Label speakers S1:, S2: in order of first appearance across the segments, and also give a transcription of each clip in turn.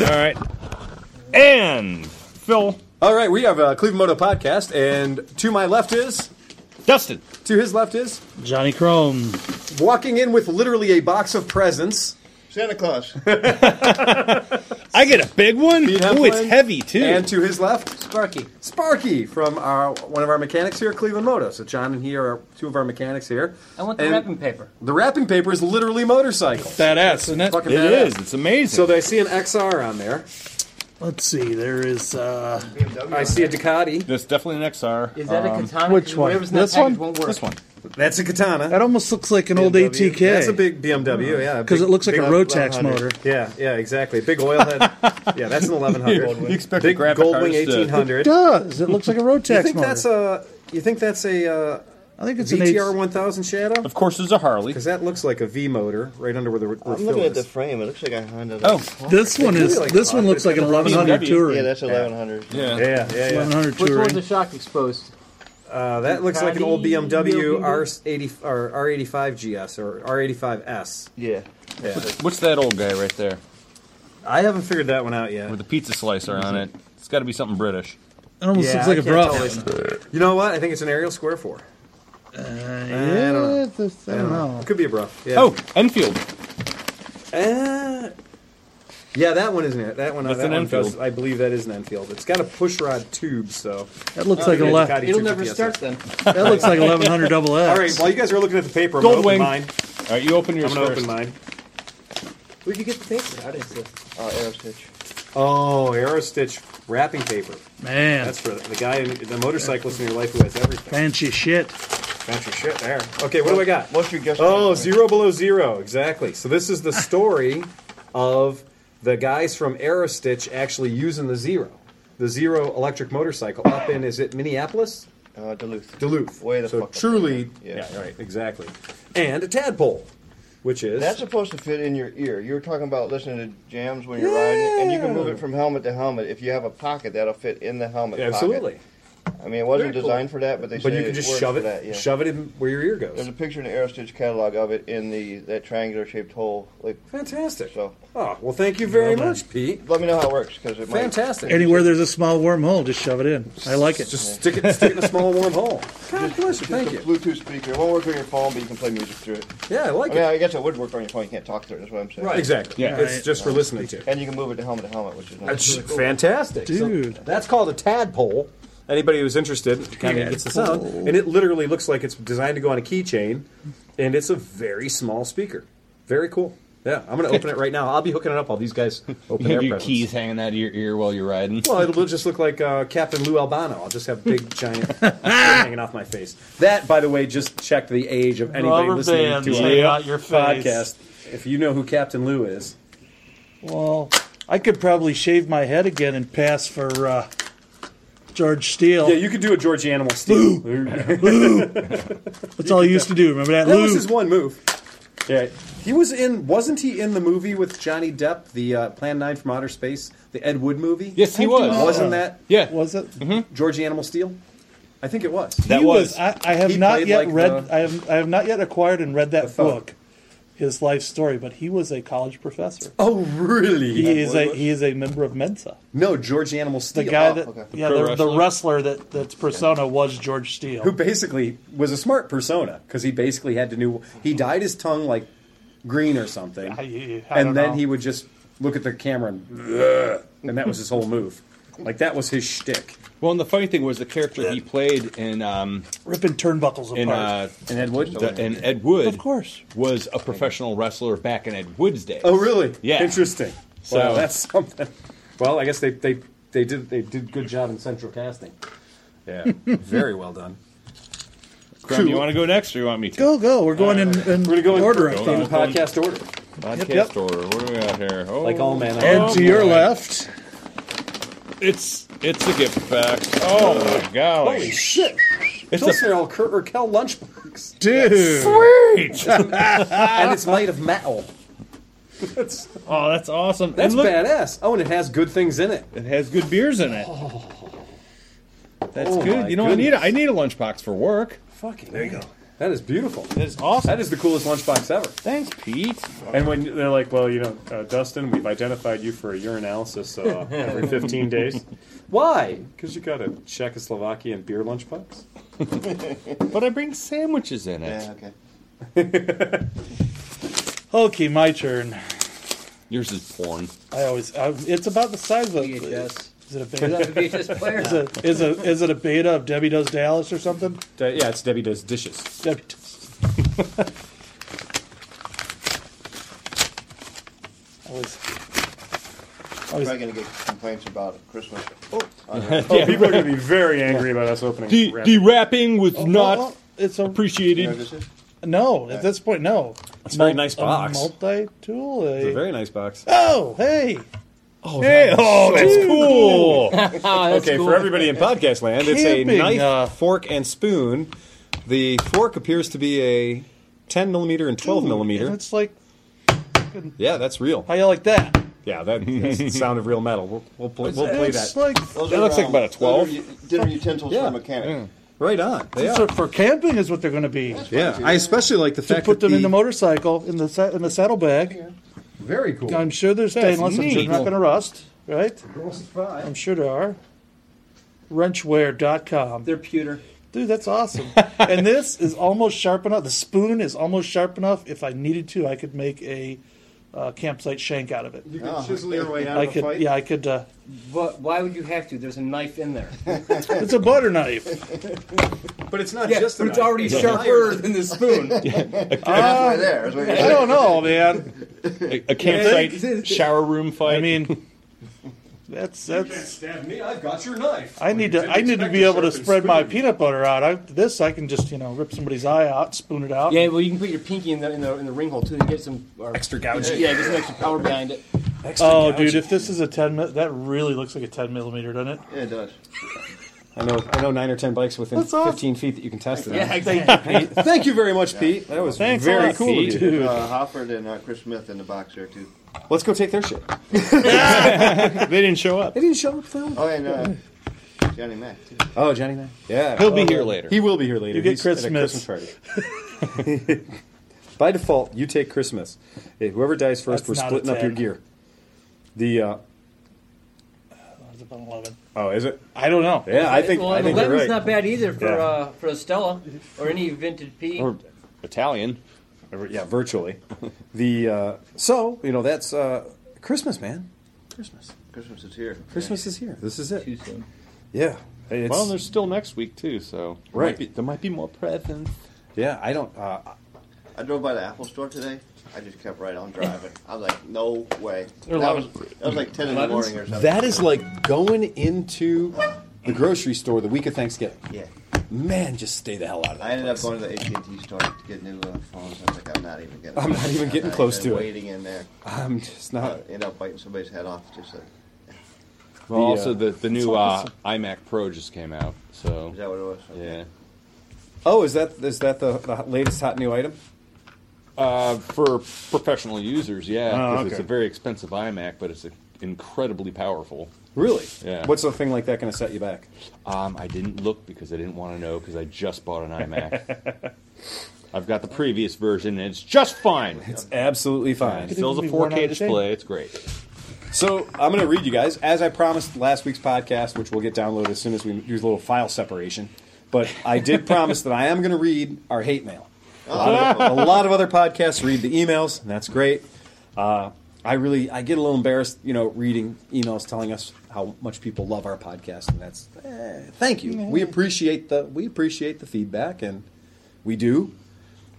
S1: All right. And Phil,
S2: All right, we have a Cleveland Moto podcast, and to my left is,
S1: Dustin.
S2: to his left is,
S3: Johnny Chrome.
S2: walking in with literally a box of presents.
S4: Santa Claus.
S1: I get a big one.
S2: Pete
S1: Ooh, it's
S2: Heflin,
S1: heavy too.
S2: And to his left,
S5: Sparky.
S2: Sparky from our one of our mechanics here at Cleveland Moto. So John and he are two of our mechanics here.
S5: I want the
S2: And
S5: wrapping paper.
S2: The wrapping paper is literally motorcycle.
S1: badass, isn't it?
S2: Fucking
S1: It
S2: badass.
S1: is. It's amazing.
S2: So I see an XR on there.
S3: Let's see. There is uh,
S4: BMW.
S2: I see a Ducati. Um,
S1: That's definitely an XR.
S5: Is that a katana?
S3: which one?
S5: Whatever's in that
S3: This
S5: package
S3: one?
S5: Won't work.
S1: This one.
S2: That's a Katana.
S3: that almost looks like an old ATK.
S2: That's a big BMW. Yeah,
S3: because Uh-huh. it looks like a
S4: big
S3: Rotax
S4: 1100.
S3: motor.
S2: Yeah, yeah, exactly. Big oil head. yeah, that's an 1100.
S1: You expect
S2: Big
S1: the graphic
S2: Goldwing
S1: artist to-
S2: 1800.
S3: Does it looks like a Rotax
S2: You think
S3: motor?
S2: that's a? You think that's a uh,
S3: I think it's an eight-
S2: VTR 1000 Shadow?
S1: Of course, there's a Harley.
S2: Because that looks like a V motor right under where the where
S4: I'm
S2: Phil
S4: looking at the
S2: is.
S4: frame. It looks like a Honda.
S1: Oh,
S3: This one is.
S2: like
S3: this one looks like an 1100
S1: BMW.
S2: Oh,
S3: Touring.
S4: yeah, that's 1100.
S1: yeah.
S2: yeah, yeah, yeah.
S3: 1100
S5: Which
S3: Touring.
S5: one's the shock exposed?
S2: Uh, that looks like an old BMW
S5: Ducati.
S2: R80 or R85 GS or R85S.
S4: Yeah.
S2: Yeah.
S1: What's that old guy right there
S2: I haven't figured that one out yet.
S1: with the pizza slicer on it? It's got to be something British.
S3: It almost
S2: Yeah,
S3: looks like
S2: I
S3: a
S2: can't tell
S3: Brough.
S2: this- You know what? I think it's an aerial square four.
S3: Uh, Yeah, this- I don't know.
S2: It could be a bro. Yeah.
S1: Oh, Enfield.
S2: Uh, yeah, that one isn't it. That one.
S1: That's
S2: that
S1: an
S2: one
S1: Enfield.
S2: does- I believe that is an Enfield. It's got a pushrod tube, so
S3: That looks like a
S2: Yeah,
S3: left.
S2: Ducati
S5: It'll
S2: tube
S5: never
S2: with the
S5: start
S2: SR.
S5: then.
S3: That looks like 1100 double X.
S2: All right. While you guys are looking at the paper, I'm gonna
S1: Goldwing.
S2: open mine.
S1: All right, you open
S2: I'm
S1: yours
S2: gonna
S1: first.
S2: open mine.
S5: Where'd you get the paper? I didn't see.
S4: Oh, arrow stitch.
S2: Oh, Aero Stitch wrapping paper.
S3: man,
S2: That's for the guy, in, the motorcyclist in your life who has everything.
S3: fancy shit.
S2: That's your shit there. Okay, what do I got?
S4: What's your guess?
S2: Oh, zero below zero, exactly. So this is the story of the guys from Aerostitch actually using the zero, the zero electric motorcycle up in is it Minneapolis,
S4: Uh, Duluth.
S2: Duluth?
S4: Way the
S2: so
S4: fuck up
S2: truly,
S4: there.
S2: yeah.
S4: Yeah.
S2: right, exactly. And a tadpole, which is
S4: That's supposed to fit in your ear. You were talking about listening to jams when you're riding, and you can move it from helmet to helmet. If you have a pocket, that'll fit in the helmet. pocket.
S2: absolutely.
S4: I mean, it
S2: Very
S4: wasn't
S2: cool.
S4: designed for that, but they
S2: But
S4: say
S2: you can just
S4: works
S2: shove
S4: for
S2: it,
S4: That, yeah.
S2: shove it in where your ear
S4: There's
S2: goes.
S4: a picture in the Aerostitch catalog of it in the that triangular shaped hole. Like,
S2: Fantastic.
S4: So-
S2: Oh well, thank you very
S3: Well done.
S2: much, Pete.
S4: let me know how it works because it might.
S2: Fantastic.
S3: Anywhere there's a small wormhole, just shove it in. I like it.
S2: Just stick it, stick it in a small warm hole. God bless you.
S4: It's
S2: Thank
S4: a
S2: you.
S4: Bluetooth speaker. It won't work on your phone, but you can play music through it.
S2: Yeah, I like
S4: I mean,
S2: it.
S4: I guess it would work on your phone. You can't talk through it. That's what I'm saying.
S2: Right. Exactly.
S1: Yeah.
S2: It's just for listening to.
S4: And you can move it to helmet to helmet, which is nice.
S2: That's fantastic, So
S3: Dude.
S2: that's called a tadpole. Anybody who's interested kind of gets the sound, and it literally looks like it's designed to go on a keychain, and it's a very small speaker. Very cool. Yeah, I'm going to open it right now. I'll be hooking it up while these guys open
S1: You
S2: their
S1: have your
S2: presents.
S1: keys hanging out of your ear while you're riding.
S2: Well, it'll just look like uh, Captain Lou Albano. I'll just have big giant thing hanging off my face. That, by the way, just checked the age of anybody
S6: Rubber
S2: listening
S6: bands
S2: to
S6: hang
S2: our
S6: out your face.
S2: podcast. If you know who Captain Lou is,
S3: Well, I could probably shave my head again and pass for uh, George Steele.
S2: yeah, you could do a George Animal Steel.
S3: That's all I used to do. Remember that?
S2: That
S3: Lou?
S2: was his one move. Yeah, he was in. Wasn't he in the movie with Johnny Depp, the uh, Plan Nine from Outer Space, the Ed Wood movie?
S1: Yes, he was.
S2: Wasn't that
S1: Yeah,
S3: Was it?
S2: Georgie Animal Steel? I think it Mm-hmm. was.
S1: that
S3: he
S1: was.
S3: I, I have
S2: He
S3: not
S2: played
S3: yet
S2: like
S3: read.
S2: the-
S3: I have. I have not yet acquired and read that
S2: thought.
S3: book, his life story. But he was a college professor.
S2: oh, really?
S3: He is a he is a member of Mensa.
S2: no, Georgie Animal
S3: The
S2: Steel.
S3: guy
S2: Oh,
S3: that
S4: okay.
S3: yeah,
S1: pro
S3: the, the
S1: wrestler?
S3: wrestler that that's persona was George Steele.
S2: who basically was a smart persona because he basically had to knew he dyed his tongue like green or something,
S3: I- I
S2: and
S3: don't
S2: then
S3: know.
S2: he would just look at the camera and, "Ugh," and that was his whole move. Like that was his shtick.
S1: well, and the funny thing was the character he played in um,
S3: ripping turnbuckles apart.
S1: in uh,
S2: And Ed Wood.
S1: the, in Ed Wood,
S3: of course,
S1: was a professional wrestler back in Ed Wood's day.
S2: Oh, really?
S1: Yeah.
S2: Interesting. So
S1: So-
S2: that's something. Well, I guess they, they they did they did good job in central casting. Yeah, very well done.
S1: Crumb, you want to go next, or you want me to?
S3: go go. We're going in, in
S2: We're gonna go in-
S3: order. I
S2: in,
S3: think.
S2: podcast order,
S1: Podcast
S3: Yep, yep.
S1: order. What do we got here? Oh,
S2: like all men.
S3: And
S2: are.
S3: to your
S1: boy.
S3: left,
S1: It's it's a gift back. Oh my golly!
S2: Holy shit!
S1: it's
S2: It's
S1: a
S2: a Kurt Raquel lunchbox,
S3: dude.
S2: and it's made of metal.
S1: oh, that's awesome.
S2: That's
S1: and look,
S2: badass. Oh, and it has good things in it.
S1: It has good beers in it. That's
S2: Oh, my
S1: good. You know, I need a, I need a lunchbox for work.
S2: Fucking there you go. That is beautiful.
S1: That is awesome.
S2: That is the coolest lunchbox ever.
S1: Thanks, Pete.
S2: And when they're like, well, you know, uh, Dustin, we've identified you for a urinalysis uh, every 15 days. Why? Because you got a Czechoslovakian beer lunchbox.
S1: But I bring sandwiches in it.
S4: Yeah, okay.
S3: Okay, my turn.
S1: Yours is porn.
S3: I always. I, it's about the size of.
S5: VHS.
S3: Is it a
S5: Is
S3: beta?
S5: that the VHS player?
S3: is, it, is, a, is it a beta of Debbie Does Dallas or something?
S2: De- yeah, it's Debbie Does Dishes.
S3: Debbie Does. always.
S4: I'm
S3: always
S4: probably going to get complaints about it Christmas.
S2: Oh, people are going to be very angry about us opening.
S1: The
S2: wrap.
S1: the wrapping was not
S3: Oh, oh, it's a
S4: You know what
S1: appreciated.
S4: this is?
S3: no at this point no.
S2: It's a very nice box.
S3: Multi tool.
S2: It's a very nice box.
S3: Oh hey.
S1: Oh, hey, oh that's cool.
S5: Ah, that's
S2: okay,
S5: cool.
S2: for everybody in podcast land, it's
S3: Camping,
S2: a knife,
S3: uh,
S2: fork, and spoon. The fork appears to be a 10 millimeter and 12
S3: And
S2: millimeter.
S3: it's like
S2: Yeah, that's real.
S3: how you like that?
S2: Yeah, that, that's the sound of real metal. We'll, we'll, play, we'll play
S3: it's
S2: that.
S3: like
S4: Those
S1: That
S4: are, um,
S1: looks like about a
S4: those are
S1: 12.
S4: u- Dinner utensils
S2: Yeah.
S4: for the mechanic.
S2: Right on. They
S3: these
S2: are.
S3: are for camping is what they're going to be.
S2: Yeah, I especially like the
S3: To
S2: fact
S3: put
S2: that
S3: them in
S2: the-
S3: the motorcycle in the sa- in the saddlebag.
S2: Very cool.
S3: I'm sure they're stainless. I'm sure
S1: neat.
S3: they're not going to rust, right?
S2: Five.
S3: I'm sure there are. Wrenchware.com.
S5: They're pewter.
S3: Dude, that's awesome. and this is almost sharp enough. The spoon is almost sharp enough. If I needed to, I could make a uh, campsite shank out of it.
S2: You can chisel your way out
S3: I could, yeah, I could. Uh,
S5: But why would you have to? There's a knife in there.
S3: it's a butter knife.
S2: But it's not
S5: Yeah,
S2: just. a
S5: but it's
S2: knife.
S5: already
S2: a
S5: sharper
S2: knife.
S5: than the spoon.
S2: Uh,
S4: Halfway there. is what you're
S3: Ah, I
S4: saying.
S3: don't know, man.
S1: A, a campsite shower room fight.
S3: I mean, that's that's.
S2: Stab me! I've got your knife.
S3: I need to. I need to be able to spread my peanut butter out. I, this I can just you know rip somebody's eye out, spoon it out.
S5: yeah, well, you can put your pinky in the in the, in the ring hole too to get some or,
S2: Extra gouge.
S5: Yeah, get some extra power behind it.
S3: oh, dude, if this is a ten, mi- that really looks like a ten millimeter, doesn't it?
S4: Yeah, it does.
S2: I know. I know nine or ten bikes within
S3: That's awesome.
S2: 15 feet that you can test it.
S5: Yeah,
S2: on.
S5: exactly.
S2: Thank you very much, Pete. That was
S3: Thanks a
S2: very
S3: lot,
S2: cool of
S3: Pete.
S2: you.
S4: Uh, Hoffer and uh, Chris Smith in the box there too.
S2: Let's go take their shit.
S1: they didn't show up.
S2: They didn't show up film.
S4: Oh, and uh, Johnny Mack too.
S2: Oh, Johnny man. Yeah, Oh.
S1: He'll be here later.
S2: He will be here later.
S3: You get
S2: He's
S3: Chris
S2: at a
S3: Smith.
S2: Christmas party. By default, you take Christmas. Hey, whoever dies first,
S3: That's
S2: we're
S3: not a
S2: splitting up your
S3: 10.
S2: gear. The uh,
S3: It's about eleven.
S2: oh, is it?
S3: I don't know.
S2: Yeah, I think
S5: well,
S2: I
S5: and
S2: think you're
S5: 11's
S2: right.
S5: not bad either for
S2: Yeah.
S5: uh, for a Stella or any vintage P.
S1: Or Italian.
S2: yeah, virtually. the uh, so you know that's uh, Christmas, man. Christmas.
S4: Christmas is here.
S2: Christmas is here. This is
S5: Too
S2: it.
S5: soon.
S2: Yeah. It's,
S1: Well, there's still next week too, so there
S2: Right.
S1: might be, there might be more presents.
S2: yeah. I don't. Uh,
S4: I drove by the Apple store today. I just kept right on driving. I was like, no way.
S3: They're
S4: that, was,
S3: eleven.
S4: that was like 10 in the
S5: Elevens?
S4: morning or something.
S2: that is like going into the grocery store the week of Thanksgiving.
S4: Yeah.
S2: Man, just stay the hell out of that.
S4: I ended up
S2: place.
S4: going to the AT&T store to get new uh, phones. I was like, I'm not even getting
S2: I'm not even
S4: I'm
S2: getting
S4: not
S2: close
S4: even
S2: to it.
S4: waiting in there.
S2: I'm just
S4: I
S2: not.
S4: end up biting somebody's head off. Just like,
S1: Well,
S2: The,
S1: also
S2: uh,
S1: the the new uh, iMac Pro just came out, so
S4: is that what it was?
S1: yeah.
S2: Oh, is that is that the, the latest hot new item?
S1: Uh, for professional users, yeah,
S2: Oh,
S1: 'cause it's
S2: okay.
S1: a very expensive iMac, but it's uh, incredibly powerful.
S2: Really?
S1: Yeah.
S2: What's a thing like that going to set you back?
S1: Um, I didn't look because I didn't want to know because I just bought an iMac. I've got the previous version and it's just fine. It
S2: It's absolutely fine.
S1: fills a
S3: Give me one
S1: 4K
S3: other thing.
S1: display. It's great.
S2: So I'm going to read you guys, as I promised last week's podcast, which will get downloaded as soon as we do a little file separation. But I did promise that I am going to read our hate mail. A lot, of, a lot of other podcasts read the emails, and that's great. Uh, I really I get a little embarrassed, you know, reading emails telling us how much people love our podcast, and that's eh, thank you. We appreciate the we appreciate the feedback, and we do.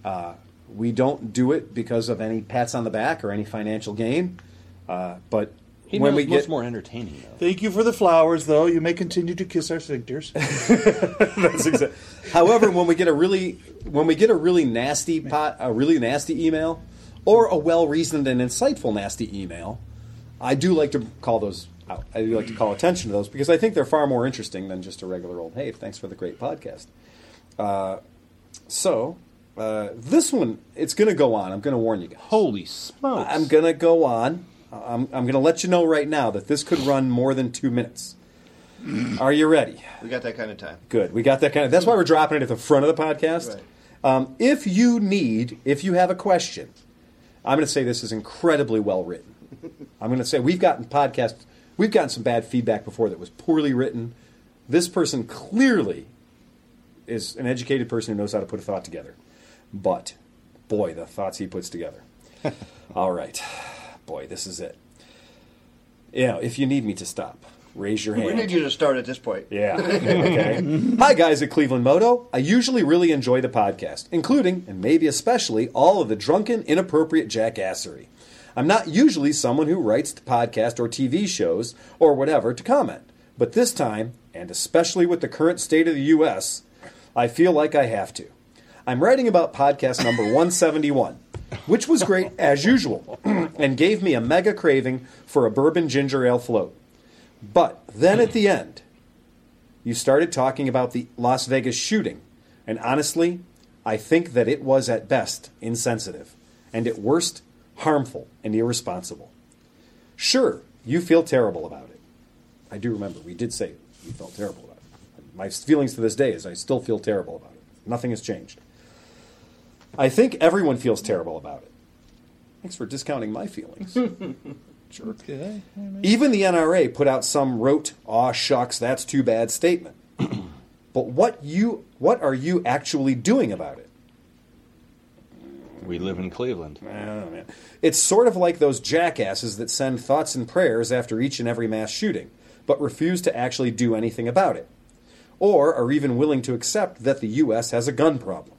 S2: Uh, we don't do it because of any pats on the back or any financial gain, uh, but
S1: He
S2: when we
S1: much
S2: get
S1: more entertaining though.
S3: Thank you for the flowers, though. You may continue to kiss our sphincters.
S2: That's exact- However, when we get a really when we get a really nasty pot, a really nasty email, or a well reasoned and insightful nasty email, I do like to call those out. I do like to call attention to those because I think they're far more interesting than just a regular old hey, thanks for the great podcast. Uh, so uh, this one, it's going to go on. I'm going to warn you guys.
S1: Holy smokes!
S2: I'm going to go on. I'm, I'm going to let you know right now that this could run more than two minutes. Are you ready?
S4: We got that kind of time.
S2: Good. We got that kind of. That's why we're dropping it at the front of the podcast.
S4: Right.
S2: Um, if you need, if you have a question, I'm going to say this is incredibly well written. I'm going to say we've gotten podcast, we've gotten some bad feedback before that was poorly written. This person clearly is an educated person who knows how to put a thought together. But boy, the thoughts he puts together. All right, boy, this is it. Yeah, if you need me to stop, raise your hand.
S4: We need you to start at this point.
S2: Yeah. Okay. Hi, guys at Cleveland Moto. I usually really enjoy the podcast, including, and maybe especially, all of the drunken, inappropriate jackassery. I'm not usually someone who writes the podcast or TV shows or whatever to comment, but this time, and especially with the current state of the U.S., I feel like I have to. I'm writing about podcast number 171, which was great as usual and gave me a mega craving for a bourbon ginger ale float. But then at the end, you started talking about the Las Vegas shooting, and honestly, I think that it was at best insensitive, and at worst, harmful and irresponsible. Sure, you feel terrible about it. I do remember we did say we felt terrible about it. My feelings to this day is I still feel terrible about it. Nothing has changed. I think everyone feels terrible about it. Thanks for discounting my feelings. Jerk.
S3: Okay.
S2: Even the NRA put out some rote "aw shucks, that's too bad" statement. but what you what are you actually doing about it?
S1: We live in Cleveland.
S2: I don't know, Oh, man. It's sort of like those jackasses that send thoughts and prayers after each and every mass shooting, but refuse to actually do anything about it, or are even willing to accept that the U.S. has a gun problem.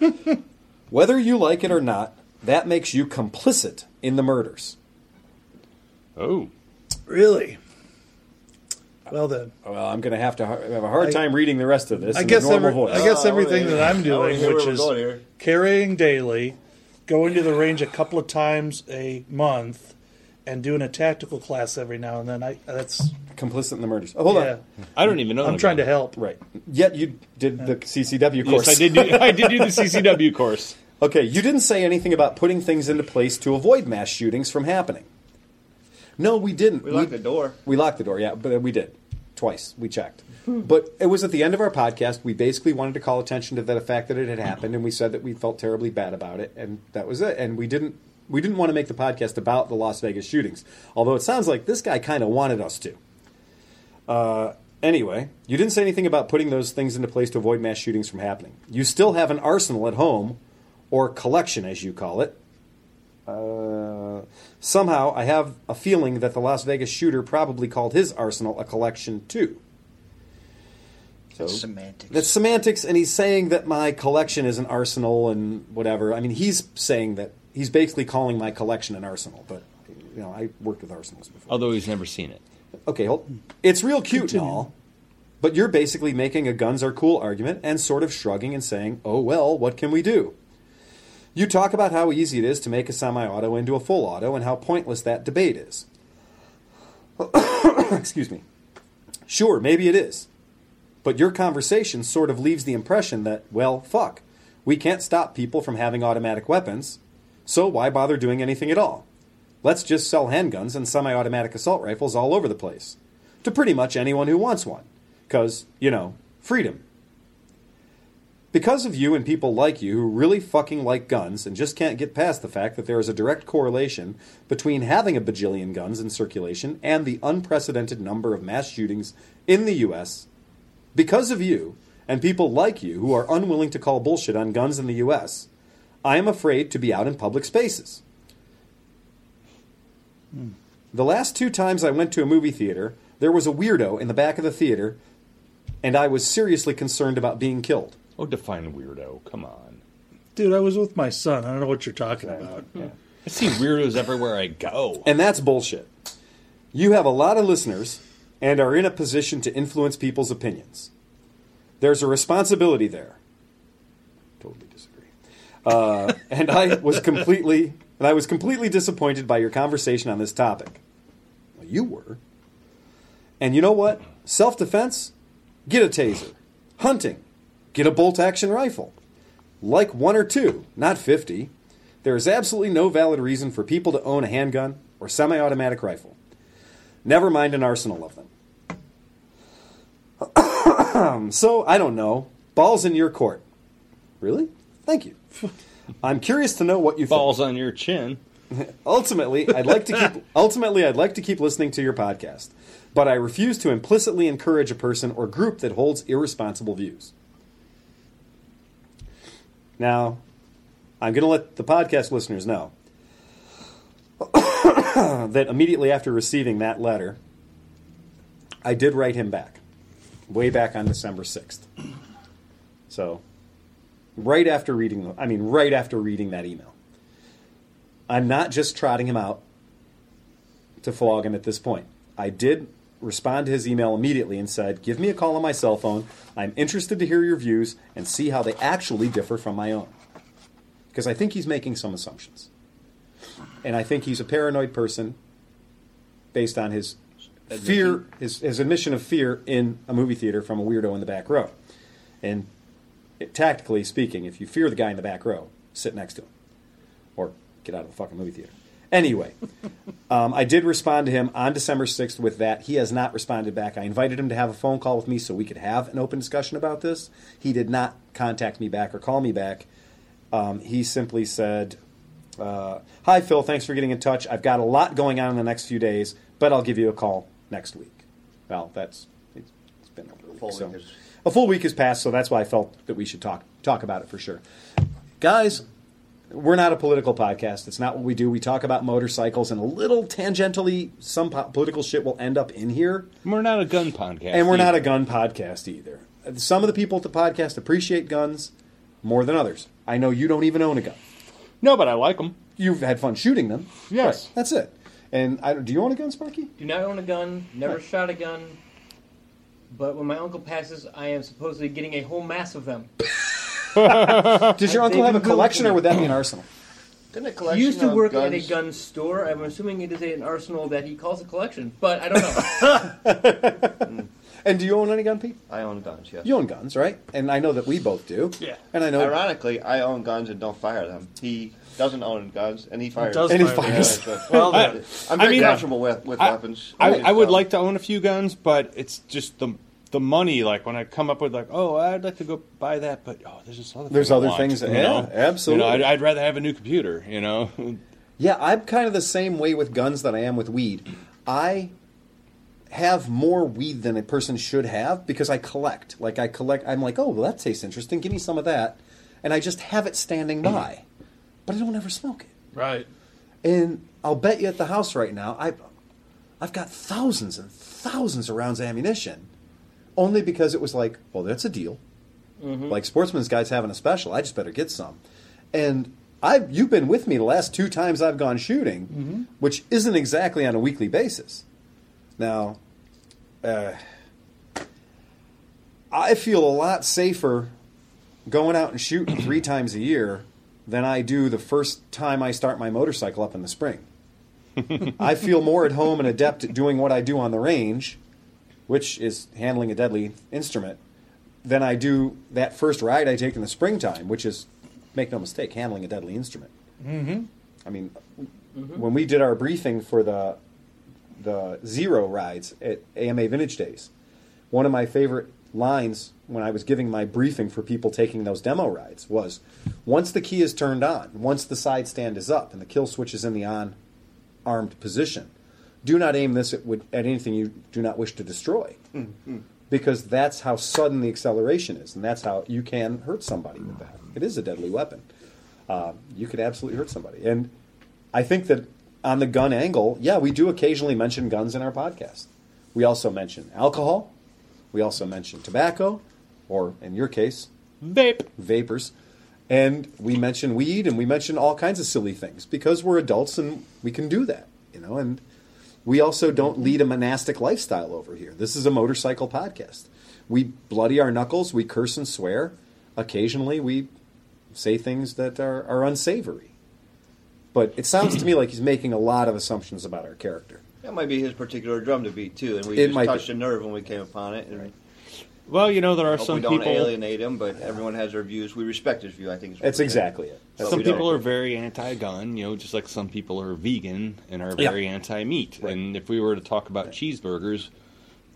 S2: Whether you like it or not, that makes you complicit in the murders.
S1: Oh,
S3: Really? Well then,
S2: Well, I'm going to have to har- have a hard time reading the rest of this.
S3: I
S2: in
S3: guess
S2: the normal
S3: every,
S2: voice.
S3: I guess
S4: Oh,
S3: everything
S4: yeah.
S3: that I'm
S4: I wanna
S3: doing,
S4: hear where
S3: which
S4: we're
S3: is
S4: going here.
S3: carrying daily, going to the range a couple of times a month, and doing a tactical class every now and then. I that's
S2: complicit in the murders. Oh, hold
S3: yeah.
S2: on.
S1: I don't even know.
S3: I'm
S1: the
S3: trying
S1: guy.
S3: to help.
S2: Right. Yet you did the CCW course.
S1: Yes, I did. Do, I did do the CCW course.
S2: Okay, you didn't say anything about putting things into place to avoid mass shootings from happening. No, we didn't.
S4: We locked the door.
S2: We locked the door, yeah, but we did. Twice. We checked. But it was at the end of our podcast. We basically wanted to call attention to the fact that it had happened, and we said that we felt terribly bad about it, and that was it. And we didn't. We didn't want to make the podcast about the Las Vegas shootings, although it sounds like this guy kind of wanted us to. Anyway, you didn't say anything about putting those things into place to avoid mass shootings from happening. You still have an arsenal at home, or collection as you call it. Uh, somehow, I have a feeling that the Las Vegas shooter probably called his arsenal a collection too. So
S4: Semantics.
S2: that's semantics, and he's saying that my collection is an arsenal and whatever. I mean, he's saying that he's basically calling my collection an arsenal, but you know, I worked with arsenals before
S1: Although he's never seen it.
S2: okay, hold. It's real cute and all, but you're basically making a guns are cool argument and sort of shrugging and saying, "Oh well, what can we do?" You talk about how easy it is to make a semi-auto into a full auto and how pointless that debate is. Excuse me. Sure, maybe it is. But your conversation sort of leaves the impression that, well, fuck, we can't stop people from having automatic weapons, so why bother doing anything at all? Let's just sell handguns and semi automatic assault rifles all over the place to pretty much anyone who wants one. Because, you know, freedom. Because of you and people like you who really fucking like guns and just can't get past the fact that there is a direct correlation between having a bajillion guns in circulation and the unprecedented number of mass shootings in the US, because of you and people like you who are unwilling to call bullshit on guns in the US, I am afraid to be out in public spaces. The last two times I went to a movie theater, there was a weirdo in the back of the theater, and I was seriously concerned about being killed.
S1: Oh, define weirdo. Come on.
S3: Dude, I was with my son. I don't know what you're talking about.
S1: I see weirdos everywhere I go.
S2: And that's bullshit. You have a lot of listeners and are in a position to influence people's opinions. There's a responsibility there. Totally disagree. Uh, and I was completely and I was completely disappointed by your conversation on this topic. Well, you were. And you know what? Self defense? Get a taser. Hunting? Get a bolt action rifle. Like one or two, not 50. There is absolutely no valid reason for people to own a handgun or semi automatic rifle. Never mind an arsenal of them. Um, so, I don't know. Ball's in your court.
S1: Really?
S2: Thank you. I'm curious to know what you think.
S1: Balls on your chin.
S2: Ultimately, I'd like to keep ultimately I'd like to keep listening to your podcast, but I refuse to implicitly encourage a person or group that holds irresponsible views. Now, I'm going to let the podcast listeners know that immediately after receiving that letter, I did write him back. Way back on December 6th. So, right after reading the, I mean right after reading that email. I'm not just trotting him out to flog him at this point. I did respond to his email immediately and said, Give me a call on my cell phone. I'm interested to hear your views and see how they actually differ from my own. Because I think he's making some assumptions. And I think he's a paranoid person based on his fear, his, his admission of fear in a movie theater from a weirdo in the back row. And it, tactically speaking, if you fear the guy in the back row, sit next to him or get out of the fucking movie theater. Anyway, um, I did respond to him on December 6th with that. He has not responded back. I invited him to have a phone call with me so we could have an open discussion about this. He did not contact me back or call me back. Um, he simply said, uh, Hi, Phil. Thanks for getting in touch. I've got a lot going on in the next few days, but I'll give you a call next week. Well, that's it's, it's been over a week.
S4: Full
S2: so-
S4: week is-
S2: a full week has passed, so that's why I felt that we should talk talk about it for sure. Guys, we're not a political podcast. It's not what we do. We talk about motorcycles and a little tangentially some po- political shit will end up in here.
S1: We're not a gun podcast.
S2: And we're not a
S1: either.
S2: gun podcast either. Some of the people at the podcast appreciate guns more than others. I know you don't even own a gun.
S1: No, but I like them.
S2: You've had fun shooting them.
S1: Yes.
S2: Right, That's it. And I, do you own a gun, Sparky?
S5: Do not own a gun. Never shot a gun. But when my uncle passes, I am supposedly getting a whole mass of them.
S2: Does your
S5: I-
S2: uncle
S5: they've
S2: have a
S5: been good
S2: collection
S5: for
S2: or
S5: me.
S2: would that be an arsenal?
S4: Didn't a
S5: He
S4: collection
S5: used to
S4: of
S5: work at
S4: guns,
S5: a gun store. I'm assuming it is an arsenal that he calls a collection, but I don't know.
S2: And do you own any gun, Pete?
S4: I own guns, yes.
S2: You own guns, right? And I know that we both do.
S3: Yeah.
S2: And I know.
S4: Ironically, I own guns and don't fire them. He doesn't own guns and he fires.
S3: does
S2: And he
S3: fire them.
S2: fires.
S4: well,
S1: I-
S4: I'm
S1: I
S4: very
S1: mean,
S4: comfortable with, with
S1: I-
S4: weapons.
S1: I, I would
S4: Um,
S1: like to own a few guns, but it's just the the money. Like when I come up with like, oh, I'd like to go buy that, but oh, there's this other.
S2: There's
S1: thing I
S2: other
S1: want,
S2: things that-
S1: you
S2: yeah,
S1: know?
S2: absolutely.
S1: You know, I'd, I'd rather have a new computer. You know,
S2: Yeah, I'm kind of the same way with guns that I am with weed. I have more weed than a person should have because I collect. Like I collect. I'm like, oh, well, that tastes interesting. Give me some of that, and I just have it standing by, but I don't ever smoke it.
S3: Right.
S2: And I'll bet you at the house right now, I, I've got thousands and thousands of rounds of ammunition, only because it was like, well, that's a deal. Like Sportsman's Guy's having a special. I just better get some. And I've you've been with me the last two times I've gone shooting, which isn't exactly on a weekly basis. Now, uh, I feel a lot safer going out and shooting three times a year than I do the first time I start my motorcycle up in the spring. I feel more at home and adept at doing what I do on the range, which is handling a deadly instrument, than I do that first ride I take in the springtime, which is, make no mistake, handling a deadly instrument. Mm-hmm. I mean, when we did our briefing for the the zero rides at AMA Vintage Days, one of my favorite lines when I was giving my briefing for people taking those demo rides was, once the key is turned on, once the side stand is up and the kill switch is in the on armed position. Do not aim this at, would- at anything you do not wish to destroy, because that's how sudden the acceleration is, and that's how you can hurt somebody with that. It is a deadly weapon. Um, you could absolutely hurt somebody, and I think that on the gun angle, yeah, we do occasionally mention guns in our podcast. We also mention alcohol. We also mention tobacco, or in your case,
S1: vape.
S2: vapors. And we mention weed and we mention all kinds of silly things because we're adults and we can do that, you know. And we also don't lead a monastic lifestyle over here. This is a motorcycle podcast. We bloody our knuckles, we curse and swear. Occasionally, we say things that are, are unsavory. But it sounds to me like he's making a lot of assumptions about our character.
S4: That might be his particular drum to beat too, and we
S2: It
S4: just
S2: might
S4: touched
S2: be.
S4: a nerve when we came upon it. And
S1: Well, you know, there are
S4: hope
S1: some
S4: we don't
S1: people.
S4: alienate him, but everyone has their views. We respect his view. I think is what
S2: That's
S4: we're saying.
S2: exactly it. That's
S4: But
S1: Some
S4: we
S1: people
S4: don't.
S1: are very anti-gun, you know, just like some people are vegan and are
S2: Yeah.
S1: very anti-meat. And if we were to talk about cheeseburgers,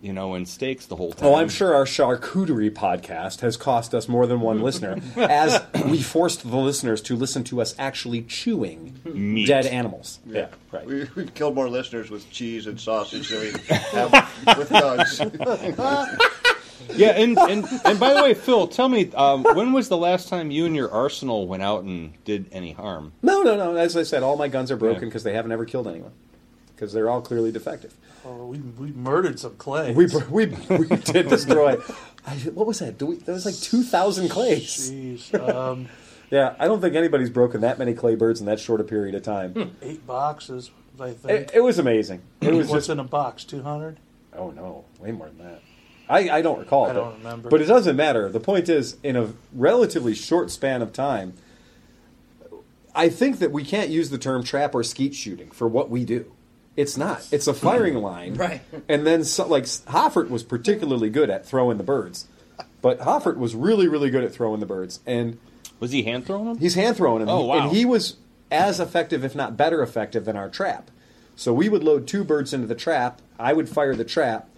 S1: you know, and steaks the whole time.
S2: Oh, I'm sure our charcuterie podcast has cost us more than one listener, as we forced the listeners to listen to us actually chewing
S1: Meat.
S2: dead animals. Yeah, right.
S4: We, we've killed more listeners with cheese and sausage than we have with dogs.
S1: Yeah, and, and and by the way, Phil, tell me, um, when was the last time you and your arsenal went out and did any harm?
S2: No, no, no. As I said, all my guns are broken
S1: Yeah.
S2: because they haven't ever killed anyone. Because they're all clearly defective.
S3: Oh, we, we murdered some clay.
S2: We br- we, we did destroy. I, what was that? Do we, that was like two thousand clays.
S3: Jeez, um,
S2: Yeah, I don't think anybody's broken that many clay birds in that short a period of
S1: Hmm.
S2: time.
S3: eight boxes, I think.
S2: it, it was amazing. It was
S3: What's
S2: just
S3: in a box? Two hundred.
S2: Oh no, way more than that. I, I don't recall.
S3: I
S2: but-
S3: don't remember.
S2: But it doesn't matter. The point is, in a relatively short span of time, I think that we can't use the term trap or skeet shooting for what we do. It's not. It's a
S3: Hmm.
S2: firing line.
S5: Right.
S2: And then, so, like Hoffert was particularly good at throwing the birds, but Hoffert was really, really good at throwing the birds, and
S1: Was he hand throwing them?
S2: he's hand throwing them.
S1: Oh, wow.
S2: And he was as effective, if not better effective, than our trap. So we would load two birds into the trap. I would fire the trap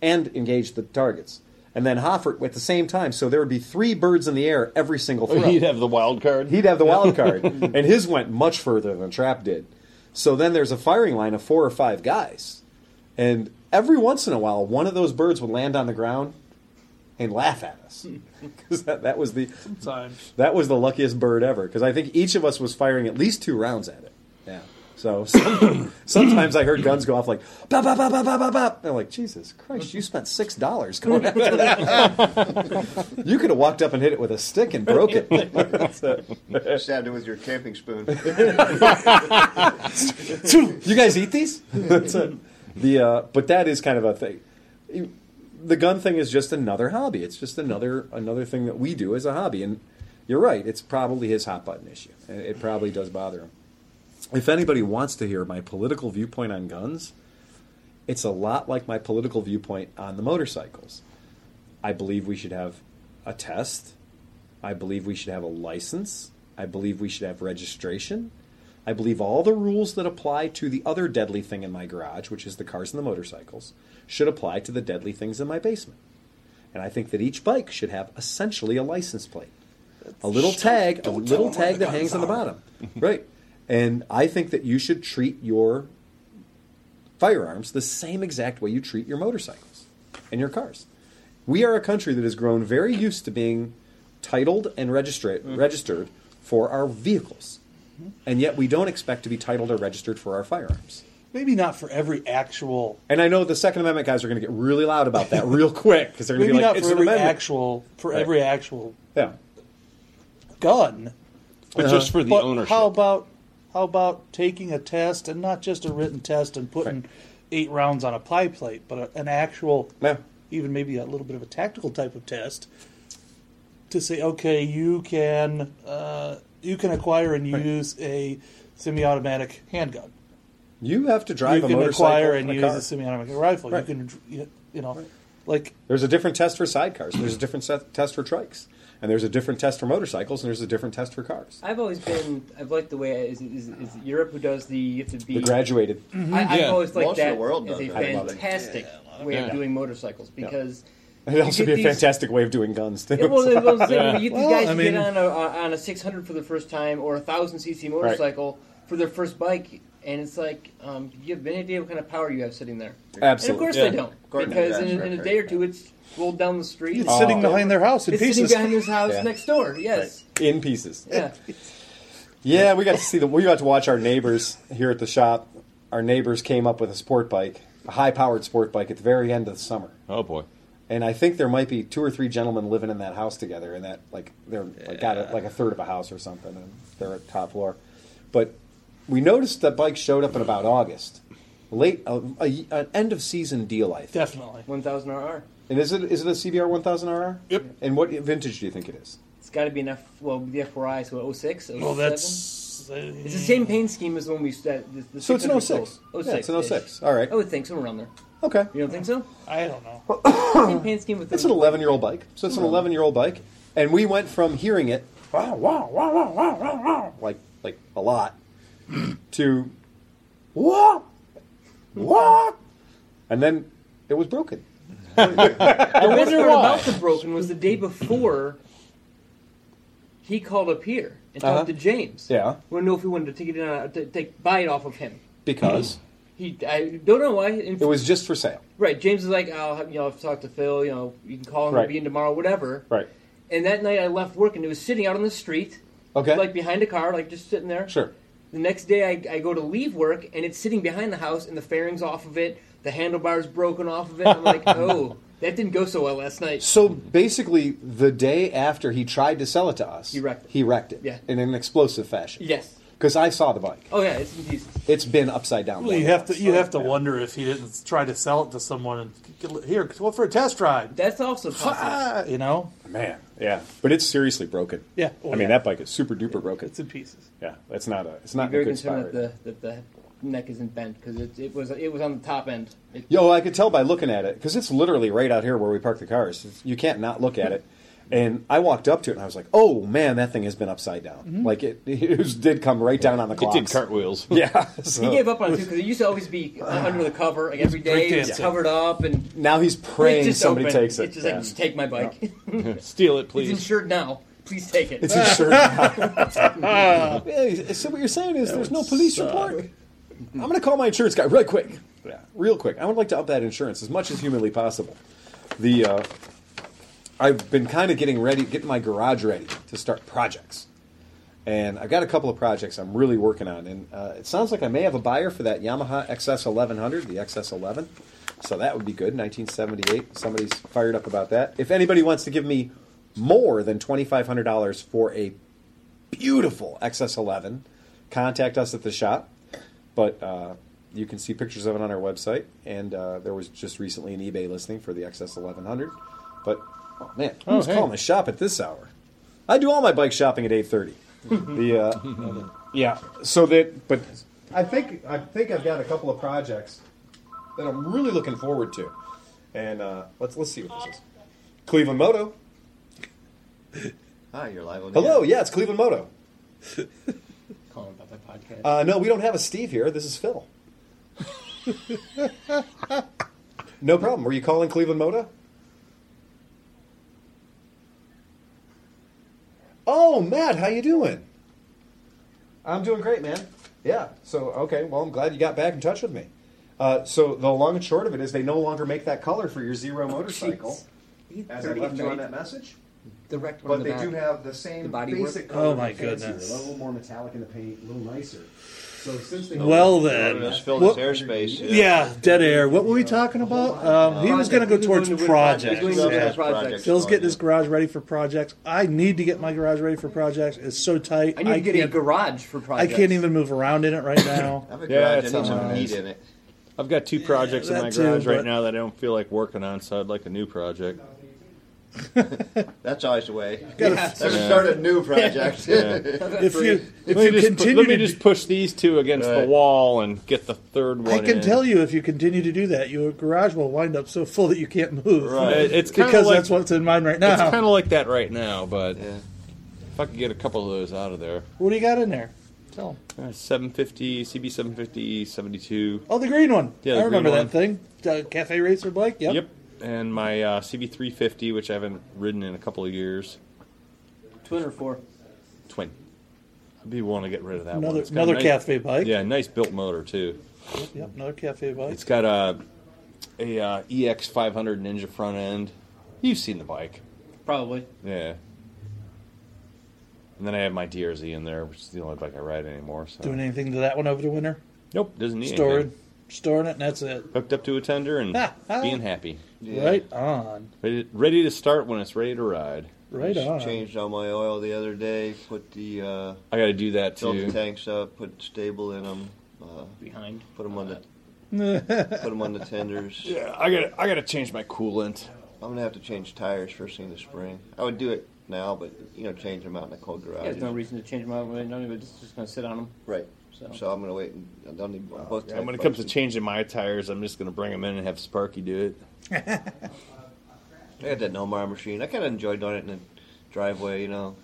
S2: and engage the targets. And then Hoffert at the same time. So there would be three birds in the air every single throw.
S1: Oh, He'd have the wild card.
S2: He'd have the wild card, and his went much further than Trap did. So then there's a firing line of four or five guys, and every once in a while, one of those birds would land on the ground and laugh at us because that, that was the
S3: Times.
S2: that was the luckiest bird ever. Because I think each of us was firing at least two rounds at it. Yeah. So some, sometimes I heard guns go off like bop bop bop bop bop bop bop. And I'm like, Jesus Christ, you spent six dollars going after that. you could have walked up and hit it with a stick and broke it. So-
S4: Stabbed him with your camping spoon.
S2: you guys eat these? That's it. The uh, but that is kind of a thing. You- The gun thing is just another hobby. It's just another another thing that we do as a hobby. And you're right. It's probably his hot button issue. It it probably does bother him. If anybody wants to hear my political viewpoint on guns, it's a lot like my political viewpoint on the motorcycles. I believe we should have a test. I believe we should have a license. I believe we should have registration. I believe all the rules that apply to the other deadly thing in my garage, which is the cars and the motorcycles, should apply to the deadly things in my basement. And I think that each bike should have essentially a license plate, a little tag, a little tag that hangs on the bottom, right? And I think that you should treat your firearms the same exact way you treat your motorcycles and your cars. We are a country that has grown very used to being titled and registra-
S3: Mm-hmm.
S2: registered for our vehicles, and yet we don't expect to be titled or registered for our firearms.
S3: Maybe not for every actual.
S2: And I know the Second Amendment guys are going to get really loud about that real quick because they're going to
S3: Maybe
S2: be like,
S3: not
S2: "It's
S3: for
S2: an
S3: every
S2: amendment."
S3: actual. For
S2: Right.
S3: every actual
S2: Yeah,
S3: gun.
S1: But just for the
S3: but
S1: ownership.
S3: how about how about taking a test and not just a written test and putting eight rounds on a pie plate, but a, an actual,
S2: Yeah.
S3: even maybe a little bit of a tactical type of test to say, okay, you can uh, you can acquire and use a semi-automatic handgun.
S2: you have to drive
S3: you
S2: a
S3: can
S2: motorcycle
S3: acquire
S2: and
S3: and
S2: a
S3: use
S2: car.
S3: a semi-automatic rifle.
S2: Right.
S3: You can, dr- you you know, like
S2: There's a different test for sidecars. There's a different set, test for trikes, and there's a different test for motorcycles, and there's a different test for cars.
S5: I've always been. I've liked the way is, is, is it Europe who does the you have to be.
S2: The graduated.
S5: I, I've
S1: Yeah.
S5: always liked
S4: Most of
S5: that
S4: the world
S5: as a
S4: does that.
S2: I love it.
S5: fantastic way of
S1: Yeah.
S5: doing motorcycles because.
S2: It'd also
S5: you
S2: be
S5: get
S2: a
S5: these-
S2: fantastic way of doing guns too.
S5: Yeah, well,
S2: So-
S5: it was like, when you,
S3: Well,
S5: these guys
S3: I
S5: who
S3: mean-
S5: get on a, on a 600 for the first time or a 1,000 cc motorcycle for their first bike, and it's like, um, do you have any idea what kind of power you have sitting there? And of
S2: Absolutely.
S5: course
S1: Yeah.
S5: they don't,
S4: Gordon
S5: because
S4: Dash,
S5: in,
S4: right,
S5: in a
S4: right,
S5: day or
S4: right.
S5: two it's rolled down the street.
S3: it's
S5: and
S3: sitting behind their house in
S5: it's
S3: pieces.
S5: sitting behind his house
S2: Yeah.
S5: next door. Yes,
S2: in pieces.
S5: yeah.
S2: Yeah, we got to see the we got to watch our neighbors here at the shop. Our neighbors came up with a sport bike, a high-powered sport bike at the very end of the summer.
S1: Oh boy.
S2: And I think there might be two or three gentlemen living in that house together, and that like they're like got a, like a third of a house or something, and they're at top floor. But we noticed that bike showed up in about August, late uh, a, an end of season deal, I think.
S3: Definitely.
S5: 1,000 RR.
S2: And is it is it a CBR 1000 RR?
S3: Yep.
S2: And what vintage do you think it is?
S5: It's got to be an F. Well, the F4I, so 06, 07.
S3: Well, that's
S5: It's the same paint scheme as when we that the, the
S2: So it's an
S5: 600
S2: 06.
S5: sold.
S2: Yeah, it's an
S5: 06 -ish.
S2: 06. All right.
S5: I would think somewhere around there.
S2: Okay.
S5: You don't think so?
S3: I don't know.
S5: Same paint scheme with
S2: It's
S5: the-
S2: an 11 year old bike. So it's an 11 year old bike. And we went from hearing it, wow, wow, wow, wow, wow, wow, wow, like, like a lot, to what? What? And then it was broken.
S5: I worst
S1: wonder
S5: part
S1: why.
S5: about the broken was the day before he called up here and
S2: Uh-huh.
S5: talked to James.
S2: Yeah.
S5: want to know if we wanted to take it in on, to take buy it off of him.
S2: because
S5: He, I don't know why. In-
S2: it was just for sale.
S5: right. James is like, I'll have, you know, I've talked to Phil. You know, you can call him.
S2: Right.
S5: He'll be in tomorrow, whatever.
S2: Right.
S5: And that night I left work and it was sitting out on the street,
S2: Okay.
S5: like behind a car, like just sitting there.
S2: sure.
S5: The next day, I, I go to leave work, and it's sitting behind the house, and the fairing's off of it, the handlebar's broken off of it. I'm like, oh, that didn't go so well last night.
S2: So basically, the day after he tried to sell it to us,
S5: He wrecked it.
S2: He wrecked it.
S5: Yeah.
S2: In an explosive fashion.
S5: Yes.
S2: Because I saw the bike.
S5: Oh yeah, it's in pieces.
S2: It's been upside down.
S3: Well, you have to you have to wonder if he didn't try to sell it to someone and here go for a test ride.
S5: That's also possible.
S3: Ah, you know,
S2: Man, yeah, but it's seriously broken.
S3: Yeah. Oh,
S2: I mean
S3: yeah.
S2: that bike is super duper broken.
S3: it's in pieces.
S2: Yeah, that's not a it's not a
S5: Very
S2: good
S5: concerned
S2: spot.
S5: that the, that the neck isn't bent because it, it was it was on the top end. It,
S2: Yo, I could tell by looking at it because it's literally right out here where we park the cars. It's- You can't not look at it. And I walked up to it and I was like, "Oh man, that thing has been upside down.
S5: Mm-hmm.
S2: Like it, it was- did come right down on the
S1: It
S2: clock."
S1: did cartwheels.
S2: Yeah.
S5: he
S2: so
S5: gave up on it too because it used to always be under the cover like every day, it was
S3: breakdancing.
S5: covered up and
S2: now he's praying
S5: it's just
S2: somebody
S5: open.
S2: takes it.
S5: It's just
S2: Yeah.
S5: like just take my bike.
S1: Steal it,
S5: it's
S1: please.
S5: insured now. Please take it.
S2: It's insured. Yeah, so what you're saying is there's
S3: would
S2: no police
S3: suck.
S2: report. I'm going to call my insurance guy real quick. Yeah, real quick. I would like to up that insurance as much as humanly possible. The uh, I've been kind of getting ready, getting my garage ready to start projects, and I've got a couple of projects I'm really working on. And uh, it sounds like I may have a buyer for that Yamaha XS 1100, the XS 11. So that would be good. 1978. Somebody's fired up about that. If anybody wants to give me more than twenty five hundred dollars for a beautiful XS11. Contact us at the shop, but uh, you can see pictures of it on our website. And uh, there was just recently an eBay listing for the XS1100. But oh man, who's
S1: hey.
S2: calling the shop at this hour? I do all my bike shopping at eight thirty. the uh, yeah, so that but I think I think I've got a couple of projects that I'm really looking forward to, and uh, let's let's see what this is. Cleveland Moto.
S4: Hi, you're live on the
S2: Hello,
S4: air.
S2: yeah, it's Cleveland Moto.
S5: Calling about that podcast.
S2: Uh, no, we don't have a Steve here. This is Phil. no problem. Were you calling Cleveland Moda? Oh, Matt, how you doing? I'm doing great, man. Yeah. So okay. Well, I'm glad you got back in touch with me. Uh, so the long and short of it is, they no longer make that color for your zero motorcycle,
S5: Jeez.
S2: as I left you on that message.
S5: direct one
S2: But
S5: in
S2: they
S5: the
S2: do
S5: back.
S2: have the same
S5: The bodywork?
S2: basic
S5: Oh
S2: color. but
S3: my
S2: fancier,
S3: goodness.
S2: A little more metallic in the paint, a little nicer. So since they
S3: Well
S4: Letting
S2: Oh,
S3: then,
S4: us fill
S3: what-
S4: this airspace.
S3: yeah. dead air. What were we talking about? Um, he was going to go
S5: Project.
S3: towards
S5: He was
S3: projects.
S5: doing
S4: projects.
S5: the
S4: Yeah.
S5: projects.
S4: Projects.
S3: Phil's getting his garage ready for projects. I need to get my garage ready for projects. It's so tight.
S5: I need to get a
S3: can't-
S5: garage for
S3: I
S5: projects.
S3: can't even move around in it right now.
S4: I have a
S1: Yeah,
S4: garage.
S1: it's
S4: I need some
S1: on
S4: heat in it.
S1: I've got two projects in
S3: that
S1: my
S3: too,
S1: garage right
S3: but-
S1: now that I don't feel like working on, so I'd like a new project.
S4: That's always the way.
S3: Gotta-
S4: Let's start a new project.
S3: if you if
S1: Let
S3: you
S1: me, just, pu-
S3: continue
S1: let me
S3: to
S1: just push these two against the
S4: Right.
S1: wall and get the third one.
S3: I can
S1: in.
S3: tell you if you continue to do that, your garage will wind up so full that you can't move.
S1: Uh,
S4: Right.
S1: It's kind
S3: Because
S1: of like,
S3: that's what's in mine right
S1: It's
S3: now.
S1: kind of like that right now, but
S4: Yeah.
S1: if I could get a couple of those out of there,
S3: what do you got in there? Tell 'em.
S1: Uh, 750 CB 750 72.
S3: Oh, the green one.
S1: Yeah, the
S3: I remember
S1: green
S3: that thing. Uh, Cafe Racer Bike. Yep.
S1: Yep. And my uh, CB 350, which I haven't ridden in a couple of years.
S5: Twin or four.
S1: Twin. I'd be wanting to get rid of that one.
S3: Another
S1: It's got a
S3: another
S1: nice-
S3: cafe bike.
S1: Yeah, nice built motor too.
S3: Yep. Another cafe bike.
S1: It's got a a uh, EX 500 Ninja front end. You've seen the bike,
S5: Probably.
S1: yeah. And then I have my DRZ in there, which is the only bike I ride anymore. So
S3: Doing anything to that one over the winter?
S1: nope, doesn't need
S3: Storing,
S1: anything.
S3: storing it, and that's it.
S1: Hooked up to a tender and being happy.
S4: Yeah.
S3: Right on.
S1: Ready, ready to start when it's ready to ride.
S3: Right on.
S4: Changed all my oil the other day. Put the uh,
S1: I got to do that
S4: filled the
S1: too.
S4: tanks up. Put stable in them. Uh,
S5: Behind.
S4: put them on the put 'em on the tenders.
S1: Yeah, I got to I got to change my coolant.
S4: I'm gonna have to change tires first thing this spring. I would do it now, but you know, change them out in the cold garage.
S5: There's no reason to change my mind. Not even just, just gonna sit on them.
S4: Right.
S5: So-
S4: So, I'm gonna wait. And I don't need both.
S1: And
S4: type
S1: when it comes to
S4: buses.
S1: changing my tires, I'm just going to bring them in and have Sparky do it.
S4: I got that Nomar machine. I kind of enjoy doing it in the driveway. You know,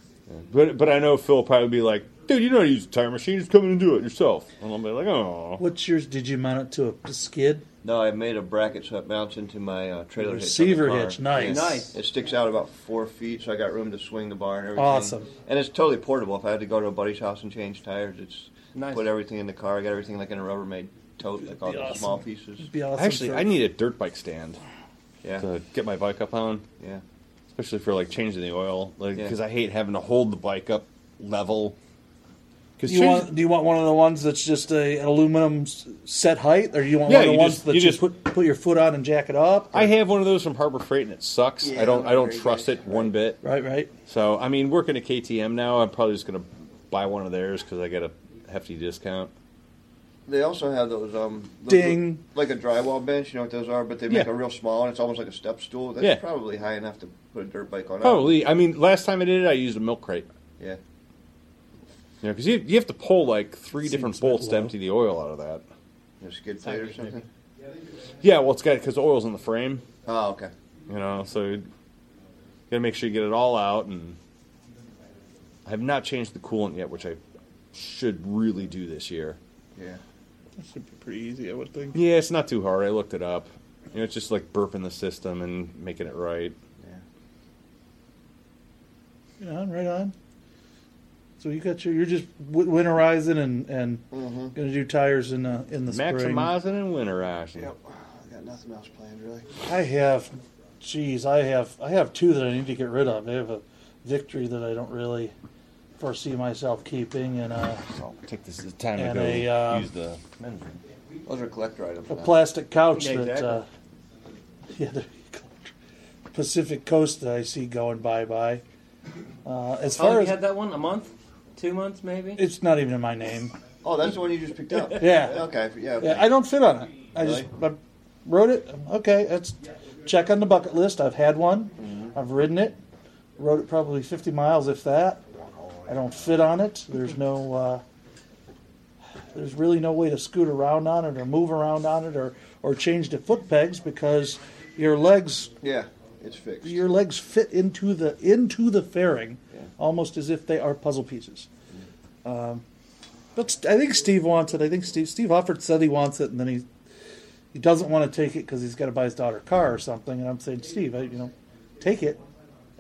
S1: But but I know Phil will probably be like, dude, you know how to use a time machine. Just come in and do it yourself. And I'll be like, oh.
S3: What's yours? Did you mount it to a skid?
S4: No, I made a bracket so it mounts into my uh, trailer hitch on the
S3: Receiver
S4: car.
S3: hitch, nice.
S5: Nice.
S4: It sticks out about four feet, so I got room to swing the bar and everything.
S3: Awesome.
S4: And it's totally portable. If I had to go to a buddy's house and change tires, it's
S5: Nice.
S4: put everything in the car. I got everything like in a Rubbermaid tote, like all
S3: be
S4: the
S3: awesome.
S4: small pieces.
S3: It'd be awesome.
S1: Actually,
S3: for-
S1: I need a dirt bike stand
S4: Yeah,
S1: to get my bike up on,
S4: yeah.
S1: especially for like changing the oil, like
S4: Yeah.
S1: because I hate having to hold the bike up level. Because
S3: Do you want? Do you want one of the ones that's just a, an aluminum s- set height, or do you want
S1: Yeah,
S3: one of the
S1: you
S3: ones
S1: just-
S3: that
S1: you
S3: you,
S1: just-
S3: put put your foot on and jack it up?
S1: I have one of those from Harbor Freight and it sucks.
S5: Yeah,
S1: I don't I don't
S5: very
S1: trust
S5: good.
S1: it one bit.
S3: right, right.
S1: So I mean, working at KTM now, I'm probably just gonna buy one of theirs because I get a hefty discount.
S4: They also have those um those
S3: Ding.
S4: look- like a drywall bench. You know what those are? But they make
S1: Yeah.
S4: a real small, and it's almost like a step stool. That's
S1: Yeah.
S4: probably high enough to put a dirt bike on.
S1: Probably. I mean, last time I did it, I used a milk crate.
S4: Yeah.
S1: You because you, you have to pull like three
S3: Seems
S1: different
S3: a bit
S1: bolts to
S3: low.
S1: empty the oil out of that.
S4: A skid plate or something.
S1: Yeah, well, it's got because oil's in the frame,
S4: Oh, okay.
S1: you know. So you gotta make sure you get it all out. And I have not changed the coolant yet, which I should really do this year.
S4: Yeah.
S3: That should be pretty easy, I would think.
S1: Yeah, it's not too hard. I looked it up. You know, it's just like burping the system and making it right.
S4: Yeah.
S3: Right on, right on. So you got your you're just wi- winterizing and and gonna do tires in the in the spring.
S1: Maximizing and winterizing.
S4: Yep. I got nothing else planned really.
S3: I have, geez, I have I have two that I need to get rid of. I have a victory that I don't really foresee myself keeping, and uh, a,
S1: So I'll take this as time
S3: And
S1: to go
S3: a, uh,
S1: use the men's room.
S4: Those are collector items.
S3: a
S4: now.
S3: plastic couch
S5: Yeah,
S3: that, uh, yeah, there you go. Pacific Coast that I see going bye bye. Uh, as
S5: How long
S3: far
S5: Oh, you
S3: as
S5: had that one? A month? Two months, maybe?
S3: it's not even in my name.
S4: Oh, that's the one you just picked up.
S3: Yeah,
S4: Okay. Yeah. okay.
S3: yeah, I don't fit on it. I just I wrote it. Okay, that's check on the bucket list. I've had one.
S5: Mm-hmm.
S3: I've ridden it. Rode it probably 50 miles, if that. I don't fit on it. There's no, uh, there's really no way to scoot around on it or move around on it or or change the foot pegs because your legs
S4: Yeah, It's fixed.
S3: your legs fit into the into the fairing
S4: Yeah. Mm-hmm.
S3: almost as if they are puzzle pieces. Um, but st- I think Steve wants it. I think Steve Steve Hufford said he wants it, and then he he doesn't want to take it because he's got to buy his daughter a car or something. And I'm saying, Steve, I, you know, take it.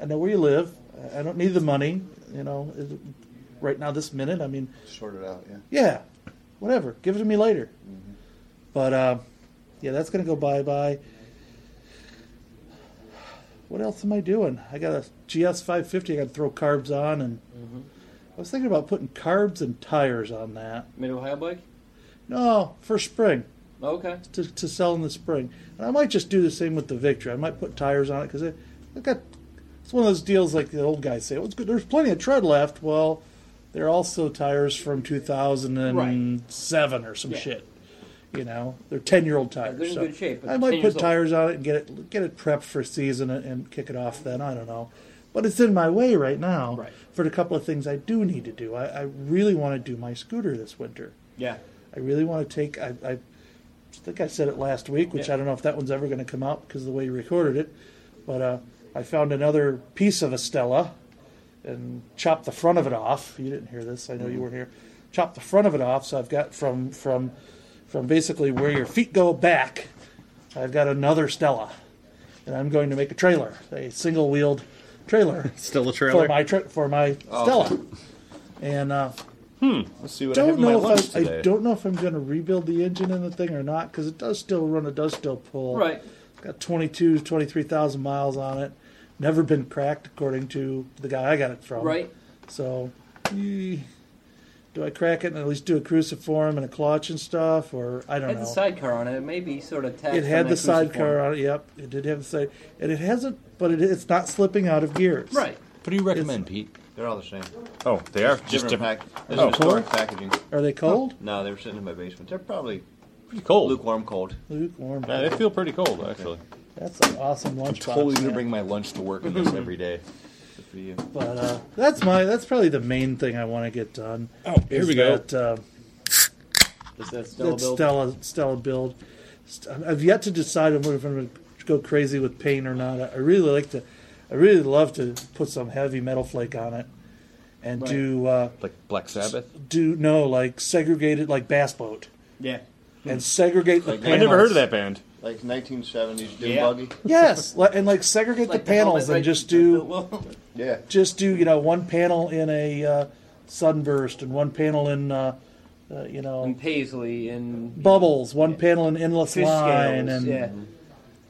S3: I know where you live. I- I don't need the money. You know, it- right now, this minute. I mean,
S4: Sort it out. Yeah.
S3: yeah, whatever. Give it to me later. But uh, yeah, that's gonna go bye bye. What else am I doing? I got a GS 550. I got to throw carbs on, and I was thinking about putting carbs and tires on that.
S5: Mid Ohio bike?
S3: No, for spring
S5: Okay.
S3: to, to sell in the spring. And I might just do the same with the Victory. I might put tires on it because it, it got it's one of those deals like the old guys say. Well, it's good. There's plenty of tread left. Well, they're also tires from 2007 or some
S5: Yeah.
S3: shit. You know, they're 10 year old tires.
S5: they're in
S3: so
S5: good shape, but
S3: I
S5: they're
S3: might
S5: 10
S3: put
S5: years old.
S3: tires on it and get it get it prepped for season and, and kick it off. Then I don't know. But it's in my way right now
S5: Right.
S3: for the couple of things I do need to do. I, I really want to do my scooter this winter.
S5: Yeah.
S3: I really want to take. I, I think I said it last week, which I don't know if that one's ever going to come out because of the way you recorded it. But uh, I found another piece of Estella and chopped the front of it off. You didn't hear this. I know you weren't here. Chopped the front of it off, so I've got from from from basically where your feet go back. I've got another Stella, and I'm going to make a trailer, a single wheeled trailer
S1: Still a
S3: for my tra- for my Stella. And uh,
S1: Let's see what I have
S3: don't
S1: in my
S3: know
S1: lunch
S3: if I,
S1: today.
S3: I don't know if I'm going to rebuild the engine in the thing or not because it does still run. It does still pull.
S5: Right.
S3: Got 22, 23,000 miles on it. Never been cracked, according to the guy I got it from.
S5: Right.
S3: So, eh, do I crack it and at least do a cruciform and a clutch and stuff, or I don't
S5: It had
S3: know.
S5: the sidecar on it. It may be sort of taxed.
S3: it
S5: on
S3: had
S5: that
S3: the
S5: cruciform.
S3: sidecar on it. Yep, it did have the side, and it hasn't. But it, it's not slipping out of gears.
S5: Right.
S1: What do you recommend, Pete?
S4: They're all the same.
S1: Oh, they are just
S4: Different,
S1: different.
S4: pack. This
S1: Oh.
S4: is historic packaging.
S3: Are they cold?
S4: No, they were sitting in my basement. They're probably
S1: Pretty cold.
S4: lukewarm cold.
S3: Lukewarm.
S1: Yeah, Uh, they feel pretty cold actually.
S3: That's an awesome lunchbox.
S1: Totally gonna
S3: man.
S1: bring my lunch to work in this every day.
S4: Good for you.
S3: But uh, that's my that's probably the main thing I want to get done.
S1: Oh, here
S3: is
S1: we go.
S3: That, uh,
S5: Is that Stella
S3: that
S5: build?
S3: Stella Stella build. St- I've yet to decide if I'm going to go crazy with paint or not. I I really like to. I really love to put some heavy metal flake on it and
S5: Right.
S3: do uh,
S1: like Black Sabbath.
S3: do no like segregated like bass boat
S5: Yeah.
S3: and segregate the
S4: Like, I
S1: I
S3: panels.
S1: never heard of that band.
S4: Like 1970s dune
S5: Yeah.
S4: buggy.
S3: Yes, li- and like segregate the panels and just do
S5: Well,
S4: Yeah.
S3: just do you know one panel in a uh, sunburst and one panel in uh, uh, you know
S5: and paisley and
S3: bubbles, one panel in endless
S5: fish
S3: line,
S5: scales.
S3: and
S5: yeah.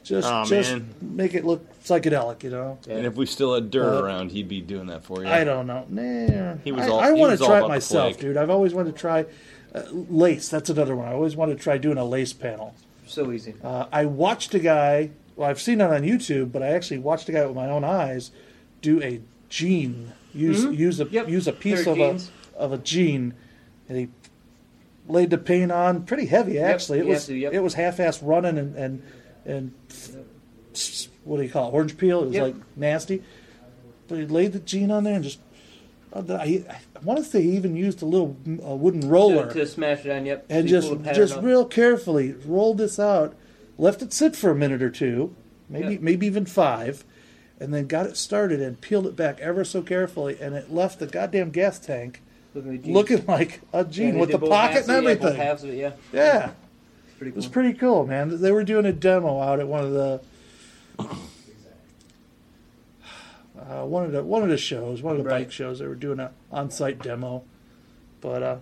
S3: just
S1: Aw,
S3: just
S1: Oh, man.
S3: make it look psychedelic. You know,
S1: And if we still had Dirt
S3: Uh,
S1: around, he'd be doing that for you.
S3: I don't know. Nah,
S1: He was
S3: I,
S1: all- he
S3: I want
S1: was
S3: to
S1: all
S3: try
S1: about
S3: it
S1: the
S3: myself,
S1: flake.
S3: dude. I've always wanted to try uh, lace. That's another one. I always wanted to try doing a lace panel.
S5: So easy.
S3: Uh, I watched a guy. Well, I've seen it on YouTube, but I actually watched a guy with my own eyes do a jean. Use use a
S5: Mm-hmm. Yep.
S3: use a piece
S5: Pair
S3: of
S5: of
S3: a
S5: jeans.
S3: of a jean, and he laid the paint on pretty heavy. Actually, it
S5: you have
S3: was
S5: to, yep.
S3: it was half ass running and and and s- what do you call it? Orange peel. It was
S5: Yep.
S3: like nasty, but he laid the jean on there and just. I, I want to say he even used a little uh wooden roller
S5: to, to smash it on. Yep.
S3: and
S5: So you
S3: just
S5: pull the pattern
S3: just
S5: off.
S3: real carefully rolled this out, left it sit for a minute or two, maybe
S5: Yeah.
S3: maybe even five, and then got it started and peeled it back ever so carefully, and it left the goddamn gas tank
S5: Look at the jeans.
S3: looking like a
S5: Yeah,
S3: jean
S5: they
S3: with
S5: did
S3: the
S5: both
S3: pocket
S5: halves
S3: and
S5: of it, yeah, both
S3: everything.
S5: halves of it, yeah.
S3: yeah,
S5: It's pretty
S3: it was
S5: cool.
S3: pretty cool, man. They were doing a demo out at one of the. Uh, one of the one of the shows, one of the
S5: Right.
S3: bike shows, they were doing an on-site demo, but uh,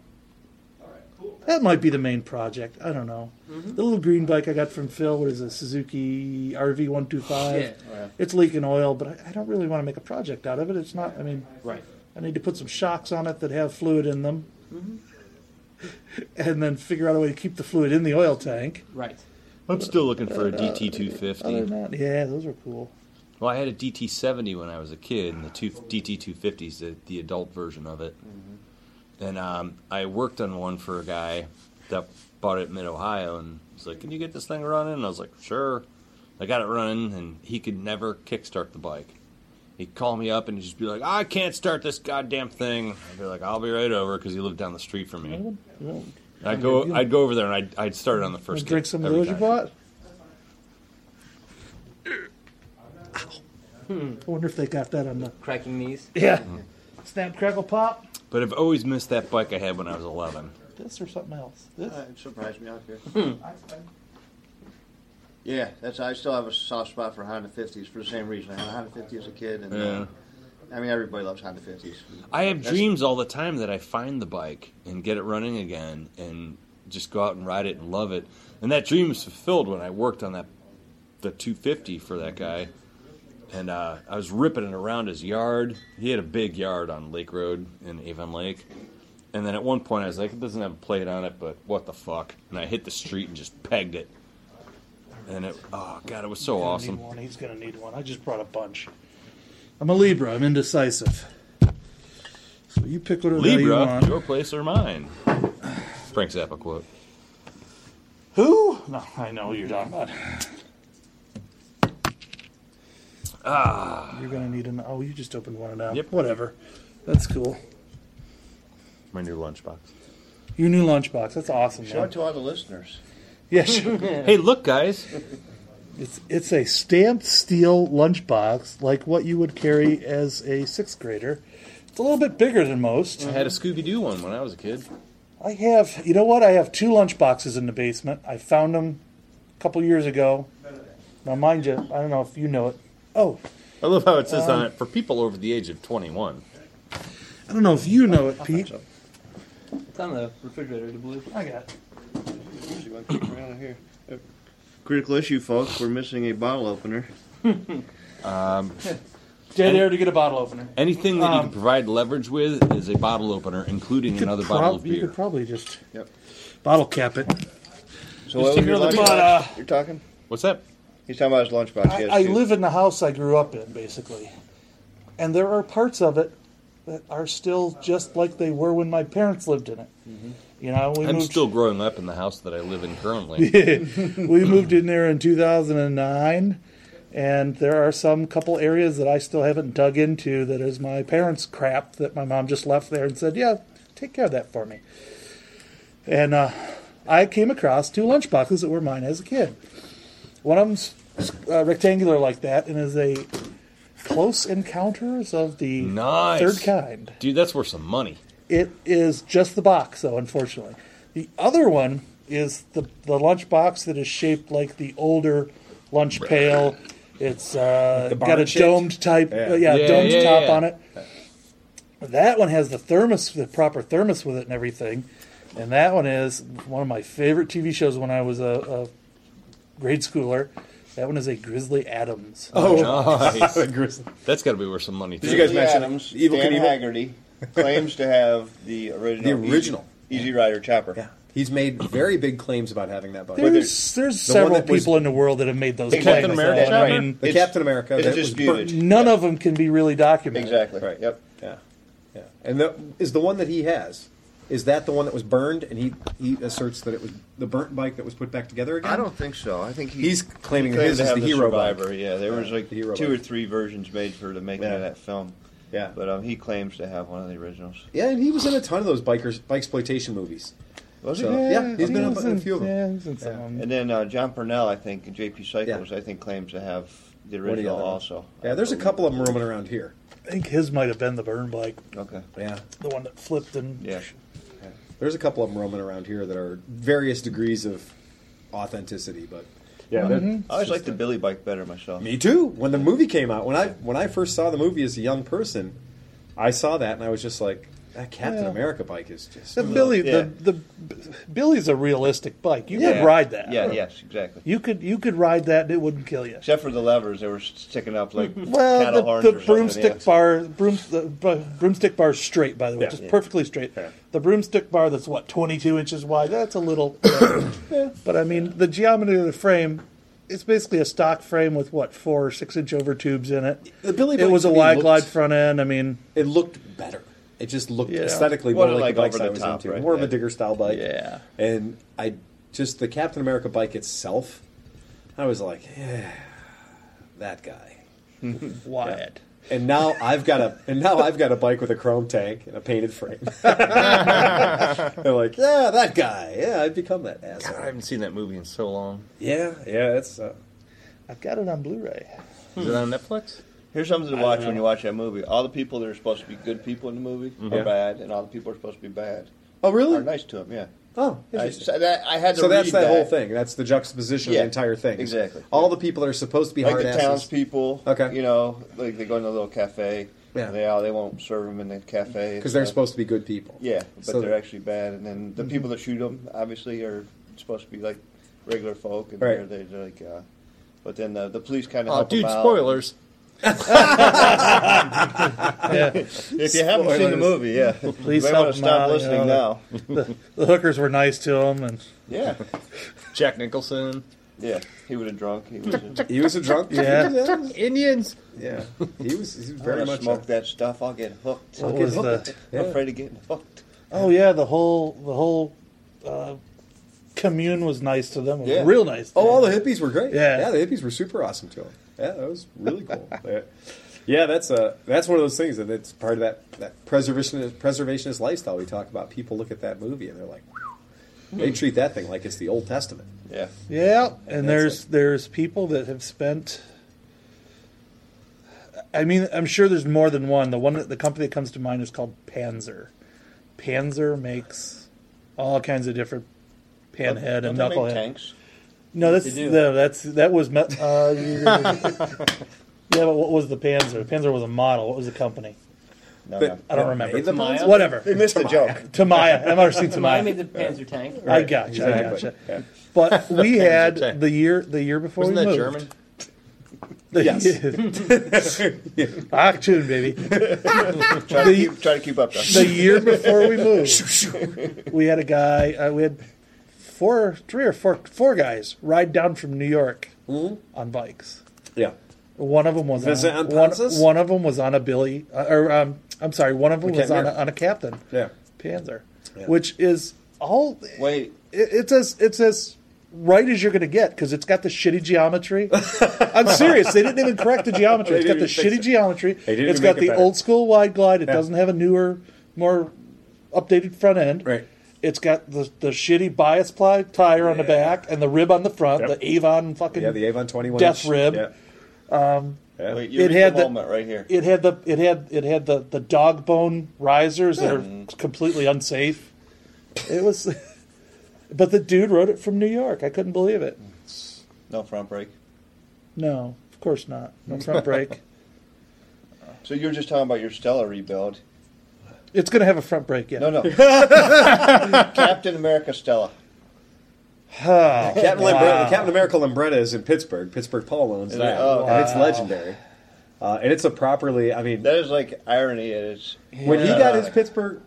S3: that might be the main project. I don't know.
S5: Mm-hmm.
S3: The little green bike I got from Phil, what is it, Suzuki RV one two
S5: Yeah.
S3: five? It's leaking oil, but I, I don't really want to make a project out of it. It's not. I mean,
S5: Right.
S3: I need to put some shocks on it that have fluid in them, and then figure out a way to keep the fluid in the oil tank.
S5: Right.
S1: I'm still looking for a DT
S3: Other than
S1: 250.
S3: that, yeah, those are cool.
S1: Well, I had a DT 70 when I was a kid, and the two, DT 250s, the, the adult version of it.
S3: Mm-hmm.
S1: And um, I worked on one for a guy that bought it in mid Ohio, and he's like, Can you get this thing running? And I was like, Sure. I got it running, and he could never kickstart the bike. He'd call me up and just be like, I can't start this goddamn thing. I'd be like, I'll be right over because he lived down the street from me.
S3: Well,
S1: I'd go, I'd go over there and I'd, I'd start it on the first.
S3: drink
S1: kick
S3: some of
S1: every
S3: those you
S1: time.
S3: bought. I wonder if they got that on the
S5: Cracking knees.
S3: Hmm. yeah. Snap crackle pop.
S1: But I've always missed that bike I had when I was 11.
S3: This or something else. This.
S4: Uh, it surprised me out here. yeah, that's. I still have a soft spot for Honda 50s for the same reason. I had a Honda 50 as a kid, and uh, I mean everybody loves Honda 50s.
S1: I have
S4: That's-
S1: dreams all the time that I find the bike and get it running again and just go out and ride it and love it. And that dream was fulfilled when I worked on that the 250 for that guy. And uh, I was ripping it around his yard. He had a big yard on Lake Road in Avon Lake. And then at one point I was like, it doesn't have a plate on it, but what the fuck? And I hit the street and just pegged it. And it, oh god, it was so
S3: Gonna need
S1: awesome.
S3: one. He's gonna need one. I just brought a bunch. I'm a Libra. I'm indecisive. So you pick whatever the hell you
S1: Libra,
S3: want.
S1: your place or mine? Frank Zappa quote.
S3: Who? No, I know who you're talking about. Ah. You're gonna need an. Oh, you just opened one now.
S1: Yep.
S3: Whatever. That's cool.
S1: My new lunchbox.
S3: Your new lunchbox. That's awesome.
S4: Show
S3: Man.
S4: it to all the listeners.
S3: Yeah, sure.
S1: Hey, look, guys.
S3: it's it's a stamped steel lunchbox like what you would carry as a sixth grader. It's a little bit bigger than most.
S1: I had a Scooby Doo one when I was a kid.
S3: I have, you know what? I have two lunchboxes in the basement. I found them a couple years ago. Now, mind you, I don't know if you know it. Oh,
S1: I love how it says on it for people over the age of 21.
S3: I don't know if you know it, Pete.
S5: It's on the refrigerator, I believe.
S3: I got it.
S4: Usually one keeps around here. Uh, Critical issue, folks. We're missing a bottle opener.
S3: dead air to get a bottle opener.
S1: Anything that you can provide leverage with is a bottle opener, including another bottle of
S3: You
S1: beer.
S3: Um, could probably just
S4: Yep.
S3: bottle cap it.
S4: So what was
S1: take
S4: your
S1: another
S4: lunchbox?
S3: bottle.
S4: You're talking?
S1: What's that?
S4: He's talking about his lunchbox.
S3: I,
S4: yes,
S3: I
S4: too.
S3: live in the house I grew up in, basically. And there are parts of it that are still just like they were when my parents lived in it. You know, we
S1: I'm
S3: moved
S1: still growing up in the house that I live in currently.
S3: we moved in there in 2009 and there are some couple areas that I still haven't dug into that is my parents' crap that my mom just left there and said, "Yeah, take care of that for me." And uh, I came across two lunchboxes that were mine as a kid. One of them's uh, rectangular like that and is a Close Encounters of the
S1: Nice.
S3: Third Kind.
S1: Dude, that's worth some money.
S3: It is just the box, though, unfortunately. The other one is the, the lunch box that is shaped like the older lunch pail. It's uh,
S7: the
S3: got a
S7: barn shaped?
S3: domed type,
S7: Yeah.
S3: uh, yeah,
S1: Yeah,
S3: domed
S1: yeah,
S3: top
S1: yeah.
S3: on it. That one has the thermos, the proper thermos with it and everything. And that one is one of my favorite TV shows when I was a, a grade schooler. That one is a Grizzly Adams.
S2: Oh.
S1: Nice.
S7: The grizzly.
S1: that's got to be worth some money, too.
S7: you guys
S4: Lee
S7: mention
S4: Adams,
S7: Evil
S4: Dan
S7: Knievel?
S4: Haggerty claims to have the original,
S2: The original.
S4: Easy, Easy Rider chopper.
S2: Yeah, he's made very big claims about having that bike.
S3: There's there's
S2: the one
S3: several
S2: that was-
S3: people in the world that have made those claims.
S1: Captain America
S3: though, and I
S1: chapter?
S3: mean,
S2: the
S4: It's-
S2: Captain America.
S4: It's
S2: that was
S4: disputed.
S2: burnt.
S3: none of them can be really documented.
S4: Exactly.
S2: Right.
S4: Yep.
S2: Yeah, yeah. And the, is the one that he has. Is that the one that was burned? And he, he asserts that it was the burnt bike that was put back together again.
S4: I don't think so. I think he,
S2: He's claiming
S4: he claimed
S2: his
S4: to
S2: is
S4: have
S2: the hero
S4: survivor.
S2: bike.
S4: Yeah, there was
S2: Yeah,
S4: like
S2: the hero
S4: two
S2: bike.
S4: or three versions made for the making
S2: Yeah.
S4: of that film.
S2: Yeah.
S4: but um, he claims to have one of the originals.
S2: Yeah, and he was in a ton of those bikers bike exploitation movies.
S4: Was
S2: So,
S4: he?
S2: yeah, he's
S4: okay.
S2: been in a- in a few of them.
S3: Yeah, he's in some of them.
S4: And then uh, John Purnell, I think, and J.P. Cycles,
S2: Yeah.
S4: I think, claims to have the
S2: One or the
S4: original
S2: other.
S4: also.
S2: Yeah, there's a couple of them roaming around here.
S3: I think his might have been the burn bike,
S4: Okay.
S2: Yeah,
S3: the one that flipped and
S4: Yeah.
S2: there's a couple of them roaming around here that are various degrees of authenticity. But
S7: Yeah, that-
S4: I always liked the Billy bike better myself.
S2: me too. When the movie came out, when I when I first saw the movie as a young person, I saw that and I was just like, that Captain
S3: Yeah.
S2: America bike is just
S3: the Billy.
S4: yeah.
S3: The, the Billy's a realistic bike. You
S4: Yeah.
S3: could ride that.
S4: Yeah, yes, exactly.
S3: You could you could ride that and it wouldn't kill you.
S4: Except for the levers, they were sticking up like cattle
S3: Well,
S4: horns
S3: the,
S4: or
S3: the
S4: something,
S3: broomstick
S4: yeah.
S3: bar, broom, the br- broomstick bar is straight, by the way,
S7: Yeah.
S3: just perfectly straight. The broomstick bar that's what twenty two inches wide. That's a little, Yeah, but I mean the geometry of the frame. It's basically a stock frame with what four or six inch over tubes in it.
S2: The Billy
S3: it
S2: bike
S3: was
S2: to
S3: a
S2: me
S3: wide
S2: looked-
S3: glide front end. I mean,
S2: It looked better. It just looked
S3: Yeah.
S2: aesthetically more
S4: Wasn't
S2: like, the
S4: like
S2: bikes
S4: over
S2: I
S4: the
S2: was
S4: top,
S2: into.
S4: right?
S2: More of
S4: Yeah.
S2: a digger style bike.
S3: Yeah.
S2: And I just the Captain America bike itself, I was like, yeah, that guy.
S3: wide.
S2: And now I've got a and now I've got a bike with a chrome tank and a painted frame. They're like, yeah, that guy. Yeah, I've become that asshole.
S1: God, I haven't seen that movie in so long.
S2: Yeah, yeah, it's uh,
S3: I've got it on Blu-ray.
S1: Is it on Netflix?
S4: Here's something to watch when you watch that movie. All the people that are supposed to be good people in the movie
S2: Mm-hmm. Yeah.
S4: are bad, and all the people that are supposed to be bad
S2: oh
S4: are
S2: really?
S4: nice to him. Yeah.
S2: Oh,
S4: I,
S2: interesting.
S4: so that, I had to.
S2: So that's
S4: read
S2: that, whole thing. That's the juxtaposition of
S4: Yeah,
S2: the entire thing.
S4: exactly.
S2: All the people that are supposed to be
S4: Like
S2: hard
S4: the
S2: asses.
S4: townspeople.
S2: Okay.
S4: You know, like they go in a little cafe.
S2: Yeah.
S4: They all they won't serve them in the cafe
S2: because they're supposed to be good people.
S4: Yeah, but
S2: So- Mm-hmm.
S4: they're actually bad, and then the people that shoot them obviously are supposed to be like regular folk, and
S2: Right.
S4: they're, they're, they're like. Uh, but then the, the police kind of
S1: Oh,
S4: help
S1: dude,
S4: 'em out.
S1: spoilers.
S3: Yeah.
S4: If you haven't seen
S2: Spoilers.
S4: the movie, yeah,
S3: Please
S4: you might
S3: help
S4: want to
S3: 'em
S4: stop
S3: out, you
S4: listening
S3: know.
S4: now.
S3: the, the hookers were nice to him, and
S4: Yeah,
S1: Jack Nicholson.
S4: yeah, he would have drunk. He was a,
S2: He was a drunk.
S3: Yeah.
S1: Indians.
S2: yeah. He was, he was
S4: I
S2: very
S4: wanna
S2: much a-
S4: smoke that stuff. I'll get hooked.
S3: What
S4: I'll get
S3: was
S4: hooked.
S3: the-
S2: Yeah.
S4: I'm afraid of getting hooked.
S3: oh yeah, the whole the whole uh, commune was nice to them.
S4: Yeah.
S3: Real nice. to
S2: Oh, all
S3: them.
S2: the hippies were great.
S3: Yeah.
S2: yeah, the hippies were super awesome to him. Yeah, that was really cool. yeah. Yeah, that's a that's one of those things, and it's part of that that preservationist preservationist lifestyle we talk about. People look at that movie and they're like, they treat that thing like it's the Old Testament.
S4: Yeah,
S3: Yeah, and
S2: That's
S3: there's
S2: it.
S3: there's people that have spent. I mean, I'm sure there's more than one. The one that the company that comes to mind is called Panzer. Panzer makes all kinds of different panhead and
S4: Don't they make
S3: knucklehead.
S4: tanks.
S3: No, that's
S5: They do.
S3: no, that's that was. me- Uh, yeah, but what was the Panzer? Panzer was a model. What was the company?
S4: No,
S2: But-
S4: no.
S3: I don't remember.
S2: made the
S5: Panzer?
S2: Panzer?
S3: Whatever.
S4: They missed the joke.
S3: Tamaya. I've never seen
S5: So I
S3: Tamaya.
S5: made the Panzer tank.
S3: I gotcha. I
S2: Exactly.
S3: gotcha. But we
S1: tank.
S3: had the year the year before
S1: Wasn't that
S3: we moved.
S1: German?
S2: Yes.
S3: Octune, Ah, baby.
S4: Try to keep try to keep up. Though.
S3: The year before we moved, we had a guy. Uh, we had four, three or four, four guys ride down from New York on bikes.
S2: yeah.
S3: One of them was
S2: Hmm? Vincent
S3: on,
S2: and
S3: one,
S2: Panzers?
S3: one of them was on a Billy, uh, or um, I'm sorry, one of them was
S2: can't
S3: on a,
S2: hear.
S3: on a Captain
S2: Yeah.
S3: Panzer,
S2: Yeah.
S3: which is all.
S4: Wait,
S3: It, it's as it's as right as you're going to get because it's got the shitty geometry. I'm serious. They didn't even correct the geometry.
S2: They
S3: It's got
S2: didn't
S3: the
S2: even fix
S3: shitty
S2: it.
S3: geometry.
S2: They didn't
S3: It's
S2: even
S3: got
S2: make it
S3: the
S2: better.
S3: old school wide glide. It
S2: Yeah.
S3: doesn't have a newer, more updated front end.
S2: Right.
S3: It's got the, the shitty bias ply tire on the back and the rib on the front,
S2: Yep.
S3: the Avon fucking
S2: Yeah, the Avon 21.
S3: Death
S2: inch.
S3: rib.
S2: Yeah. Yeah.
S4: Wait, you
S3: It
S4: it
S3: had
S4: the
S3: the-
S4: moment right here.
S3: It had the it had it had the, the dog bone risers that
S2: Hmm.
S3: are completely unsafe. It was, but the dude wrote it from New York. I couldn't believe it.
S4: No front brake.
S3: No, of course not. No front brake.
S4: So you're just talking about your Stella rebuild.
S3: It's going to have a front brake. Yeah.
S4: No, no. Captain America Stella.
S2: Captain, Lambretta, the Captain America Lambretta is in Pittsburgh. Pittsburgh Paul owns that,
S4: Oh,
S2: and it's legendary. Uh, and it's a properly, I mean,
S4: That is like irony at its.
S2: when he
S4: Yeah.
S2: got his Pittsburgh,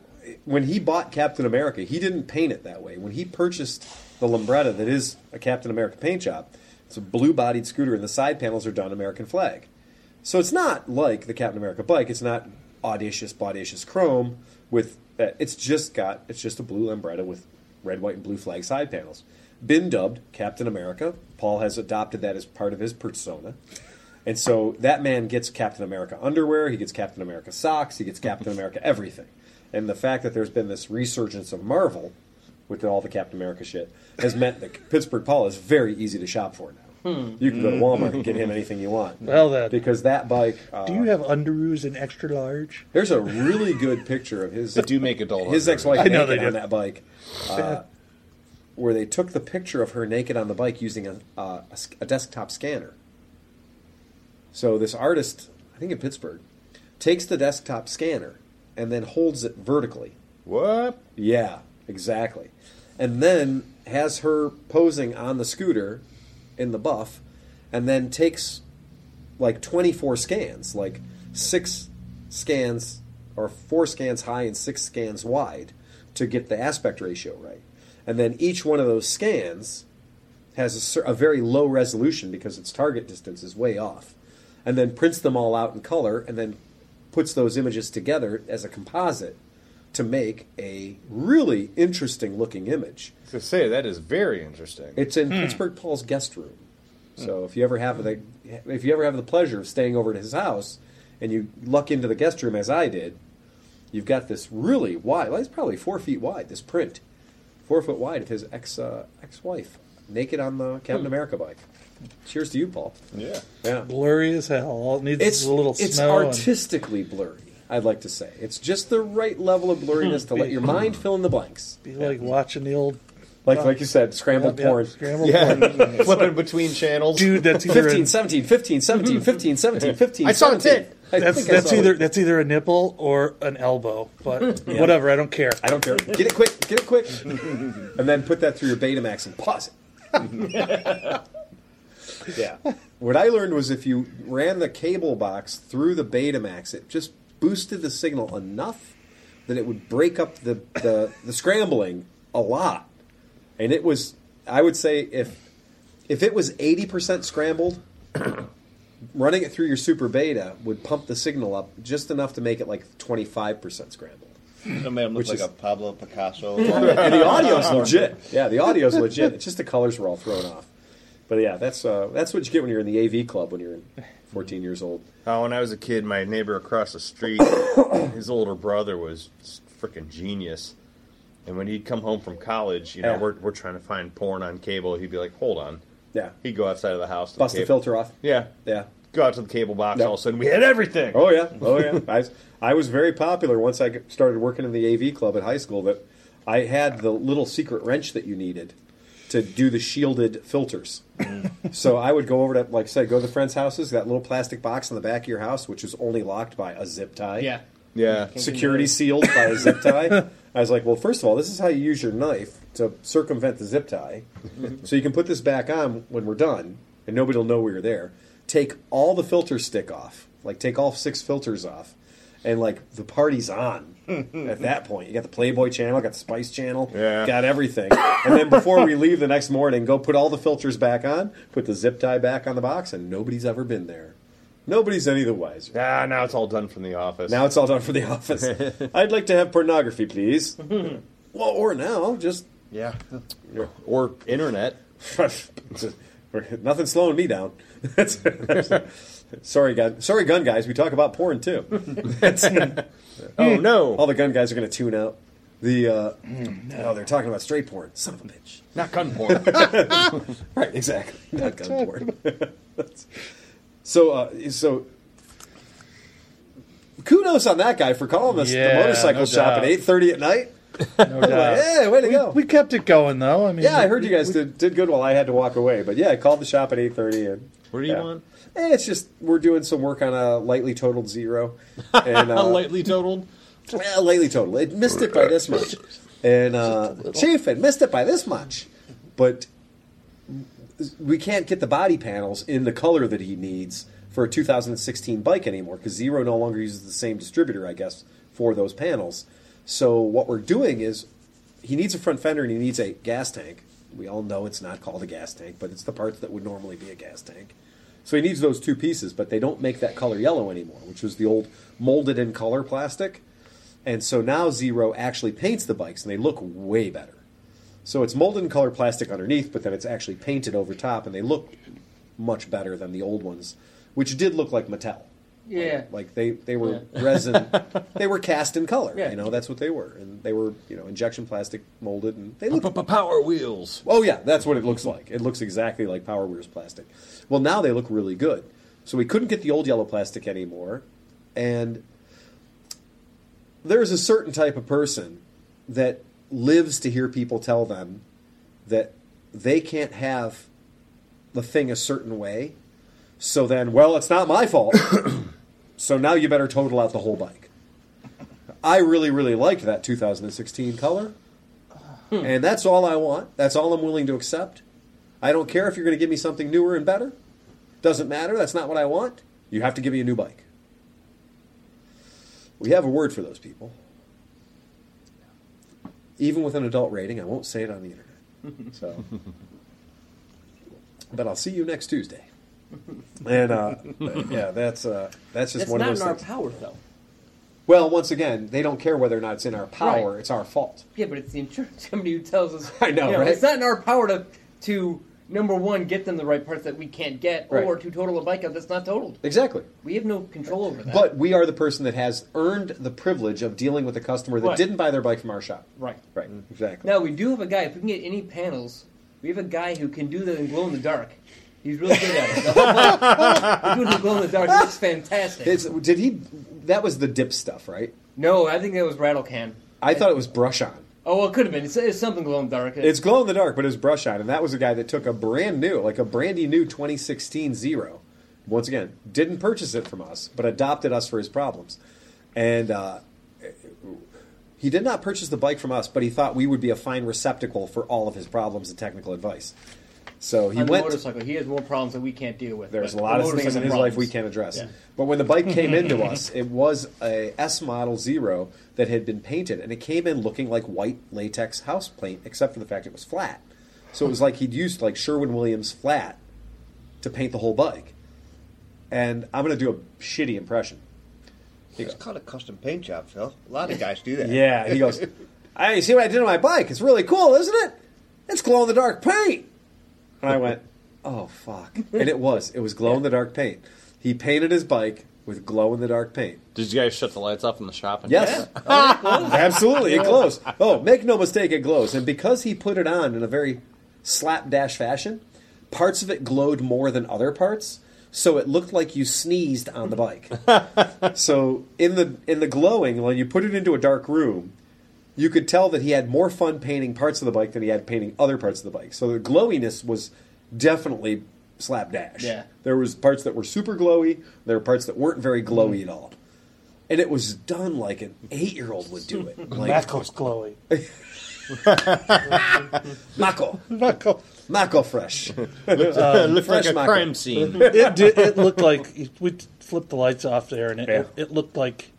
S2: when he bought Captain America, he didn't paint it that way. When he purchased the Lambretta, that is a Captain America paint job, it's a blue-bodied scooter, and the side panels are done American flag. So it's not like the Captain America bike. It's not audacious, bodacious chrome with. Uh, it's just got. It's just a blue Lambretta with red, white, and blue flag side panels. Been dubbed Captain America. Paul has adopted that as part of his persona. And so that man gets Captain America underwear, he gets Captain America socks, he gets Captain America everything. And the fact that there's been this resurgence of Marvel with all the Captain America shit has meant that Pittsburgh Paul is very easy to shop for now. You can go to Walmart and get him anything you want.
S3: Hmm. Well, then.
S2: because that bike. Uh,
S3: Do you have underoos in extra large?
S2: There's a really good picture of his
S1: They do make adult.
S2: his
S1: underwear.
S2: ex-wife
S3: I know
S2: naked
S3: they do.
S2: on that bike, uh, where they took the picture of her naked on the bike using a, uh, a, s- a desktop scanner. So this artist, I think in Pittsburgh, takes the desktop scanner and then holds it vertically.
S1: What?
S2: Yeah, exactly. And then has her posing on the scooter in the buff, and then takes like 24 scans, like six scans or four scans high and six scans wide to get the aspect ratio right. And then each one of those scans has a, cer- a very low resolution because its target distance is way off. And then prints them all out in color and then puts those images together as a composite to make a really interesting looking image.
S1: To say that is very interesting.
S2: It's
S3: Hmm.
S2: in Pittsburgh Paul's guest room. So if you ever have the if you ever have the pleasure of staying over at his house and you luck into the guest room as I did, you've got this really wide. Well, it's probably four feet wide. This print, four foot wide of his ex uh, ex wife naked on the Captain
S3: Hmm.
S2: America bike. Cheers to you, Paul.
S1: yeah.
S2: Yeah,
S3: Blurry as hell. All it needs
S2: it's
S3: is a little
S2: it's
S3: snow. and-
S2: artistically blurry. I'd like to say it's just the right level of blurriness to let
S3: Hmm.
S2: your mind fill in the blanks.
S3: be like watching the old
S2: Like like you said, scrambled
S3: yeah,
S2: porn.
S3: scrambled porn.
S1: Flipping between channels.
S3: dude that's either
S2: 15,
S3: a-
S2: 17, 15,
S3: Mm-hmm.
S2: 17, 15, 17, 15.
S1: I saw a
S2: 17.
S1: tit.
S2: I
S3: that's
S2: think I
S3: that's
S2: saw
S3: either
S2: it.
S3: that's either a nipple or an elbow, but whatever. I don't care.
S2: I don't care. Get it quick. Get it quick. and then put that through your Betamax and pause it. yeah. What I learned was if you ran the cable box through the Betamax, it just boosted the signal enough that it would break up the, the, the scrambling a lot. And it was, I would say, if if it was 80% scrambled, running it through your super beta would pump the signal up just enough to make it like 25% scrambled.
S4: That made him look
S2: Which
S4: like
S2: is-
S4: a Pablo Picasso.
S2: and the audio's legit. Yeah, the audio's legit. It's just the colors were all thrown off. But yeah, that's uh, that's what you get when you're in the AV club when you're 14 years old.
S1: Oh, when I was a kid, my neighbor across the street, his older brother was freaking genius. And when he'd come home from college, you know,
S2: Yeah.
S1: we're, we're trying to find porn on cable. He'd be like, hold on.
S2: Yeah,
S1: He'd go outside of the house. To
S2: bust the
S1: cable-
S2: filter off.
S1: Yeah.
S2: Yeah.
S1: Go out to the cable box.
S2: Yeah.
S1: All of a sudden, we had everything.
S2: Oh yeah. Oh yeah. I was- I was very popular once I got- started working in the AV club at high school. That I had the little secret wrench that you needed to do the shielded filters. so I would go over to, like I said, go to the friends' houses. That little plastic box in the back of your house, which was only locked by a zip tie.
S5: Yeah.
S1: Yeah.
S2: security sealed by a zip tie. I was like, well, first of all, this is how you use your knife to circumvent the zip tie. so you can put this back on when we're done, and nobody will know we were there. Take all the filter stick off, like take all six filters off, and like the party's on. At that point, you got the Playboy channel, got the Spice channel,
S1: Yeah.
S2: got everything. And then before we leave the next morning, go put all the filters back on, put the zip tie back on the box, and nobody's ever been there. Nobody's any the wiser.
S1: Ah, now it's all done from the office.
S2: Now it's all done for the office. I'd like to have pornography, please. well, or now, just
S1: yeah. Or internet.
S2: nothing's slowing me down. That's- sorry, gun. Sorry, gun guys. We talk about porn too.
S1: Oh, no.
S2: all the gun guys are going to tune out. The uh, oh, they're talking about straight porn. Son of a bitch.
S1: Not gun porn.
S2: Right, exactly. Not gun porn. That's- So, uh, so kudos on that guy for calling us
S8: Yeah,
S2: the motorcycle
S8: no
S2: shop
S8: doubt.
S2: at eight thirty at night.
S8: No doubt.
S3: Uh,
S2: Yeah, way to
S8: we,
S2: go.
S8: we kept it going though. I mean,
S2: yeah, I
S8: we-
S2: heard you guys did, did good while I had to walk away. But yeah, I called the shop at eight thirty and.
S1: What do you
S2: yeah.
S1: want?
S2: Eh, it's just we're doing some work on a lightly totaled zero, and
S1: How
S2: uh,
S1: lightly totaled?
S2: Well, lately, total. It missed it by this much. And uh, Chief, it missed it by this much. But we can't get the body panels in the color that he needs for a 2016 bike anymore because Zero no longer uses the same distributor, I guess, for those panels. So what we're doing is he needs a front fender and he needs a gas tank. We all know it's not called a gas tank, but it's the parts that would normally be a gas tank. So he needs those two pieces, but they don't make that color yellow anymore, which was the old molded in color plastic. And so now Zero actually paints the bikes and they look way better. So it's molded in color plastic underneath, but then it's actually painted over top and they look much better than the old ones, which did look like Mattel.
S5: Yeah.
S2: Like they, they were resin, they were cast in color.
S5: Yeah.
S2: You know, that's what they were. And they were, you know, injection plastic molded and they looked
S1: Power wheels.
S2: Oh yeah, that's what it looks like. It looks exactly like Power Wears plastic. Well, now they look really good. So we couldn't get the old yellow plastic anymore, and there's a certain type of person that lives to hear people tell them that they can't have the thing a certain way. So then, well, it's not my fault. so now you better total out the whole bike. I really, really liked that 2016 color.
S5: Hmm.
S2: And that's all I want. That's all I'm willing to accept. I don't care if you're going to give me something newer and better. Doesn't matter. That's not what I want. You have to give me a new bike. We have a word for those people. Even with an adult rating, I won't say it on the internet. So, but I'll see you next Tuesday. And uh, yeah, that's uh, that's just
S5: That's
S2: one
S5: not
S2: of
S5: in
S2: those
S5: our
S2: things.
S5: power, though.
S2: Well, once again, they don't care whether or not it's in our power.
S5: Right.
S2: It's our fault.
S5: Yeah, but it's the insurance company who tells us.
S2: I know,
S5: you know,
S2: right?
S5: It's not in our power to, to number one, get them the right parts that we can't get,
S2: Right.
S5: or to total a bike out that's not totaled.
S2: Exactly.
S5: We have no control over that.
S2: But we are the person that has earned the privilege of dealing with a customer that
S5: Right.
S2: didn't buy their bike from our shop.
S5: right. Mm-hmm.
S2: Right. Exactly.
S5: Now we do have a guy. If we can get any panels, we have a guy who can do that in glow in the dark. He's really good at it. The whole bike, doing the glow in the dark. It's fantastic.
S2: It's, did he? That was the dip stuff, right?
S5: no, I think that was Rattle Can.
S2: I thought it was brush on.
S5: Oh, well, it could have been. It's, it's something glow in the dark.
S2: It's glow in the dark, but it's brush on, and that was a guy that took a brand new, like a brandy new 2016 Zero. Once again, didn't purchase it from us, but adopted us for his problems, and uh, he did not purchase the bike from us, but he thought we would be a fine receptacle for all of his problems and technical advice. So he
S5: on the
S2: went.
S5: motorcycle. He has more problems that we can't deal with.
S2: There's a
S5: but
S2: lot
S5: the
S2: of things in his
S5: motorcycle
S2: life we
S5: problems.
S2: can't address.
S5: Yeah.
S2: But when the bike came into us, it was a S model zero that had been painted, and it came in looking like white latex house paint, except for the fact it was flat. So it was like he'd used like Sherwin Williams flat to paint the whole bike. And I'm gonna do a shitty impression.
S4: It's called a custom paint job, Phil. A lot of guys do that.
S2: Yeah, he goes, "I you see what I did to my bike. It's really cool, isn't it? It's glow in the dark paint." And I went, "Oh fuck!" And it was. It was glow in the dark paint. He painted his bike with glow in the dark paint.
S1: Did you guys shut the lights off in the shop? And
S2: Yes, absolutely, it glows. Oh, make no mistake, it glows. And because he put it on in a very slapdash fashion, parts of it glowed more than other parts. So it looked like you sneezed on the bike. so in the in the glowing, when you put it into a dark room, you could tell that he had more fun painting parts of the bike than he had painting other parts of the bike. So the glowiness was definitely slapdash.
S5: Yeah.
S2: There was parts that were super glowy, there were parts that weren't very glowy at all. And it was done like an eight year old would do it. Like
S3: Macos glowy.
S2: Mako.
S8: Knuckle.
S2: Mako fresh.
S1: it looked
S2: fresh
S1: uh, like a
S2: Mako.
S1: crime scene.
S3: it did, it looked like we flipped the lights off there, and it
S2: Yeah.
S3: it, looked like.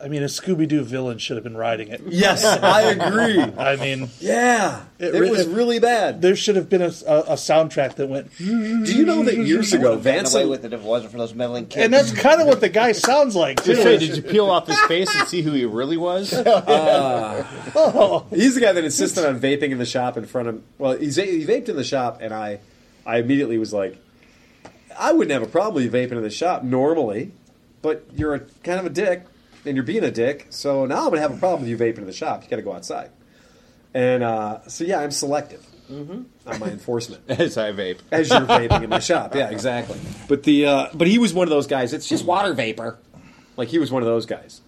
S3: I mean, a Scooby Doo villain should have been riding it.
S2: Yes, I agree.
S3: I mean,
S2: Yeah. It,
S3: It re-
S2: was really bad.
S3: there should have been a, a, a soundtrack that went, hmm,
S2: Do you know that years ago Vance
S4: away with it if it wasn't for those meddling kids.
S3: and that's kind of what the guy sounds like
S1: Just
S3: too.
S1: say, did you peel off his face and see who he really was?
S2: He's the guy that insisted on vaping in the shop in front of. Well, he's, he vaped in the shop, and I, I immediately was like, I wouldn't have a problem with you vaping in the shop normally, but you're a kind of a dick, and you're being a dick. So now I'm gonna have a problem with you vaping in the shop. You got to go outside. And uh, so yeah, I'm selective.
S3: Mm-hmm.
S2: on my enforcement
S1: As I vape.
S2: as you're vaping in my shop. Yeah, exactly. But the uh, but he was one of those guys. It's just water vapor. Like he was one of those guys.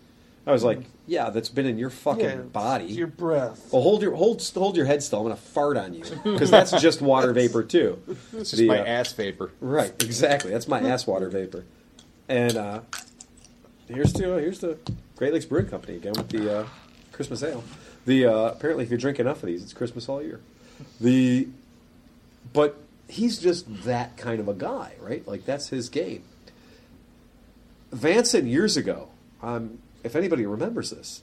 S2: I was like, yeah, that's been in your fucking
S3: Mm-hmm. Yeah,
S2: body.
S3: Your breath.
S2: well, hold your hold hold your head still. I'm gonna fart on you because that's just water vapor too.
S1: It's just
S2: The,
S1: my
S2: uh,
S1: ass vapor.
S2: Right, exactly. That's my ass water vapor. And uh, here's to here's the Great Lakes Brewing Company again with the uh, Christmas ale. The uh, apparently, if you drink enough of these, it's Christmas all year. The but he's just that kind of a guy, right? Like that's his game. Vanson years ago, um, if anybody remembers this,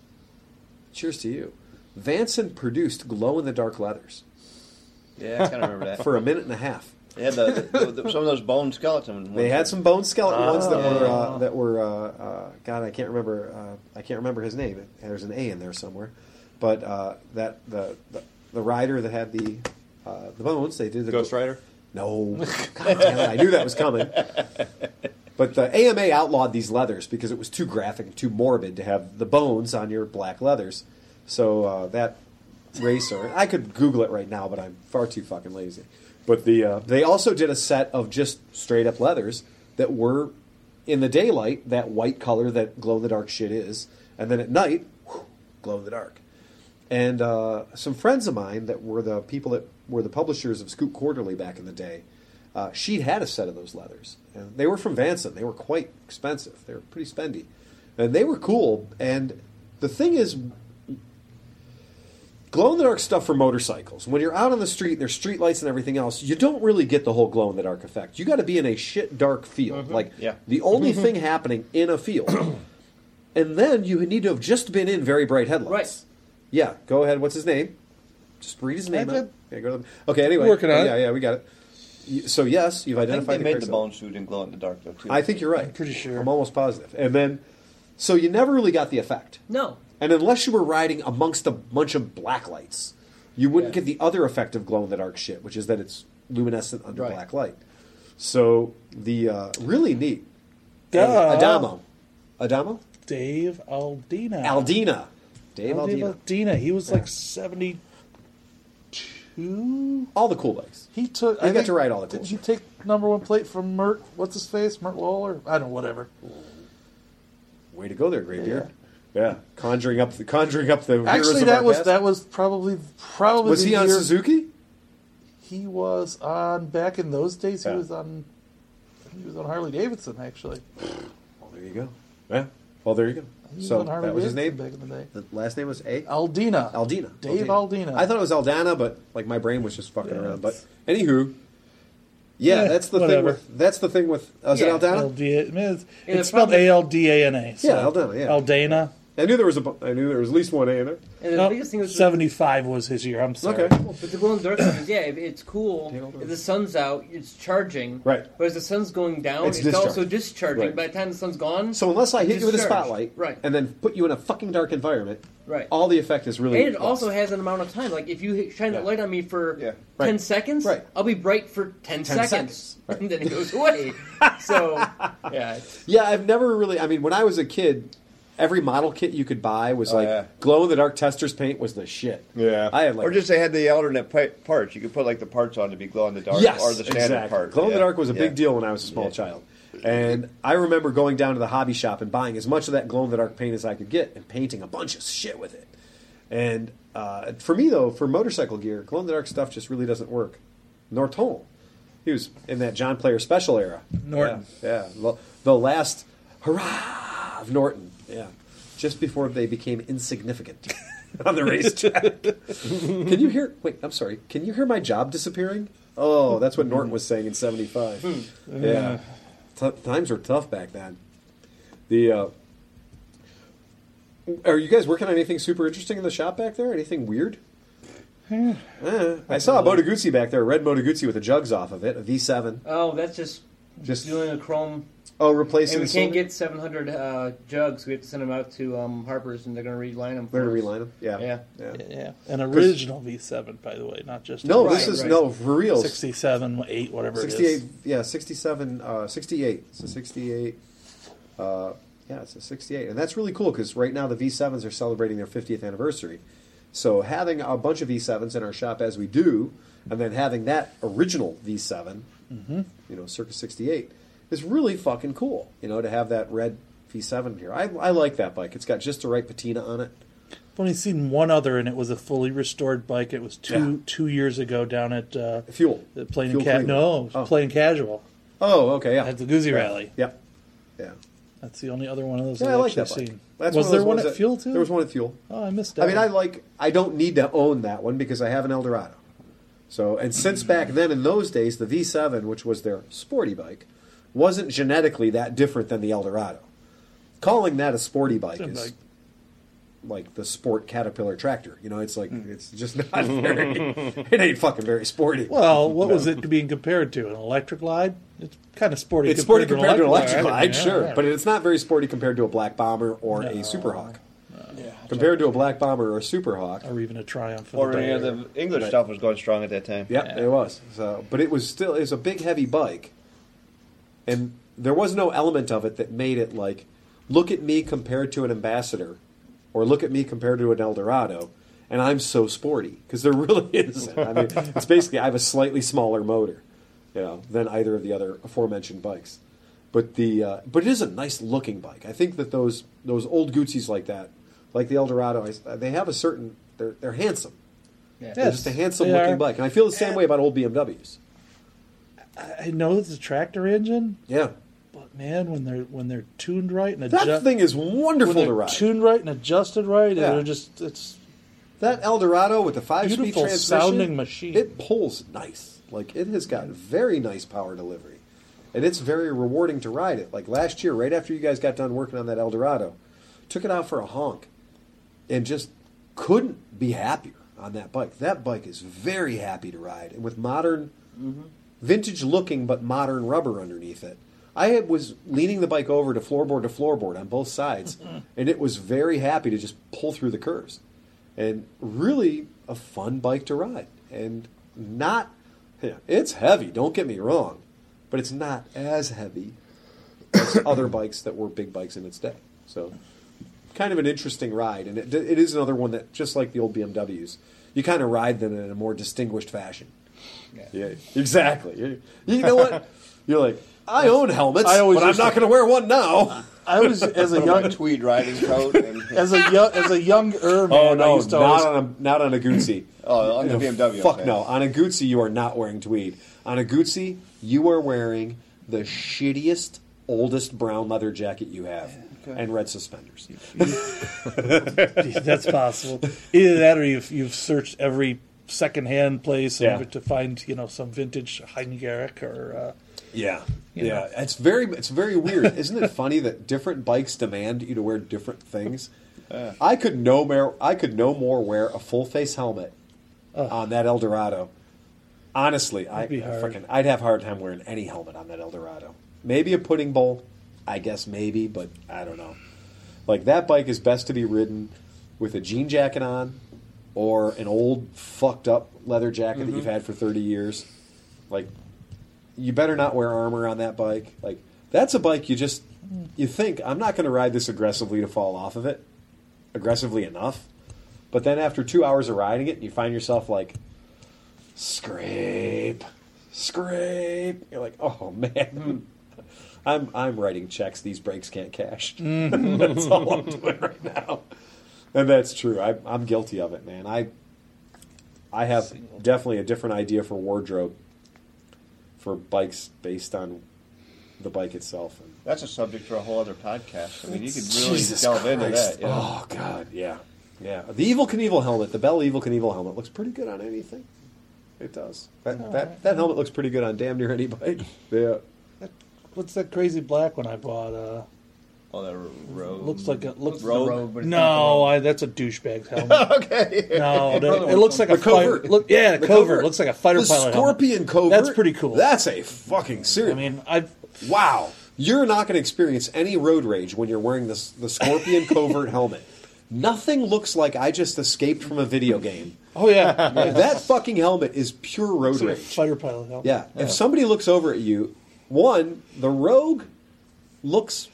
S2: cheers to you. Vanson produced glow in the dark letters
S4: Yeah, I kind of remember that.
S2: for a minute and a half.
S4: They had the, the, the- some of those bone skeletons.
S2: They had some bone skeleton ones that were uh, that were uh, uh, God, I can't remember. Uh, I can't remember his name. There's an A in there somewhere, but uh, that the, the the rider that had the uh, the bones, they did the
S1: Ghost Rider?
S2: No, God damn it, I knew that was coming. But the AMA outlawed these leathers because it was too graphic and too morbid to have the bones on your black leathers. So uh, that racer, I could Google it right now, but I'm far too fucking lazy. But the uh, they also did a set of just straight up leathers that were in the daylight that white color that glow in the dark shit is, and then at night whew, glow in the dark. And uh, some friends of mine that were the people that were the publishers of Scoop Quarterly back in the day, uh, she'd had a set of those leathers. And they were from Vanson. They were quite expensive. They were pretty spendy. And they were cool. And the thing is, glow in the dark stuff for motorcycles. When you're out on the street and there's street lights and everything else, you don't really get the whole glow in the dark effect. You got to be in a shit dark field. Like
S4: Yeah.
S2: the only thing happening in a field. and then you need to have just been in very bright headlights.
S5: Right.
S2: Yeah, go ahead. What's his name? Just read his name.
S8: I did.
S2: out. Yeah, go to the, okay, anyway.
S8: Working on
S2: Yeah,
S8: it.
S2: yeah, we got it. You- So, yes, you've
S4: I think
S2: identified
S4: they made the
S2: crazy-
S4: bone suit in glow in the dark though too.
S2: I think you're right. I'm
S3: pretty sure.
S2: I'm almost positive. And then, so you never really got the effect.
S5: No.
S2: And unless you were riding amongst a bunch of black lights, you wouldn't
S5: Yeah.
S2: get the other effect of glow in the dark shit, which is that it's luminescent under
S5: Right.
S2: black light. So, the uh, really neat.
S3: Duh.
S2: Adamo. Adamo?
S3: Dave Aldina.
S2: Aldina. Dave
S3: Dave
S2: Aldina.
S3: Aldina. He was like 72.
S2: All the cool bikes.
S8: He took.
S2: He got to ride all the
S8: Did
S2: cool
S8: he take number one plate from Mert? What's his face? Mert Waller? I don't. know, Whatever.
S2: Way to go there, Greybeard. Yeah. Conjuring up the conjuring up the heroes
S8: Actually,
S2: of
S8: that
S2: our
S8: was
S2: past.
S8: that was probably probably
S2: was
S8: the
S2: he on
S8: year-
S2: Suzuki?
S8: He was on back in those days.
S2: Yeah.
S8: He was on. He was on Harley Davidson actually.
S2: Well, there you go. Yeah. Well, there you go.
S8: He was
S2: So
S8: on Harley
S2: that was his
S8: Davidson
S2: name.
S8: back in the day.
S2: The last name was A.
S8: Aldina.
S2: Aldina.
S8: Dave Aldina.
S2: I thought it was Aldana, but like my brain was just fucking
S8: Yeah,
S2: around. But
S8: it's-
S2: anywho, yeah,
S3: Yeah,
S2: that's the
S3: whatever.
S2: thing. With, that's the thing with uh, is it
S5: Yeah.
S2: Aldana?
S3: Aldina. I mean, it's
S5: Yeah,
S3: it's spelled
S5: probably-
S3: A L D A N A. so
S2: Yeah, Aldana, yeah.
S3: Aldana.
S2: I knew there was a. bu- I knew there was at least one A in there.
S5: And the
S3: No,
S5: biggest thing was
S3: 75 Oh, was his year. I'm sorry.
S2: Okay.
S5: Well, But the glow in the dark stuff is yeah, it- it's cool.
S2: Take over.
S5: If the sun's out, it's charging.
S2: Right.
S5: But as the sun's going down,
S2: It's
S5: it's,
S2: discharge.
S5: also discharging.
S2: Right.
S5: By the time the sun's gone,
S2: So unless I
S5: it's
S2: hit you with a
S5: discharged.
S2: spotlight,
S5: right?
S2: and then put you in a fucking dark environment,
S5: Right.
S2: all the effect is really.
S5: and it
S2: lost.
S5: also has an amount of time. Like if you hit- shine that
S2: Yeah.
S5: light on me for
S4: Yeah.
S5: ten
S2: Right.
S5: seconds,
S2: Right.
S5: I'll be bright for ten, seconds,
S2: seconds. Right.
S5: and then it goes away. so yeah, it's-
S2: Yeah, I've never really. I mean, when I was a kid, every model kit you could buy was like
S4: Oh, yeah.
S2: glow in the dark testers paint was the shit.
S1: Yeah.
S2: I had like
S4: or just they had the alternate pa- parts. You could put like the parts on to be glow in the dark,
S2: yes,
S4: or the standard
S2: exactly.
S4: part.
S2: Glow in the
S4: Yeah.
S2: dark was a big
S4: Yeah.
S2: deal when I was a small child, and I remember going down to the hobby shop and buying as much of that glow in the dark paint as I could get and painting a bunch of shit with it. And uh, for me though, for motorcycle gear, glow in the dark stuff just really doesn't work. Norton, he was in that John Player special era.
S3: Norton.
S2: yeah, yeah. The- the last hurrah of Norton, yeah, just before they became insignificant on the racetrack. Can you hear? Wait, I'm sorry. Can you hear my job disappearing? Oh, that's what Norton was saying in '75. yeah, T- times were tough back then. The uh, are you guys working on anything super interesting in the shop back there? Anything weird? Eh, I saw a Motoguchi back there, a red Motoguchi with the jugs off of it, a V7.
S5: oh, that's just
S2: Just-
S5: just doing a chrome.
S2: Oh, replacing
S5: And we
S2: the
S5: can't
S2: cylinder?
S5: get 700 uh, jugs. We have to send them out to um, Harper's, and they're going to reline them.
S2: They're gonna reline them. Yeah.
S5: Yeah.
S3: Yeah. An original V7, by the way, not just
S2: No,
S3: a
S2: this
S5: Right,
S2: is
S5: right.
S2: no for real.
S3: 67, 8, whatever it
S2: 68
S3: is.
S2: yeah 67 uh, 68 so 68 uh, yeah it's a 68 and that's really cool because right now the v7s are celebrating their 50th anniversary so having a bunch of v7s in our shop as we do and then having that original V7,
S3: Mm-hmm.
S2: you know, circa '68, is really fucking cool. You know, to have that red V7 here, I, I like that bike. It's got just the right patina on it.
S3: I've only seen one other, and it was a fully restored bike. It was two
S2: Yeah.
S3: two years ago down at uh,
S2: Fuel.
S3: the Plain
S2: Fuel
S3: and Ca-
S2: Cleveland.
S3: No, it was
S2: Oh.
S3: Plain Casual
S2: Oh, okay, yeah.
S3: at the Guzzi Rally.
S2: Yeah, yeah.
S3: That's the only other one of those
S2: Yeah,
S3: that
S2: I
S3: I've
S2: like that
S3: actually
S2: bike.
S3: seen.
S2: That's
S3: was
S2: of
S3: there
S2: those
S3: one
S2: ones
S3: at
S2: that-
S3: Fuel too?
S2: There was one at Fuel.
S3: Oh, I missed that.
S2: I mean, I like. I don't need to own that one because I have an Eldorado. So, and since back then, in those days, the V7, which was their sporty bike, wasn't genetically that different than the Eldorado. Calling that a sporty bike
S3: Them
S2: is
S3: like-
S2: like, the sport Caterpillar tractor. You know, it's like
S3: Hmm.
S2: it's just not very. it ain't fucking very sporty.
S3: Well, what was it being compared to? An electric glide? It's kind of sporty.
S2: it's sporty
S3: an
S2: compared to an electric
S3: Glide,
S2: glide,
S3: yeah,
S2: sure,
S3: yeah.
S2: but it's not very sporty compared to a Black Bomber or a Superhawk. Compared to a Black Bomber or a Superhawk,
S3: or even a Triumph.
S4: Or any of the English stuff was going strong at that time.
S2: Yeah, it was. So, but it was still it was a big heavy bike, and there was no element of it that made it like, look at me compared to an ambassador, or look at me compared to an Eldorado, and I'm so sporty because there really isn't. I mean, it's basically I have a slightly smaller motor, you know, than either of the other aforementioned bikes. But the uh, but it is a nice looking bike. I think that those those old Gucci's like that, like the Eldorado, I- they have a certain they're they're handsome. They're
S3: Yes,
S2: just a handsome
S3: they
S2: looking
S3: are.
S2: bike. And I feel the same way about old BMWs.
S3: I know it's a tractor engine,
S2: Yeah.
S3: but man, when they're when they're tuned right and
S2: That
S3: adjusted,
S2: thing is
S3: when
S2: wonderful
S3: they're
S2: to ride.
S3: tuned right and adjusted right,
S2: Yeah.
S3: and they're just it's
S2: that Eldorado with the five speed
S3: Beautiful
S2: transmission.
S3: sounding machine.
S2: It pulls nice. Like it has got very nice power delivery. And it's very rewarding to ride it. Like last year, right after you guys got done working on that Eldorado, took it out for a honk and just couldn't be happier on that bike. That bike is very happy to ride. And with modern vintage looking but modern rubber underneath it. I had- was leaning the bike over to floorboard to floorboard on both sides, and it was very happy to just pull through the curves. And really a fun bike to ride. And not, yeah, it's heavy, don't get me wrong, but it's not as heavy as other bikes that were big bikes in its day. So, kind of an interesting ride. And it, it is another one that, just like the old BMWs, you kind of ride them in a more distinguished fashion. Yeah, exactly. You, you know what? You're like, I own helmets,
S8: I always
S2: but I'm
S8: used
S2: not
S8: to-
S2: going to wear one now.
S8: I was as a young
S4: tweed riding coat. And,
S8: as a young as a young man.
S2: Oh no,
S8: I
S2: not
S8: used to always,
S2: on a not on a Gucci.
S4: oh, on the
S2: No,
S4: BMW.
S2: Fuck
S4: okay.
S2: no, on a Gucci you are not wearing tweed. On a Gucci you are wearing the shittiest, oldest brown leather jacket you have, and red suspenders.
S3: that's possible. Either that, or you've you've searched every secondhand place in
S2: Yeah.
S3: order to find you know some vintage Heingerich or. Uh,
S2: Yeah, yeah. It's very it's very weird, isn't it? Funny that different bikes demand you to wear different things.
S3: Uh.
S2: I could no more I could no more wear a full face helmet on that Eldorado. Honestly, I, I
S3: be hard.
S2: freaking I'd have a hard time wearing any helmet on that Eldorado. Maybe a pudding bowl, I guess maybe, but I don't know. Like that bike is best to be ridden with a jean jacket on or an old fucked up leather jacket
S3: Mm-hmm.
S2: that you've had for 30 years. Like you better not wear armor on that bike. Like that's a bike you just you think I'm not going to ride this aggressively to fall off of it aggressively enough. But then after 2 hours of riding it, you find yourself like scrape scrape. You're like, "Oh man. I'm I'm writing checks these brakes can't cash." that's all I'm doing right now. And that's true. I I'm guilty of it, man. I I have definitely a different idea for wardrobe for bikes based on the bike itself. And
S4: That's a subject for a whole other podcast. I mean, you could really delve into
S2: Christ.
S4: that. You know?
S2: Oh God, yeah, yeah. The Evil Knievel helmet, the Bell Evil Knievel helmet, looks pretty good on anything. It does. That that, that helmet looks pretty good on damn near any bike. Yeah.
S3: What's that crazy black one I bought? Uh,
S4: Oh, that road.
S3: looks like a looks
S5: It's the road, but it's not
S3: No, I, that's a douchebag's helmet.
S4: Okay.
S3: No, that,
S5: Brother
S3: it looks like a
S2: The covert.
S3: fighter. Look, yeah, the
S2: The
S3: covert.
S2: covert.
S3: looks like a fighter
S2: the
S3: pilot. helmet.
S2: Scorpion covert.
S3: That's pretty cool.
S2: That's a fucking serious.
S3: I mean, I
S2: wow, you're not going to experience any road rage when you're wearing this the Scorpion covert helmet. Nothing looks like I just escaped from a video game.
S3: oh yeah,
S2: Like, that fucking helmet is pure road
S3: It's like a
S2: rage.
S3: fighter pilot helmet.
S2: Yeah. If somebody looks over at you, one, the rogue looks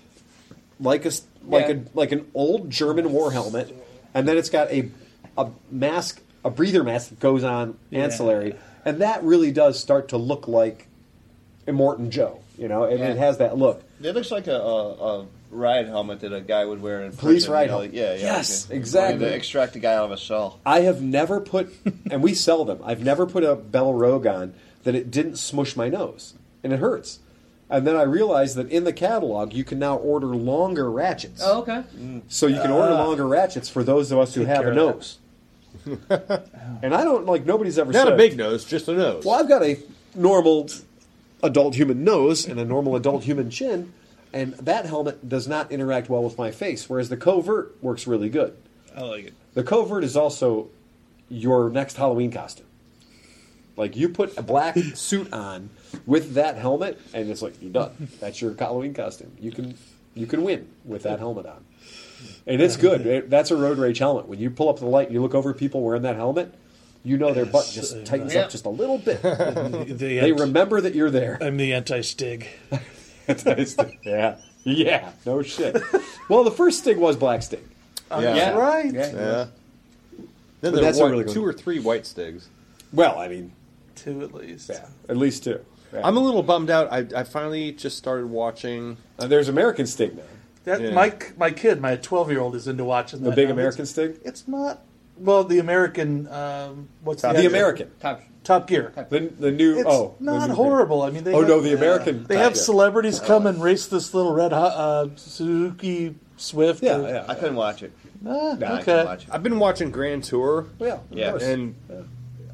S2: like a s- like
S5: Yeah.
S2: a like an old German war helmet, and then it's got a a mask, a breather mask that goes on ancillary, and that really does start to look like Immortan Joe. You know, and
S4: Yeah.
S2: it has that look.
S4: It looks like a, a, a ride helmet that a guy would wear in
S2: Police
S4: prison,
S2: ride
S4: you know,
S2: helmet.
S4: like- yeah, yeah.
S2: Yes,
S4: okay.
S2: exactly.
S4: Wanted To extract a guy out of a cell.
S2: I have never put, and we sell them. I've never put a Bell Rogue on that it didn't smush my nose, and it hurts. And then I realized that in the catalog you can now order longer ratchets.
S5: Oh, okay.
S2: So you can order longer ratchets for those of us who have
S3: Uh, care
S2: a
S3: of that.
S2: nose. and I don't like nobody's ever
S1: Not
S2: said
S1: a big nose, just a nose.
S2: Well, I've got a normal adult human nose and a normal adult human chin, and that helmet does not interact well with my face, whereas the covert works really good.
S9: I like it.
S2: The covert is also your next Halloween costume. Like you put a black suit on with that helmet, and it's like you're done. That's your Halloween costume. You can you can win with that helmet on, and it's good. It- that's a road rage helmet. When you pull up the light, and you look over at people wearing that helmet. You know their butt just tightens
S5: Yeah.
S2: up just a little bit.
S9: The
S2: They
S9: anti-
S2: remember that you're there.
S9: I'm the anti-Stig.
S2: yeah, yeah, no shit. well, the first Stig was Black Stig.
S1: yeah.
S8: Right.
S1: Yeah. Then
S2: But
S1: there
S2: that's a
S1: were
S2: really good
S1: two
S2: one.
S1: or three white stigs.
S2: Well, I mean,
S8: Two at least.
S2: yeah, at least two. Yeah.
S1: I'm a little bummed out. I, I finally just started watching.
S2: Uh, there's American Stig now.
S8: That
S1: Yeah.
S8: my my kid, my twelve year old, is into watching
S2: The
S8: that
S2: big
S8: now.
S2: American Stig.
S8: Uh, It's, it's not well the American. Um, what's the,
S2: The
S8: other-
S2: American.
S5: Top.
S8: Top Gear?
S2: The, the new.
S8: It's
S2: oh, the
S8: not
S2: new-
S8: horrible. I mean, they
S2: Oh,
S8: have,
S2: no, the American.
S8: they
S2: Top
S8: have
S2: Gear. Oh.
S8: celebrities come and race this little red hot uh, Suzuki Swift.
S2: Yeah,
S8: or-
S2: yeah.
S4: I couldn't watch it.
S8: Ah,
S4: Nah, I
S8: okay.
S4: couldn't watch it.
S1: I've been watching Grand Tour.
S2: Well, of
S4: Yeah.
S2: course.
S1: And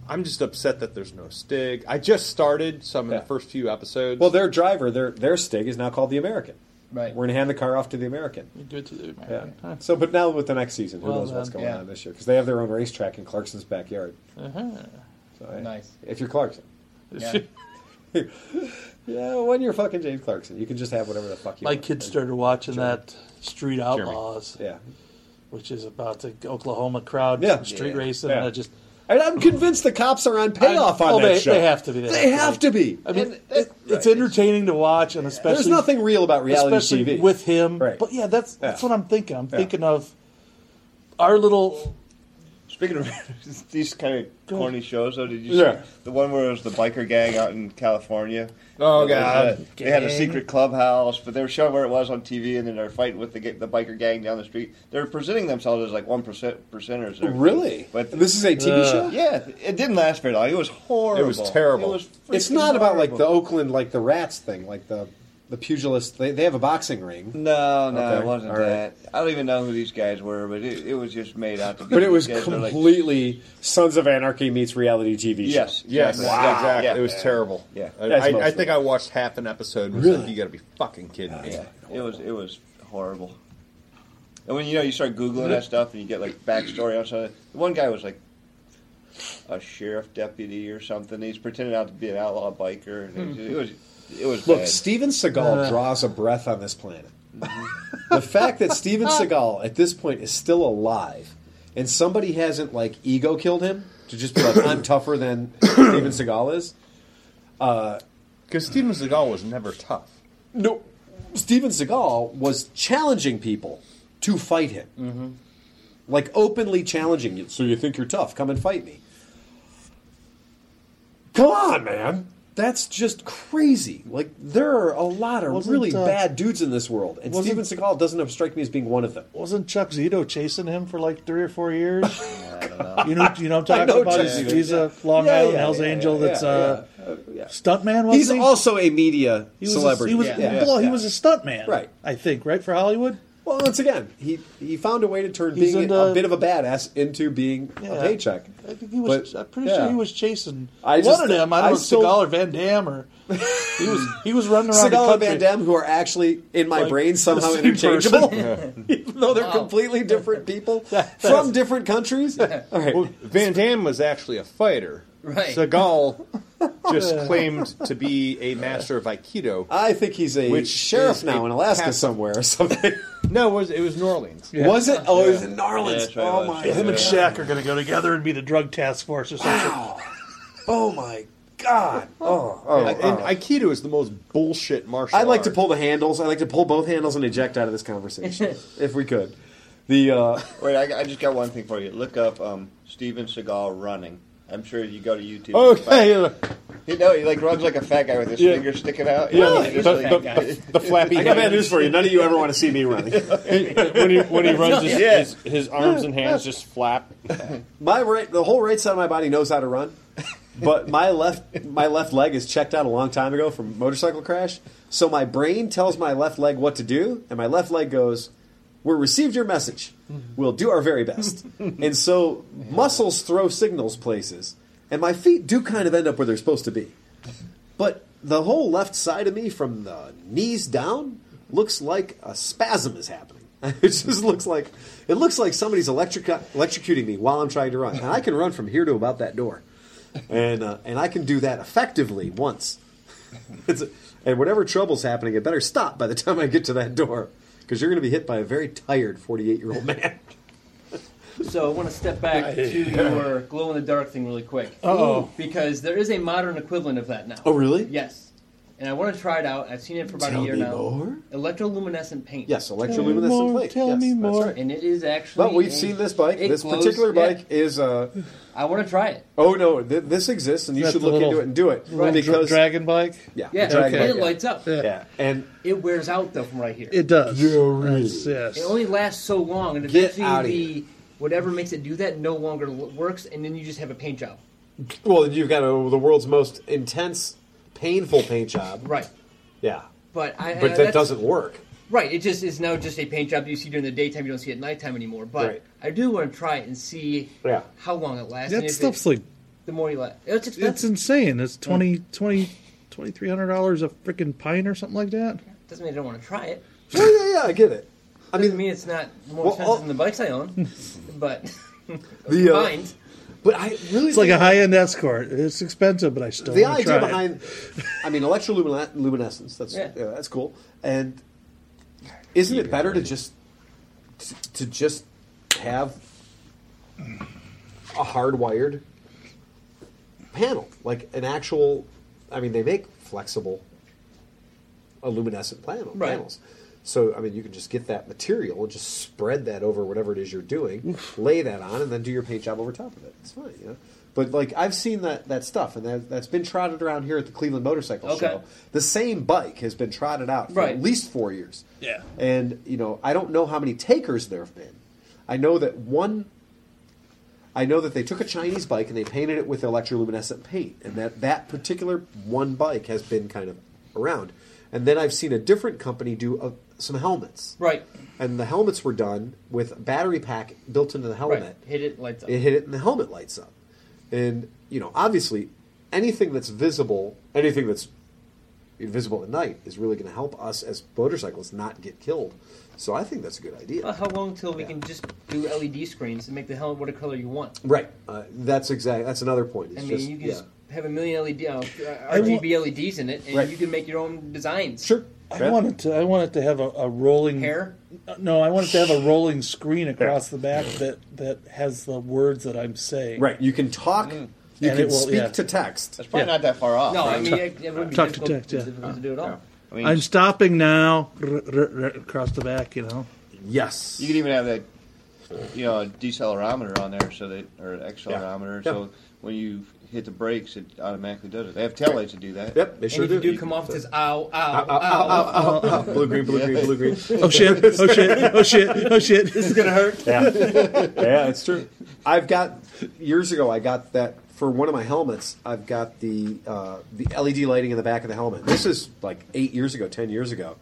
S1: I'm just upset that there's no Stig. I just started, so I'm in
S2: Yeah.
S1: the first few episodes.
S2: well, their driver, their their Stig is now called the American.
S5: Right.
S2: We're gonna hand the car off to the American.
S8: Good to the
S2: Yeah.
S8: American. Huh.
S2: So, but now with the next season, who
S8: Well
S2: knows what's
S8: done.
S2: going
S5: Yeah.
S2: on this year? Because they have their own racetrack in Clarkson's backyard. So, hey,
S5: Nice.
S2: If you're Clarkson.
S5: Yeah.
S2: Yeah, when you're fucking James Clarkson, you can just have whatever the fuck you
S8: My
S2: want.
S8: kid started watching that Street Outlaws,
S2: Yeah.
S8: which is about the Oklahoma crowd
S2: Yeah.
S8: street
S2: Yeah.
S8: racing.
S2: Yeah.
S8: And I just
S2: And I'm convinced the cops are on payoff
S8: I-
S2: on
S8: oh,
S2: that
S8: they,
S2: show.
S8: they have to be.
S2: They have to be.
S8: I mean,
S5: And
S8: it,
S5: that-
S8: it's
S5: right.
S8: entertaining to watch, and especially
S2: There's nothing real about reality
S8: especially
S2: TV.
S8: with him.
S2: Right.
S8: But yeah, that's that's
S2: Yeah.
S8: what I'm thinking. I'm thinking of our little.
S4: Speaking of these kind of corny shows, though, did you
S2: Yeah.
S4: see the one where it was the biker gang out in California?
S1: Oh,
S4: It was, uh,
S1: God.
S4: they had a
S5: Gang.
S4: secret clubhouse, but they were showing where it was on TV, and then they're fighting with the ga- the biker gang down the street. They're presenting themselves as like one percent percenters. or-
S2: really?
S4: But
S2: this is a TV show?
S4: yeah, it didn't last very long. It was horrible.
S1: It was terrible.
S4: It was
S2: It's
S4: freaking
S2: not about like the
S4: horrible.
S2: Oakland, like the rats thing, like the the pugilist. They, they have a boxing ring.
S4: No, no,
S2: Okay,
S4: it wasn't
S2: all right.
S4: that. I don't even know who these guys were, but it, it was just made out to be.
S2: But it was
S4: these guys were, like-
S2: completely Sons of Anarchy meets reality TV show.
S4: Yes,
S1: Yes,
S4: exactly.
S1: exactly.
S4: Yeah.
S1: It was terrible.
S4: Yeah.
S1: I,
S2: That's
S1: I, I
S2: mostly.
S1: think I watched half an episode. And was
S2: Really?
S1: like, you got to be fucking kidding me.
S4: It was it was horrible. And when you know you start
S2: Mm-hmm.
S4: googling that stuff and you get like backstory on something, the one guy was like a sheriff deputy or something. He's pretending out to be an outlaw biker, and
S5: Hmm.
S4: it was it was
S2: Look,
S4: bad.
S2: Steven Seagal draws a breath on this planet. Mm-hmm. the fact that Steven Seagal at this point is still alive and somebody hasn't like ego killed him to just be like, I'm tougher than Steven Seagal is.
S1: Because Steven Seagal was never tough.
S2: No, Steven Seagal was challenging people to fight him,
S3: Mm-hmm.
S2: like openly challenging you. So you think you're tough? Come and fight me. Come on, man. That's just crazy. Like there are a lot of
S3: Wasn't,
S2: really
S3: uh,
S2: bad dudes in this world, and
S3: wasn't-
S2: Steven Seagal doesn't strike me as being one of them.
S3: Wasn't Chuck Zito chasing him for like three or four years? you know, you know, what
S2: I
S3: I'm
S2: know
S3: talking about.
S2: Chuck
S3: He's,
S2: Zito,
S3: he's a Long
S2: Yeah,
S3: Island
S2: yeah,
S3: Hell's
S2: yeah,
S3: Angel.
S2: yeah,
S3: that's
S2: yeah,
S3: a stuntman. Wasn't
S2: He's
S3: he?
S2: also a media
S3: he was
S2: celebrity.
S3: A, he was,
S2: Yeah.
S3: well, he was a stuntman,
S2: Right.
S3: I think, right for Hollywood.
S2: Well, once again, he he found a way to turn
S8: He's
S2: being
S3: uh,
S8: into-
S2: a bit of a badass into being a
S8: Yeah.
S2: paycheck.
S8: I think he was.
S2: But,
S8: I'm pretty
S2: yeah.
S8: sure he was chasing
S2: I just-
S8: one of them. I don't
S2: I
S8: know,
S2: still-
S8: Seagal or Van Damme, or he was he was running around
S2: Seagal
S8: the
S2: and
S8: country.
S2: Van Damme, who are actually in my
S8: Like,
S2: brain somehow
S8: the same
S2: interchangeable, even though they're
S5: Wow.
S2: completely different people from different countries. All right.
S1: Well, Van Damme was actually a fighter.
S5: Right.
S1: Seagal just claimed to be a master of Aikido.
S2: I think he's a
S1: Which
S2: sheriff
S1: is
S2: now
S1: a
S2: in Alaska
S1: passive-
S2: somewhere or something.
S1: No, it was it was New Orleans.
S2: Was it? Oh, it was in New
S4: Yeah,
S2: Orleans.
S4: that's right,
S2: oh
S4: it was.
S2: my!
S3: Him and
S4: Yeah.
S3: Shaq are going to go together and be the drug task force or something.
S2: Oh my God! Oh, oh,
S1: I- and Aikido is the most bullshit martial.
S2: I'd like to
S1: art.
S2: pull the handles. I'd like to pull both handles and eject out of this conversation if we could. The uh,
S4: Wait, I, I just got one thing for you. Look up um, Steven Seagal running. I'm sure you go to YouTube. and
S2: Okay.
S4: find- You know, he like runs like a fat guy with his
S2: Yeah.
S4: fingers sticking out.
S2: Yeah,
S4: You know,
S2: the,
S4: just like-
S2: the, the, the flappy. I got bad news for you. None of you ever want to see me running.
S1: when he when he runs, his,
S4: Yeah.
S1: his, his arms and hands just flap.
S2: my right, the whole right side of my body knows how to run, but my left, my left leg is checked out a long time ago from motorcycle crash. So my brain tells my left leg what to do, and my left leg goes, "We received your message. We'll do our very best." and so muscles throw signals places, and my feet do kind of end up where they're supposed to be. But the whole left side of me, from the knees down, looks like a spasm is happening. It just looks like it looks like somebody's electric, electrocuting me while I'm trying to run, and I can run from here to about that door, and uh, and I can do that effectively once. It's and whatever trouble's happening, it better stop by the time I get to that door, because you're going to be hit by a very tired 48 year old man.
S5: So I want to step back to your glow in the dark thing really quick.
S8: Uh-oh.
S5: Because there is a modern equivalent of that now.
S2: Oh, really?
S5: Yes. And I want to try it out. I've seen it for about
S2: Tell
S5: a year
S2: me
S5: now.
S2: more.
S5: Electroluminescent paint.
S2: Yes,
S8: Tell me
S2: electroluminescent
S8: more,
S2: plate.
S8: tell
S2: yes,
S8: me
S2: that's
S8: more.
S2: right.
S5: And it is actually.
S2: Well, we've
S5: a-
S2: seen this bike.
S5: it
S2: This
S5: glows-
S2: particular
S5: yeah.
S2: bike is. Uh,
S5: I want to try it.
S2: Oh no, th- this exists, and you
S8: that
S2: should
S8: the
S2: look
S8: little-
S2: into it and do it
S5: Right.
S2: because
S8: Dragon bike.
S2: yeah,
S5: Yeah,
S2: the dragon
S5: and it
S2: bike,
S5: lights up.
S2: yeah. yeah, and
S5: It wears out though from right here.
S8: It does.
S2: Yeah, really.
S8: Yes, yes.
S5: It only lasts so long, and
S2: Get
S5: eventually
S2: outta
S5: the
S2: here.
S5: whatever makes it do that no longer l- works, and then you just have a paint job.
S2: well, you've got a, the world's most intense, painful paint job.
S5: Right.
S2: Yeah,
S5: But I.
S2: but
S5: I-
S2: that
S5: that's-
S2: doesn't work.
S5: Right. It just is now just a paint job you see during the daytime. You don't see at nighttime anymore. But
S2: Right.
S5: I do want to try it and see
S2: Yeah.
S5: how long it lasts. and
S8: That
S5: if
S8: stuff's
S5: it,
S8: like
S5: the more you let. It's
S8: that's
S5: expensive.
S8: insane. It's 20 20 $2,300 dollars a freaking pint or something like that.
S5: Doesn't mean I don't want to try it.
S2: Yeah, yeah, yeah. I get it. I
S5: Doesn't
S2: mean,
S5: mean it's not more
S2: Well,
S5: expensive
S2: all-
S5: than the bikes I own. but
S2: The, uh,
S5: combined,
S2: but I really
S8: It's like a high end escort. It's expensive, but I still
S2: the
S8: wanna
S2: idea
S8: try it.
S2: behind. I mean, electroluminescence. That's yeah.
S5: Yeah.
S2: that's cool. And isn't it better to just to, to just have a hardwired panel, like an actual? I mean, they make flexible luminescent panel,
S5: Right.
S2: panels. So I mean, you can just get that material and just spread that over whatever it is you're doing, lay that on, and then do your paint job over top of it. It's fine, you know. But like I've seen that that stuff, and that, that's been trotted around here at the Cleveland Motorcycle
S5: Okay.
S2: Show. The same bike has been trotted out for
S5: Right.
S2: at least four years.
S9: Yeah.
S2: and you know I don't know how many takers there have been. I know that one I know that they took a Chinese bike and they painted it with electroluminescent paint, and that that particular one bike has been kind of around. And then I've seen a different company do uh, some helmets,
S5: right,
S2: and the helmets were done with a battery pack built into the helmet.
S5: right, hit it, lights up.
S2: Oh, It hit it, and the helmet lights up. And you know, obviously, anything that's visible, anything that's visible at night, is really going to help us as motorcyclists not get killed. So I think that's a good idea.
S5: Well, how long till we
S2: Yeah.
S5: can just do LED screens and make the helmet whatever color you want?
S2: Right. Uh, that's exactly. That's another point. It's
S5: I mean,
S2: just,
S5: you can
S2: yeah.
S5: just have a million LED uh,
S8: I want-
S5: RGB LEDs in it, and
S2: Right.
S5: you can make your own designs.
S2: Sure.
S8: I want it to I want it to have a, a rolling
S5: Hair.
S8: No, I want it to have a rolling screen across the back that that has the words that I'm saying.
S2: Right. You can talk. You
S8: And
S2: can
S8: it will-
S2: speak
S8: yeah.
S2: to text.
S4: It's probably not that far off.
S5: No,
S4: right?
S5: I mean it, it would be
S8: Talk to
S5: difficult
S8: text, yeah.
S5: difficult to do it all.
S4: I mean,
S8: I'm stopping now r- r- r- across the back, you know.
S2: Yes.
S4: you could even have that, you know, a decelerometer on there, so that or accelerometer,
S2: Yeah.
S4: so when you hit the brakes, it automatically does it. They have taillights that do that.
S2: yep. They
S5: And
S2: sure
S5: if you
S2: do.
S5: do come off, it says ow, ow, ow.
S2: blue green, blue green, blue green.
S8: Oh shit! Oh shit! Oh shit! Oh shit!
S5: This is gonna hurt.
S2: Yeah, yeah, it's true. I've got years ago. I got that for one of my helmets. I've got the uh, the LED lighting in the back of the helmet. This is like eight years ago, ten years ago.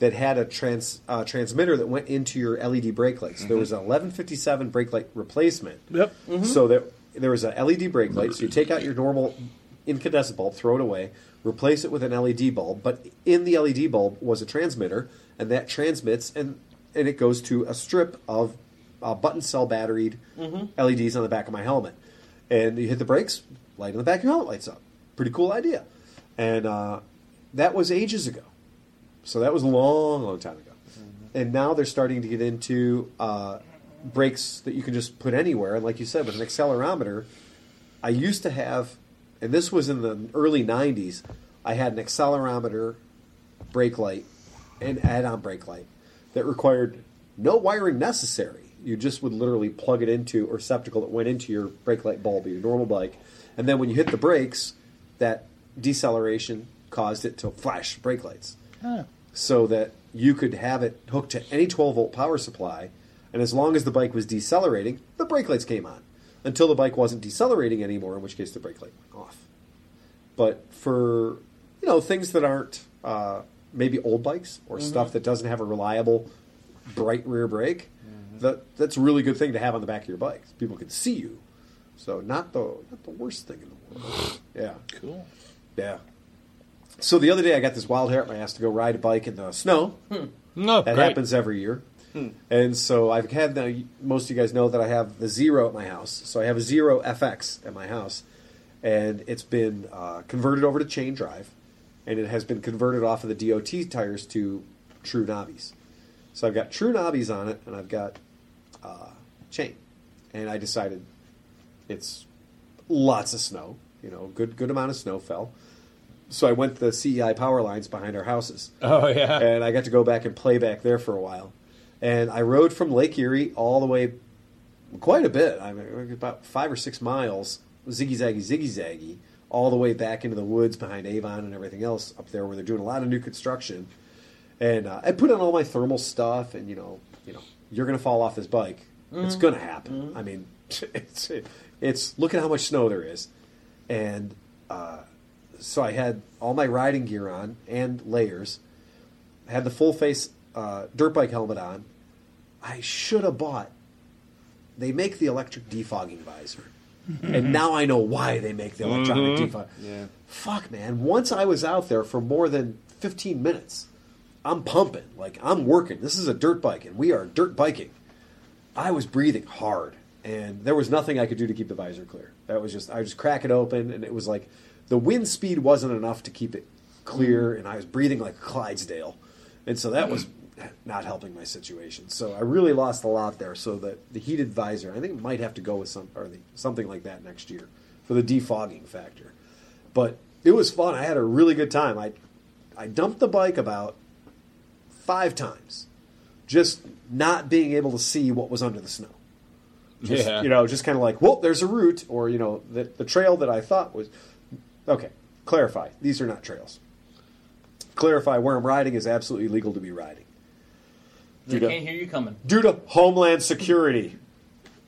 S2: That had a trans uh, transmitter that went into your LED brake light. So there was an 1157 brake light replacement.
S8: Yep.
S2: Mm-hmm. So that there was a LED E brake light. So you take out your normal incandescent bulb, throw it away, replace it with an LED bulb. But in the LED bulb was a transmitter, and that transmits and and it goes to a strip of uh, button cell batteried LEDs on the back of my helmet. And you hit the brakes, light on the back of your helmet lights up. Pretty cool idea. And uh, that was ages ago. So that was a long, long time ago. And now they're starting to get into uh, brakes that you can just put anywhere. And like you said, with an accelerometer, I used to have, and this was in the early 90s, I had an accelerometer brake light, an add on brake light that required no wiring necessary. you just would literally plug it into a receptacle that went into your brake light bulb, your normal bike, and then when you hit the brakes, that deceleration caused it to flash brake lights, so that you could have it hooked to any 12 volt power supply, and as long as the bike was decelerating, the brake lights came on until the bike wasn't decelerating anymore, in which case the brake light went off but for you know things that aren't uh, maybe old bikes or stuff that doesn't have a reliable bright rear brake, that that's a really good thing to have on the back of your bike. People can see you, so not the not the worst thing in the world. yeah,
S8: Cool.
S2: yeah. So the other day I got this wild hair up my ass to go ride a bike in the snow.
S1: No,
S2: That
S1: Oh, great.
S2: happens every year. And so I've had now. Most of you guys know that I have the zero at my house, so I have a zero FX at my house, and it's been uh, converted over to chain drive, and it has been converted off of the DOT tires to true knobbies. So I've got true knobbies on it, and I've got uh, chain, and I decided it's lots of snow, you know, good good amount of snow fell. So I went the CEI power lines behind our houses
S1: Oh yeah.
S2: and I got to go back and play back there for a while. And I rode from Lake Erie all the way, quite a bit. I mean, about five or six miles, ziggy zaggy, ziggy zaggy, all the way back into the woods behind Avon and everything else up there, where they're doing a lot of new construction. And uh, I put on all my thermal stuff, and you know, you know, you're gonna fall off this bike. It's gonna happen. I mean, it's it's look at how much snow there is, and uh, so I had all my riding gear on and layers had the full face uh, dirt bike helmet on. I should have bought. They make the electric defogging visor, and now I know why they make the electronic defog.
S4: Yeah.
S2: Fuck, man! Once I was out there for more than fifteen minutes, I'm pumping like I'm working. This is a dirt bike, and we are dirt biking. I was breathing hard, and there was nothing I could do to keep the visor clear. That was just I just crack it open, and it was like the wind speed wasn't enough to keep it clear, and I was breathing like Clydesdale, and so that was not helping my situation. So I really lost a lot there. So that the heated visor, I think, might have to go with some or the, something like that next year for the defogging factor. But it was fun. I had a really good time. I I dumped the bike about five times just not being able to see what was under the snow. Just,
S1: Yeah.
S2: You know, just kind of like, well, there's a route, or, you know, the, the trail that I thought was. Okay, clarify. These are not trails. Clarify where I'm riding is absolutely legal to be riding.
S5: They
S2: Dude, uh,
S5: can't hear you coming.
S2: Due to Homeland Security,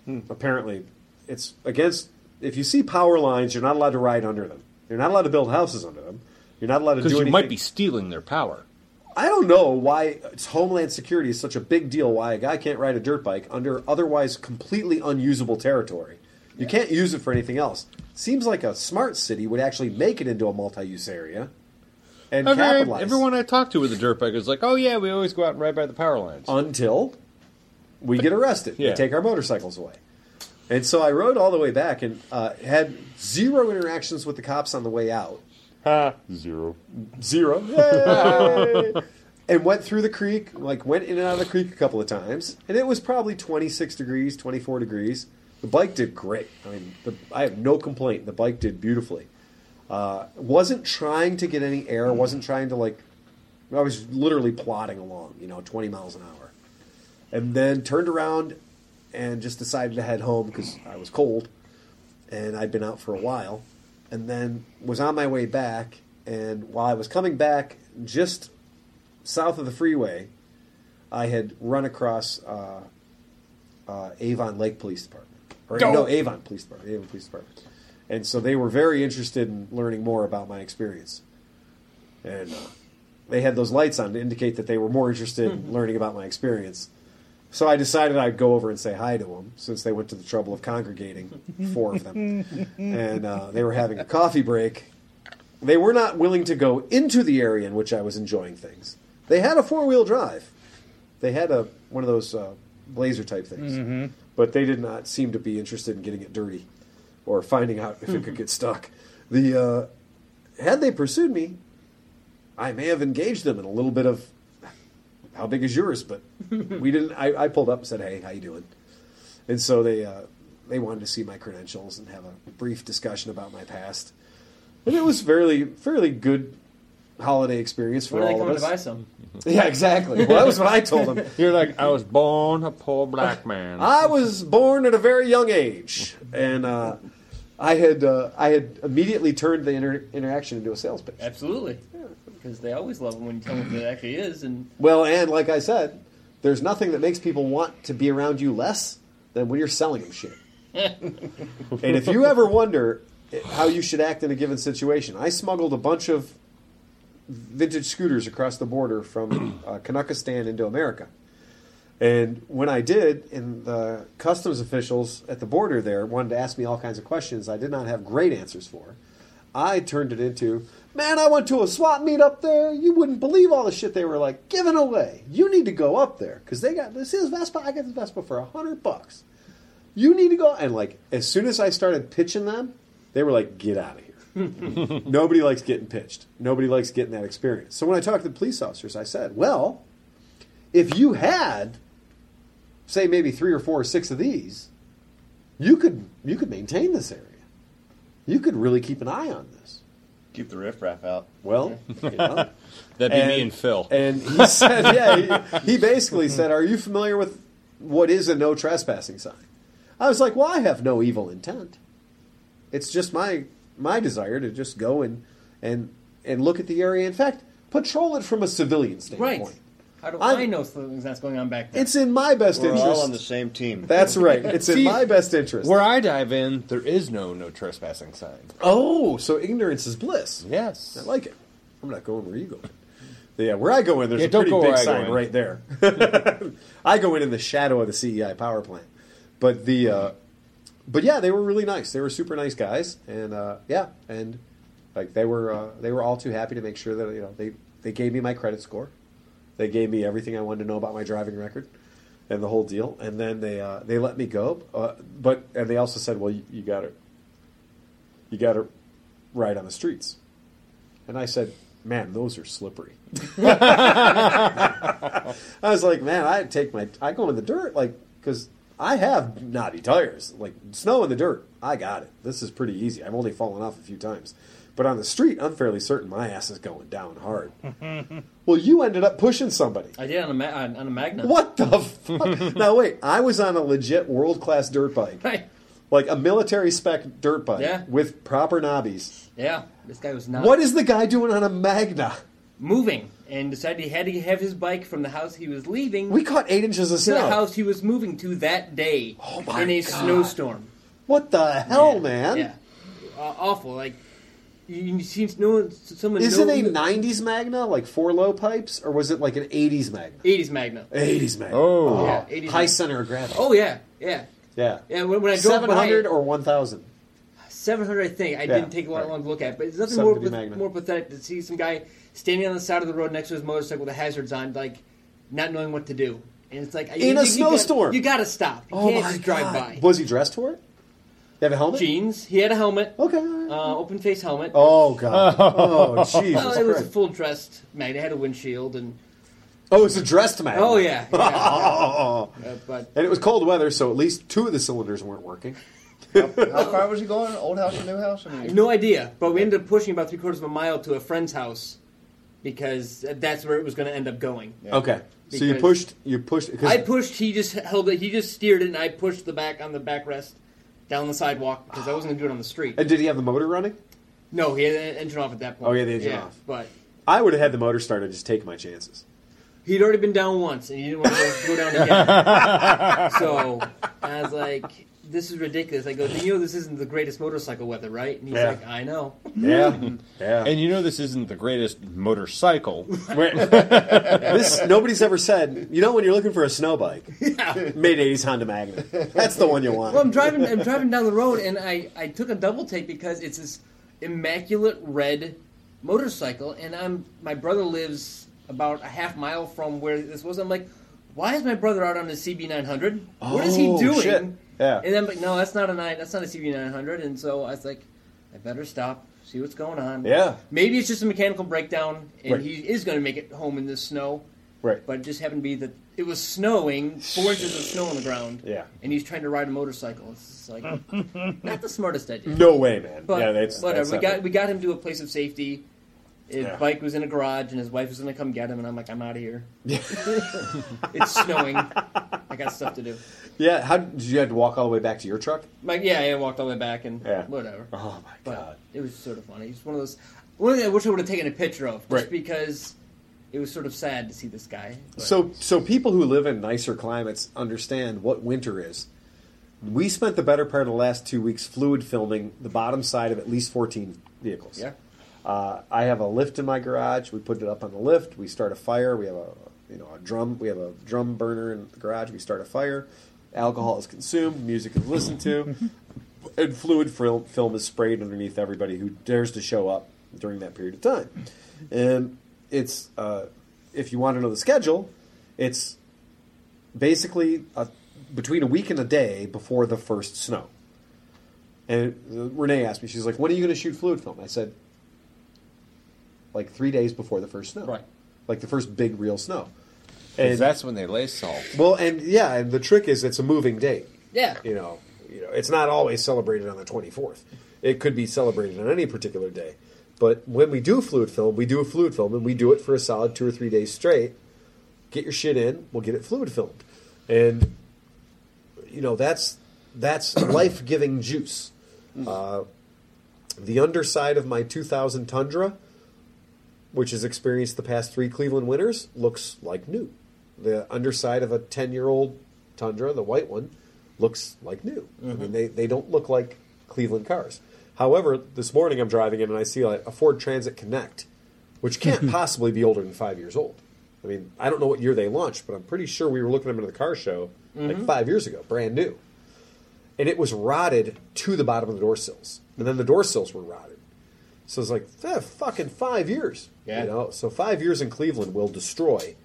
S2: hmm, apparently, it's against. If you see power lines, you're not allowed to ride under them. You're not allowed to build houses under them. You're not allowed to do
S1: Because you
S2: anything.
S1: might be stealing their power.
S2: I don't know why it's Homeland Security is such a big deal. Why a guy can't ride a dirt bike under otherwise completely unusable territory. You can't use it for anything else. Seems like a smart city would actually make it into a multi-use area and
S1: Every,
S2: capitalize.
S1: everyone I talk to with a dirt bike is like, "Oh yeah, we always go out and ride by the power lines."
S2: Oh. until we get arrested. They
S1: Yeah.
S2: take our motorcycles away. And so I rode all the way back and uh, had zero interactions with the cops on the way out.
S1: Zero.
S2: Zero. Yay! and went through the creek, like went in and out of the creek a couple of times, and it was probably 26 degrees, 24 degrees. The bike did great. I mean, the, I have no complaint. The bike did beautifully. Uh, wasn't trying to get any air. Wasn't trying to like. I was literally plodding along, you know, 20 miles an hour, and then turned around and just decided to head home because I was cold and I'd been out for a while, and then was on my way back. And while I was coming back, just south of the freeway, I had run across uh, uh, Avon Lake Police Department, or no Avon Police Department, Avon Police Department, and so they were very interested in learning more about my experience, and uh, they had those lights on to indicate that they were more interested in learning about my experience. So I decided I'd go over and say hi to them since they went to the trouble of congregating, four of them. and uh, they were having a coffee break. They were not willing to go into the area in which I was enjoying things. They had a four wheel drive, they had a one of those uh, blazer type things. But they did not seem to be interested in getting it dirty or finding out if it could get stuck. The uh, Had they pursued me, I may have engaged them in a little bit of how big is yours? But we didn't. I, I pulled up and said, "Hey, how you doing?" And so they uh, they wanted to see my credentials and have a brief discussion about my past, and it was fairly fairly good holiday experience for
S5: Where are they
S2: all
S5: coming
S2: of
S5: to buy
S2: us.
S5: some?
S2: Yeah, exactly. Well, that was what I told him.
S1: You're like, I was born a poor black man.
S2: I was born at a very young age, and uh, I had uh, I had immediately turned the inter- interaction into a sales pitch.
S5: Absolutely. Because they always love them when you tell them what it actually is. And
S2: Well, and like I said, there's nothing that makes people want to be around you less than when you're selling them shit. and if you ever wonder how you should act in a given situation, I smuggled a bunch of vintage scooters across the border from uh, Kanakistan into America. And when I did, and the customs officials at the border there wanted to ask me all kinds of questions I did not have great answers for, I turned it into, man, I went to a swap meet up there. You wouldn't believe all the shit they were like giving away. You need to go up there because they got this is Vespa. I got this Vespa for a hundred bucks. You need to go. And like as soon as I started pitching them, they were like, get out of here. Nobody likes getting pitched. Nobody likes getting that experience. So when I talked to the police officers, I said, well, if you had, say, maybe three or four or six of these, you could you could maintain this area. You could really keep an eye on this.
S4: Keep the riffraff out.
S2: Well, you know.
S1: That'd be me and Phil.
S2: And he said, yeah, he, he basically said, Are you familiar with what is a no trespassing sign? I was like, Well, I have no evil intent. It's just my my desire to just go and and and look at the area. In fact, patrol it from a civilian standpoint.
S5: right. How do
S2: I'm-
S5: i know something's not going on back there?
S2: It's in my best
S4: We're
S2: interest.
S4: all on the same team.
S2: That's right. It's in
S1: See,
S2: my best interest.
S1: Where I dive in, there is no no trespassing sign.
S2: oh, so ignorance is bliss.
S1: Yes.
S2: I like it. I'm not going where you go. Yeah, where I go in, there's
S1: Yeah,
S2: a
S1: don't
S2: pretty
S1: go
S2: big
S1: where I go
S2: sign
S1: in.
S2: right there. I go in in the shadow of the CEI power plant, but the, uh, but yeah, they were really nice. They were super nice guys, and uh, yeah, and like they were, uh, they were all too happy to make sure that you know they they gave me my credit score, they gave me everything I wanted to know about my driving record, and the whole deal, and then they uh, they let me go, uh, but and they also said, well, you, you got to, you got to ride on the streets. And I said, "Man, those are slippery." I was like, "Man, I take my I go in the dirt like because I have knotty tires, like snow in the dirt. I got it. This is pretty easy. I've only fallen off a few times, but on the street, I'm fairly certain my ass is going down hard." well, you ended up pushing somebody.
S5: I did on a, ma- on on a Magna.
S2: What the fuck? now wait, I was on a legit world class dirt bike,
S5: Right.
S2: like a military spec dirt bike
S5: Yeah.
S2: with proper knobbies.
S5: Yeah. This guy was not
S2: What is the guy doing on a Magna?
S5: moving and decided he had to have his bike from the house he was leaving
S2: We caught eight inches of
S5: to the
S2: snow.
S5: house he was moving to that day
S2: Oh my
S5: in a
S2: God.
S5: snowstorm.
S2: What the hell, man?
S5: Yeah. Aw- awful. Like, you, you see no one- someone.
S2: Is
S5: no,
S2: it a '90s Magna, like four low pipes, or was it like an '80s Magna?
S5: 80s Magna.
S2: '80s Magna.
S1: Oh.
S5: Yeah, 80s
S2: high
S5: Magna.
S2: center of gravity.
S5: Oh, yeah. Yeah.
S2: yeah.
S5: Yeah, when, when I drove
S2: Seven hundred
S5: by-
S2: or one thousand.
S5: 700, I think. I didn't take a lot
S2: right.
S5: long to look at, but it's nothing
S2: Something
S5: more,
S2: to be
S5: pa-
S2: magnet.
S5: more pathetic to see some guy standing on the side of the road next to his motorcycle with the hazards on, like not knowing what to do. And it's like you-
S2: In a
S5: you- you
S2: snowstorm.
S5: gotta- you got to stop. You
S2: Oh
S5: can't
S2: my
S5: just drive
S2: god!
S5: by.
S2: Was he dressed for it? They have a helmet.
S5: Jeans. He had a helmet,
S2: Okay. all right.
S5: uh, open face helmet.
S2: oh god. Oh Jesus.
S5: Well, it was a
S2: Christ.
S5: full dressed magnet. It had a windshield and
S2: oh, it's a dressed Magna.
S5: oh yeah, yeah,
S2: Oh.
S5: yeah. Uh, but
S2: And it was cold weather, so at least two of the cylinders weren't working.
S4: How far was he going? Old house or new house? I mean,
S5: no idea. But we ended up pushing about three quarters of a mile to a friend's house because that's where it was going to end up going.
S2: Okay. so you
S5: Because-
S2: pushed. You pushed. 'cause-
S5: I pushed. He just held it. He just steered it, and I pushed the back on the backrest down the sidewalk because I wasn't gonna do it on the street.
S2: and did he have the motor running?
S5: No, he had the engine off at that point.
S2: Oh, yeah, the engine off.
S5: But
S2: I would have had the motor started and just take my chances.
S5: he'd already been down once, and he didn't want to go, go down again. so I was like, "This is ridiculous." I go, "You know, this isn't the greatest motorcycle weather, right?" And he's
S2: Yeah.
S5: like, "I know."
S2: Yeah, yeah.
S1: And you know this isn't the greatest motorcycle.
S2: this nobody's ever said. You know, when you're looking for a snow bike, mid '80s Honda Magna. That's the one you want.
S5: Well, I'm driving. I'm driving down the road, and I I took a double take because it's this immaculate red motorcycle, and I'm my brother lives about a half mile from where this was. I'm like, why is my brother out on a CB900? What is he
S2: Oh,
S5: doing?
S2: shit. Yeah.
S5: And I'm like, no, that's not a nine. That's not a CB900. And so I was like, I better stop. See what's going on.
S2: Yeah.
S5: Maybe it's just a mechanical breakdown, and
S2: Right.
S5: he is going to make it home in the snow.
S2: right.
S5: But it just happened to be that it was snowing, four inches of snow on the ground.
S2: Yeah.
S5: And he's trying to ride a motorcycle. It's just like not the smartest idea.
S2: no way, man.
S5: But
S2: yeah, that's
S5: whatever.
S2: That's
S5: we
S2: not-
S5: got we got him to a place of safety. His bike was in a garage, and his wife was going to come get him, and I'm like, I'm out of here. it's snowing. I got stuff to do.
S2: Yeah, how did you have to walk all the way back to your truck?
S5: Like, yeah, I walked all the way back and
S2: Yeah.
S5: whatever.
S2: Oh my
S5: But
S2: god.
S5: it was sort of funny. It's one of those. One thing I wish I would have taken a picture of, just
S2: Right.
S5: because it was sort of sad to see this guy. But-
S2: So so people who live in nicer climates understand what winter is. We spent the better part of the last two weeks fluid filming the bottom side of at least 14 vehicles.
S5: yeah,
S2: Uh, I have a lift in my garage. We put it up on the lift. We start a fire. We have a you know a drum. We have a drum burner in the garage. We start a fire. Alcohol is consumed. Music is listened to, and fluid film, film is sprayed underneath everybody who dares to show up during that period of time. And it's uh, if you want to know the schedule, it's basically a, between a week and a day before the first snow. And uh, Renee asked me, she's like, "When are you going to shoot fluid film?" I said, like three days before the first snow,
S5: Right.
S2: Like the first big real snow.
S1: And that's when they lay salt.
S2: Well, and yeah, and the trick is it's a moving date.
S5: yeah.
S2: You know, you know, it's not always celebrated on the 24th. It could be celebrated on any particular day. But when we do fluid film, we do a fluid film, and we do it for a solid two or three days straight. Get your shit in. We'll get it fluid filmed, and you know that's that's life giving juice. Uh, the underside of my 2000 Tundra, which has experienced the past three Cleveland winters, looks like new. The underside of a 10 year old Tundra, the white one, looks like new. I mean, they, they don't look like Cleveland cars. However, this morning I'm driving in and I see like a Ford Transit Connect, which can't possibly be older than five years old. I mean, I don't know what year they launched, but I'm pretty sure we were looking at them at the car show
S5: Mm-hmm.
S2: like five years ago, brand new and it was rotted to the bottom of the door sills, and then the door sills were rotted. So it's like eh, fucking five years,
S5: Yeah.
S2: you know. So five years in Cleveland will destroy,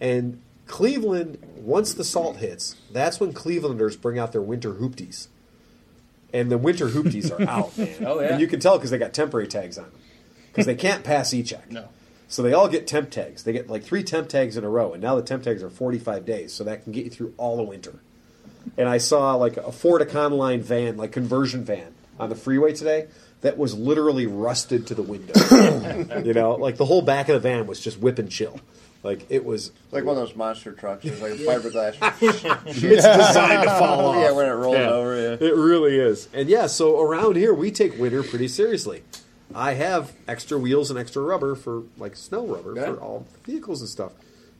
S2: and Cleveland once the salt hits, that's when Clevelanders bring out their winter hoopties, and the winter hoopties are out, man.
S5: Oh, yeah.
S2: and you can tell because they got temporary tags on them because they can't pass e-check.
S5: No.
S2: So they all get temp tags. They get like three temp tags in a row, and now the temp tags are 45 days, so that can get you through all the winter and I saw like a Ford Econoline van, like conversion van, on the freeway today that was literally rusted to the window. you know, like the whole back of the van was just whip and chill. Like it was
S4: It's like one of those monster trucks. It's like a fiberglass.
S2: it's designed to fall off.
S4: yeah, when it rolls
S2: Yeah.
S4: over. Yeah.
S2: It really is. And yeah, so around here we take winter pretty seriously. I have extra wheels and extra rubber for like snow rubber
S5: Yeah.
S2: for all vehicles and stuff.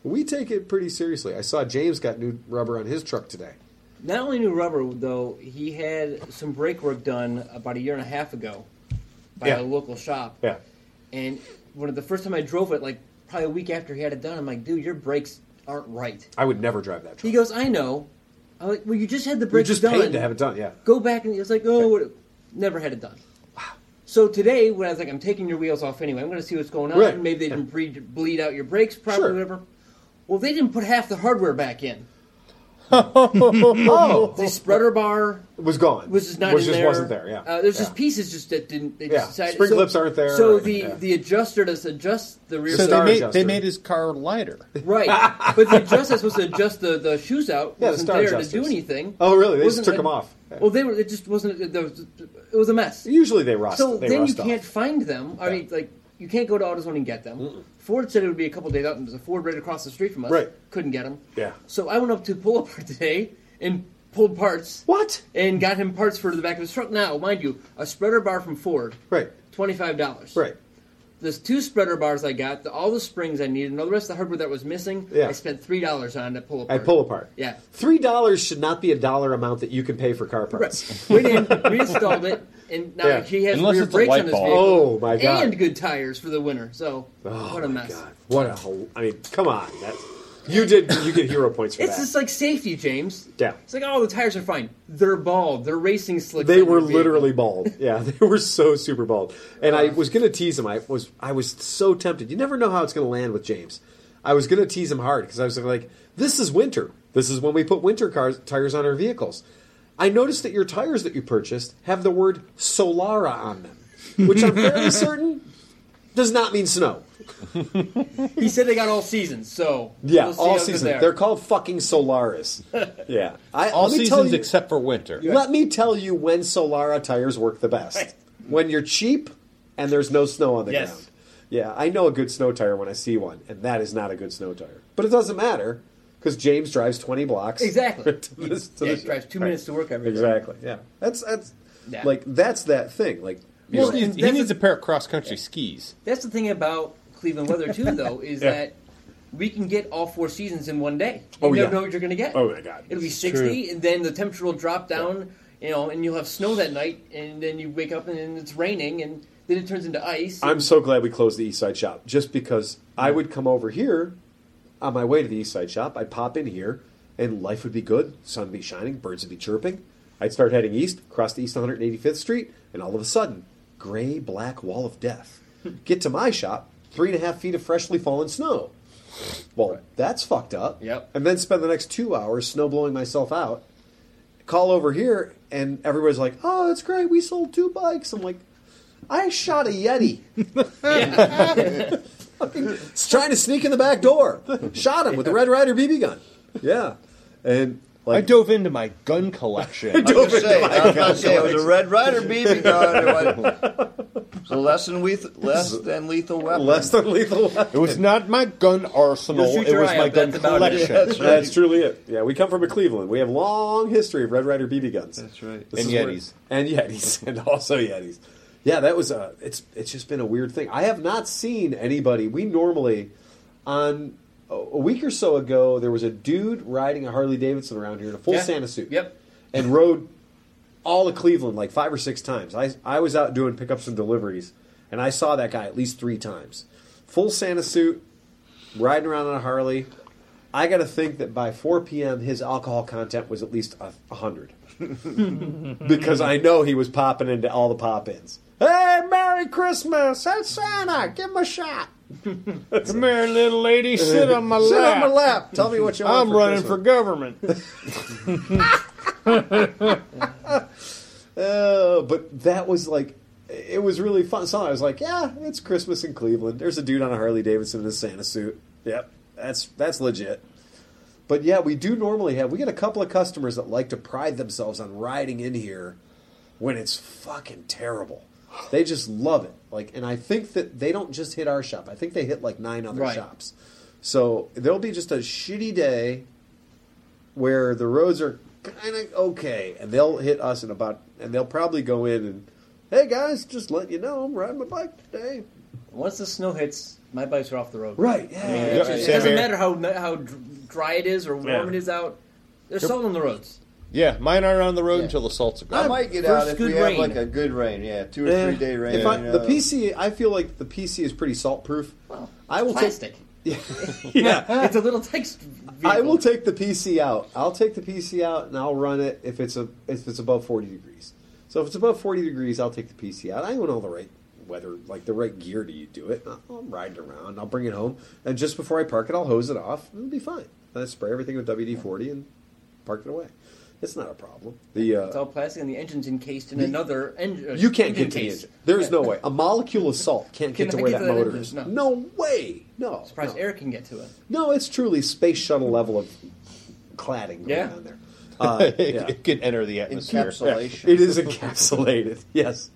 S2: We take it pretty seriously. I saw James got new rubber on his truck today.
S5: Not only new rubber though, he had some brake work done about a year and a half ago by
S2: Yeah.
S5: a local shop.
S2: Yeah.
S5: And one of the first time I drove it, like probably a week after he had it done, I'm like, dude, your brakes aren't right.
S2: I would never drive that truck.
S5: He goes, I know. I'm like, well, you just had the
S2: we
S5: brakes
S2: just
S5: done.
S2: paid to have it done. Yeah.
S5: Go back and it's like, oh, what- never had it done. So today, when I was like, I'm taking your wheels off anyway, I'm going to see what's going on.
S2: Right.
S5: Maybe they didn't bre- bleed out your brakes properly,
S2: Sure.
S5: whatever. Well, they didn't put half the hardware back in.
S2: Oh,
S5: The spreader bar,
S2: was gone.
S5: was just not
S2: was
S5: in
S2: just
S5: there.
S2: wasn't there. Yeah,
S5: uh, there's
S2: yeah.
S5: just pieces just that didn't. They
S2: Yeah.
S5: just decided,
S2: Spring
S5: so,
S2: clips aren't there,
S5: So
S2: right,
S5: the
S2: yeah.
S5: the adjuster does adjust the rear.
S2: So
S10: So they
S5: side-
S2: Star
S10: made,
S2: adjuster.
S10: they made his car lighter.
S5: right, but the adjuster's supposed to adjust the, the shoes out.
S2: Yeah, the
S5: wasn't
S2: star
S5: there to
S2: adjusters.
S5: do anything.
S2: Oh, really? They just
S5: Wasn't
S2: took
S5: a-
S2: 'em off. Yeah.
S5: Well, they were. It just wasn't. There was, it was a mess.
S2: Usually they rust.
S5: So
S2: they
S5: then you
S2: rust
S5: can't
S2: Off.
S5: find them. I mean, like you can't go to AutoZone and get them. Ford said it would be a couple days out, and there's a Ford right across the street from us.
S2: Right.
S5: Couldn't get them.
S2: Yeah.
S5: So I went up to pull up today and pulled parts.
S2: What?
S5: And got him parts for the back of his truck. Now, mind you, a spreader bar from Ford.
S2: Right.
S5: Twenty five dollars.
S2: Right.
S5: There's two spreader bars I got, the, all the springs I needed, and all the rest of the hardware that was missing.
S2: Yeah.
S5: I spent three dollars on to pull
S2: I
S5: apart.
S2: pull apart.
S5: Yeah.
S2: Three dollars should not be a dollar amount that you can pay for car parts.
S5: Right. Went in, reinstalled it, and now
S2: Yeah.
S5: he has
S10: Unless
S5: rear
S10: it's a
S5: brakes
S10: light
S5: on his
S10: bulb.
S5: vehicle.
S2: Oh, my God.
S5: And good tires for the winter. So
S2: Oh,
S5: what a
S2: my
S5: mess.
S2: God. What a whole. I mean, come on. That's, you did. You get hero points for
S5: It's
S2: that.
S5: just like safety, James.
S2: Yeah.
S5: It's like oh, the tires are fine. They're bald. They're racing slick.
S2: they
S5: on your
S2: were
S5: vehicle.
S2: literally bald. Yeah, they were so super bald. And I was going to tease him. I was I was so tempted. You never know how it's going to land with James. I was going to tease him hard because I was like, "This is winter. This is when we put winter cars tires on our vehicles." I noticed that your tires that you purchased have the word Solara on them, which I'm fairly certain does not mean snow.
S5: He said they got all seasons. So
S2: Yeah,
S5: we'll see how
S2: all
S5: good
S2: season.
S5: they are.
S2: They're called fucking Solaris. yeah, I,
S1: All
S2: let me tell
S1: seasons
S2: you-
S1: except for winter.
S2: Let me tell you when Solara tires work the best. When you're cheap and there's no snow on the
S5: Yes.
S2: ground. Yeah, I know a good snow tire when I see one, and that is not a good snow tire. But it doesn't matter because James drives twenty blocks
S5: Exactly.
S2: to this, to
S5: Yeah,
S2: this-
S5: it drives two
S2: Right.
S5: minutes to work every day.
S2: Exactly. Yeah, that's that's
S5: Yeah.
S2: like that's that thing. Like
S10: He,
S5: Well,
S10: just needs,
S5: and
S10: he
S5: that's
S10: needs
S5: the-
S10: a pair of cross country skis.
S5: That's the thing about Cleveland weather too, though, is that we can get all four seasons in one day. You
S2: Oh,
S5: never
S2: yeah.
S5: know what you're going to get.
S2: Oh, my God.
S5: It'll be sixty, and then the temperature will drop down. You know, and you'll have snow that night, and then you wake up and then it's raining, and then it turns into ice.
S2: I'm so glad we closed the East Side Shop just because I would come over here on my way to the East Side Shop. I'd pop in here and life would be good. Sun would be shining, birds would be chirping. I'd start heading east, cross the East 185th Street, and all of a sudden, gray, black wall of death. Get to my shop, three and a half feet of freshly fallen snow. Well, that's fucked up.
S5: Yep.
S2: And then spend the next two hours snow blowing myself out. Call over here, and everybody's like, oh, that's great. We sold two bikes. I'm like, I shot a Yeti. It's trying to sneak in the back door. Shot him with the Red Rider BB gun. Yeah, and
S10: I
S2: like
S10: dove into my gun collection.
S4: I was gonna say, I was gonna say, it was a Red Rider BB gun. So less than leth- less than lethal weapon.
S2: less than lethal.
S10: it was not my gun arsenal.
S5: Your
S10: It was
S5: future
S10: my
S5: eye,
S10: gun
S5: that's about it.
S10: collection.
S4: That's right.
S2: That's truly it. Yeah, we come from a Cleveland. We have a long history of Red Rider BB guns.
S4: That's right.
S2: This
S10: And
S2: is where-
S10: Yetis.
S2: and Yetis, and also Yetis. Yeah, that was a. It's it's just been a weird thing. I have not seen anybody. We normally, on a a week or so ago, there was a dude riding a Harley Davidson around here in a full
S5: Yeah.
S2: Santa suit.
S5: Yep.
S2: and rode all of Cleveland like five or six times. I I was out doing pickups and deliveries, and I saw that guy at least three times. Full Santa suit, riding around on a Harley. I got to think that by 4 p.m. his alcohol content was at least a 100. because I know he was popping into all the pop-ins. Hey, Merry Christmas! That's Santa. Give him a shot.
S10: Come here, little lady. Sit on my
S2: Sit
S10: lap.
S2: on my lap. Tell me what you want.
S10: I'm running for government.
S2: for. Uh, but that was like, it was really fun. So I was like, yeah, it's Christmas in Cleveland. There's a dude on a Harley Davidson in a Santa suit. Yep, that's that's legit. But yeah, we do normally have. We get a couple of customers that like to pride themselves on riding in here when it's fucking terrible. They just love it. Like, and I think that they don't just hit our shop. I think they hit like nine other
S5: Right.
S2: shops. So there'll be just a shitty day where the roads are kind of okay, and they'll hit us in about, and they'll probably go in and, hey guys, just let you know I'm riding my bike today.
S5: Once the snow hits, my bikes are off the road.
S2: Right. Yeah.
S5: It just- it
S10: Same
S5: doesn't
S10: here.
S5: matter how how dr- dry it is or warm
S7: Yeah.
S5: it is out. They're still on the roads.
S10: Yeah, mine aren't on the road until the salt's gone.
S4: I might get
S5: First
S4: out if
S5: good
S4: we have
S5: rain.
S4: like a good rain. Yeah, two or
S2: Eh,
S4: three day rain.
S2: If I,
S4: you know.
S2: The PC, I feel like the PC is pretty salt proof.
S5: Well,
S2: I will
S5: plastic.
S2: take. Yeah.
S5: it's a little text. Vehicle.
S2: I will take the PC out. I'll take the PC out and I'll run it if it's a if it's above forty degrees. So if it's above forty degrees, I'll take the PC out. I own all the right weather, like the right gear to do it. I'll, I'll ride it around. I'll bring it home, and just before I park it, I'll hose it off. It'll be fine. Then I spray everything with WD forty and park it away. It's not a problem. The uh,
S5: It's all plastic, and the engine's encased in another uh, engine.
S2: you can't get to the engine. There's no way. A molecule of salt can't get to
S5: Cannot
S2: where
S5: get
S2: that
S5: to that
S2: motor
S5: engine,
S2: is.
S5: no.
S2: No way. No.
S5: Surprised
S2: no.
S5: air can get to it.
S2: No, it's truly space shuttle level of cladding going
S5: Yeah.
S2: on there. Uh,
S10: it,
S2: yeah.
S10: it can enter the atmosphere.
S4: encapsulation.
S2: It is encapsulated. Yes,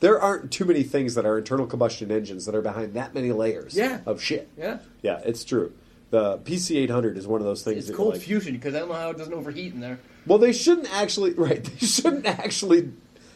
S2: there aren't too many things that are internal combustion engines that are behind that many layers
S5: Yeah.
S2: of shit.
S5: Yeah.
S2: yeah, it's true. The PC 800 is one of those things.
S5: It's
S2: that you're
S5: cold
S2: like,
S5: fusion because I don't know how it doesn't overheat in there.
S2: Well, they shouldn't actually. Right, they shouldn't actually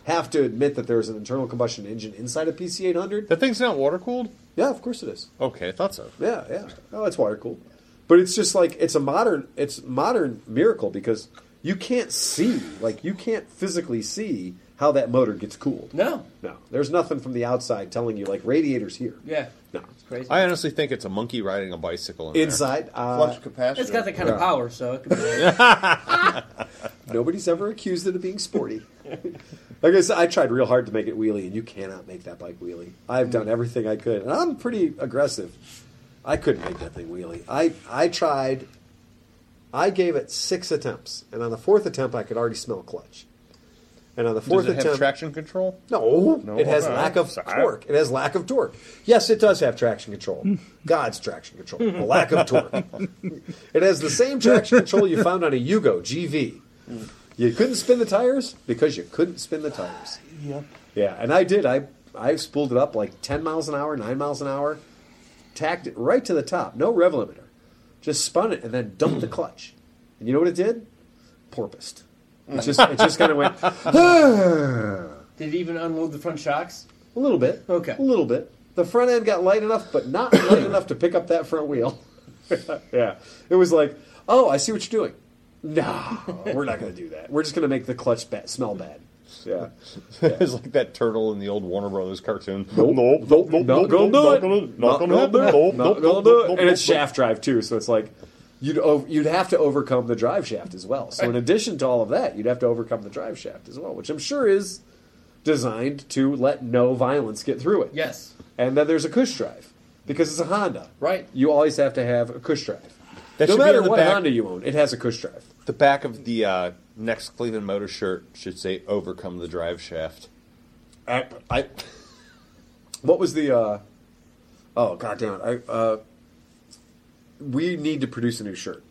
S2: have to admit that there's an internal combustion engine inside a PC 800.
S10: That thing's not water cooled?
S2: Yeah, of course it is.
S10: Okay, I thought so.
S2: Yeah, yeah. Oh, it's water cooled. But it's just like it's a modern it's modern miracle because you can't see like you can't physically see how that motor gets cooled.
S5: No.
S2: No. There's nothing from the outside telling you like radiators here.
S5: Yeah.
S2: No.
S5: It's crazy.
S10: I honestly think it's a monkey riding a bicycle in there.
S2: Inside, uh,
S4: flux capacitor.
S5: it's got that kind of power, so it could be.
S2: nobody's ever accused it of being sporty. like I said, I tried real hard to make it wheelie, and you cannot make that bike wheelie. I've done everything I could, and I'm pretty aggressive. I couldn't make that thing wheelie. I I tried. I gave it six attempts, and on the fourth attempt, I could already smell clutch. And on the fourth
S10: Does it have
S2: attempt,
S10: traction control?
S2: no,
S10: No?
S2: it has
S10: All right.
S2: lack of
S10: Sorry.
S2: torque. It has lack of torque. Yes, it does have traction control. God's traction control. A lack of torque. it has the same traction control you found on a Yugo GV. You couldn't spin the tires because you couldn't spin the tires.
S8: Yep.
S2: Yeah, and I did. I I spooled it up like 10 miles an hour, 9 miles an hour, tacked it right to the top, no rev limiter. Just spun it and then dumped the clutch. And you know what it did? Porpoised. It just, it just kind of went "Ah."
S5: Did it even unload the front shocks?
S2: a little bit.
S5: Okay.
S2: A little bit. The front end got light enough, but not light enough to pick up that front wheel. yeah. It was like, oh, I see what you're doing. No, we're not going to do that. We're just going to make the clutch ba- smell bad. Yeah.
S10: it's like that turtle in the old Warner Brothers cartoon.
S2: nope, nope, not gonna do it.
S10: Not gonna happen. Nope, nope,
S2: Nope, not gonna
S10: nope,
S2: do
S10: nope,
S2: it.
S10: nope,
S2: And it's
S10: nope.
S2: shaft drive too, so it's like you'd ov- you'd have to overcome the drive shaft as well. So in addition to all of that, you'd have to overcome the drive shaft as well, which I'm sure is designed to let no violence get through it.
S5: Yes.
S2: And then there's a cush drive because it's a Honda.
S5: Right.
S2: You always have to have a cush drive.
S10: That
S2: no
S10: should be
S2: matter
S10: on the
S2: what
S10: back.
S2: Honda you own, it has a cush drive.
S10: The back of the uh, next Cleveland Motor shirt should say "Overcome the drive shaft."
S2: I, I what was the uh oh god damn it I uh we need to produce a new shirt.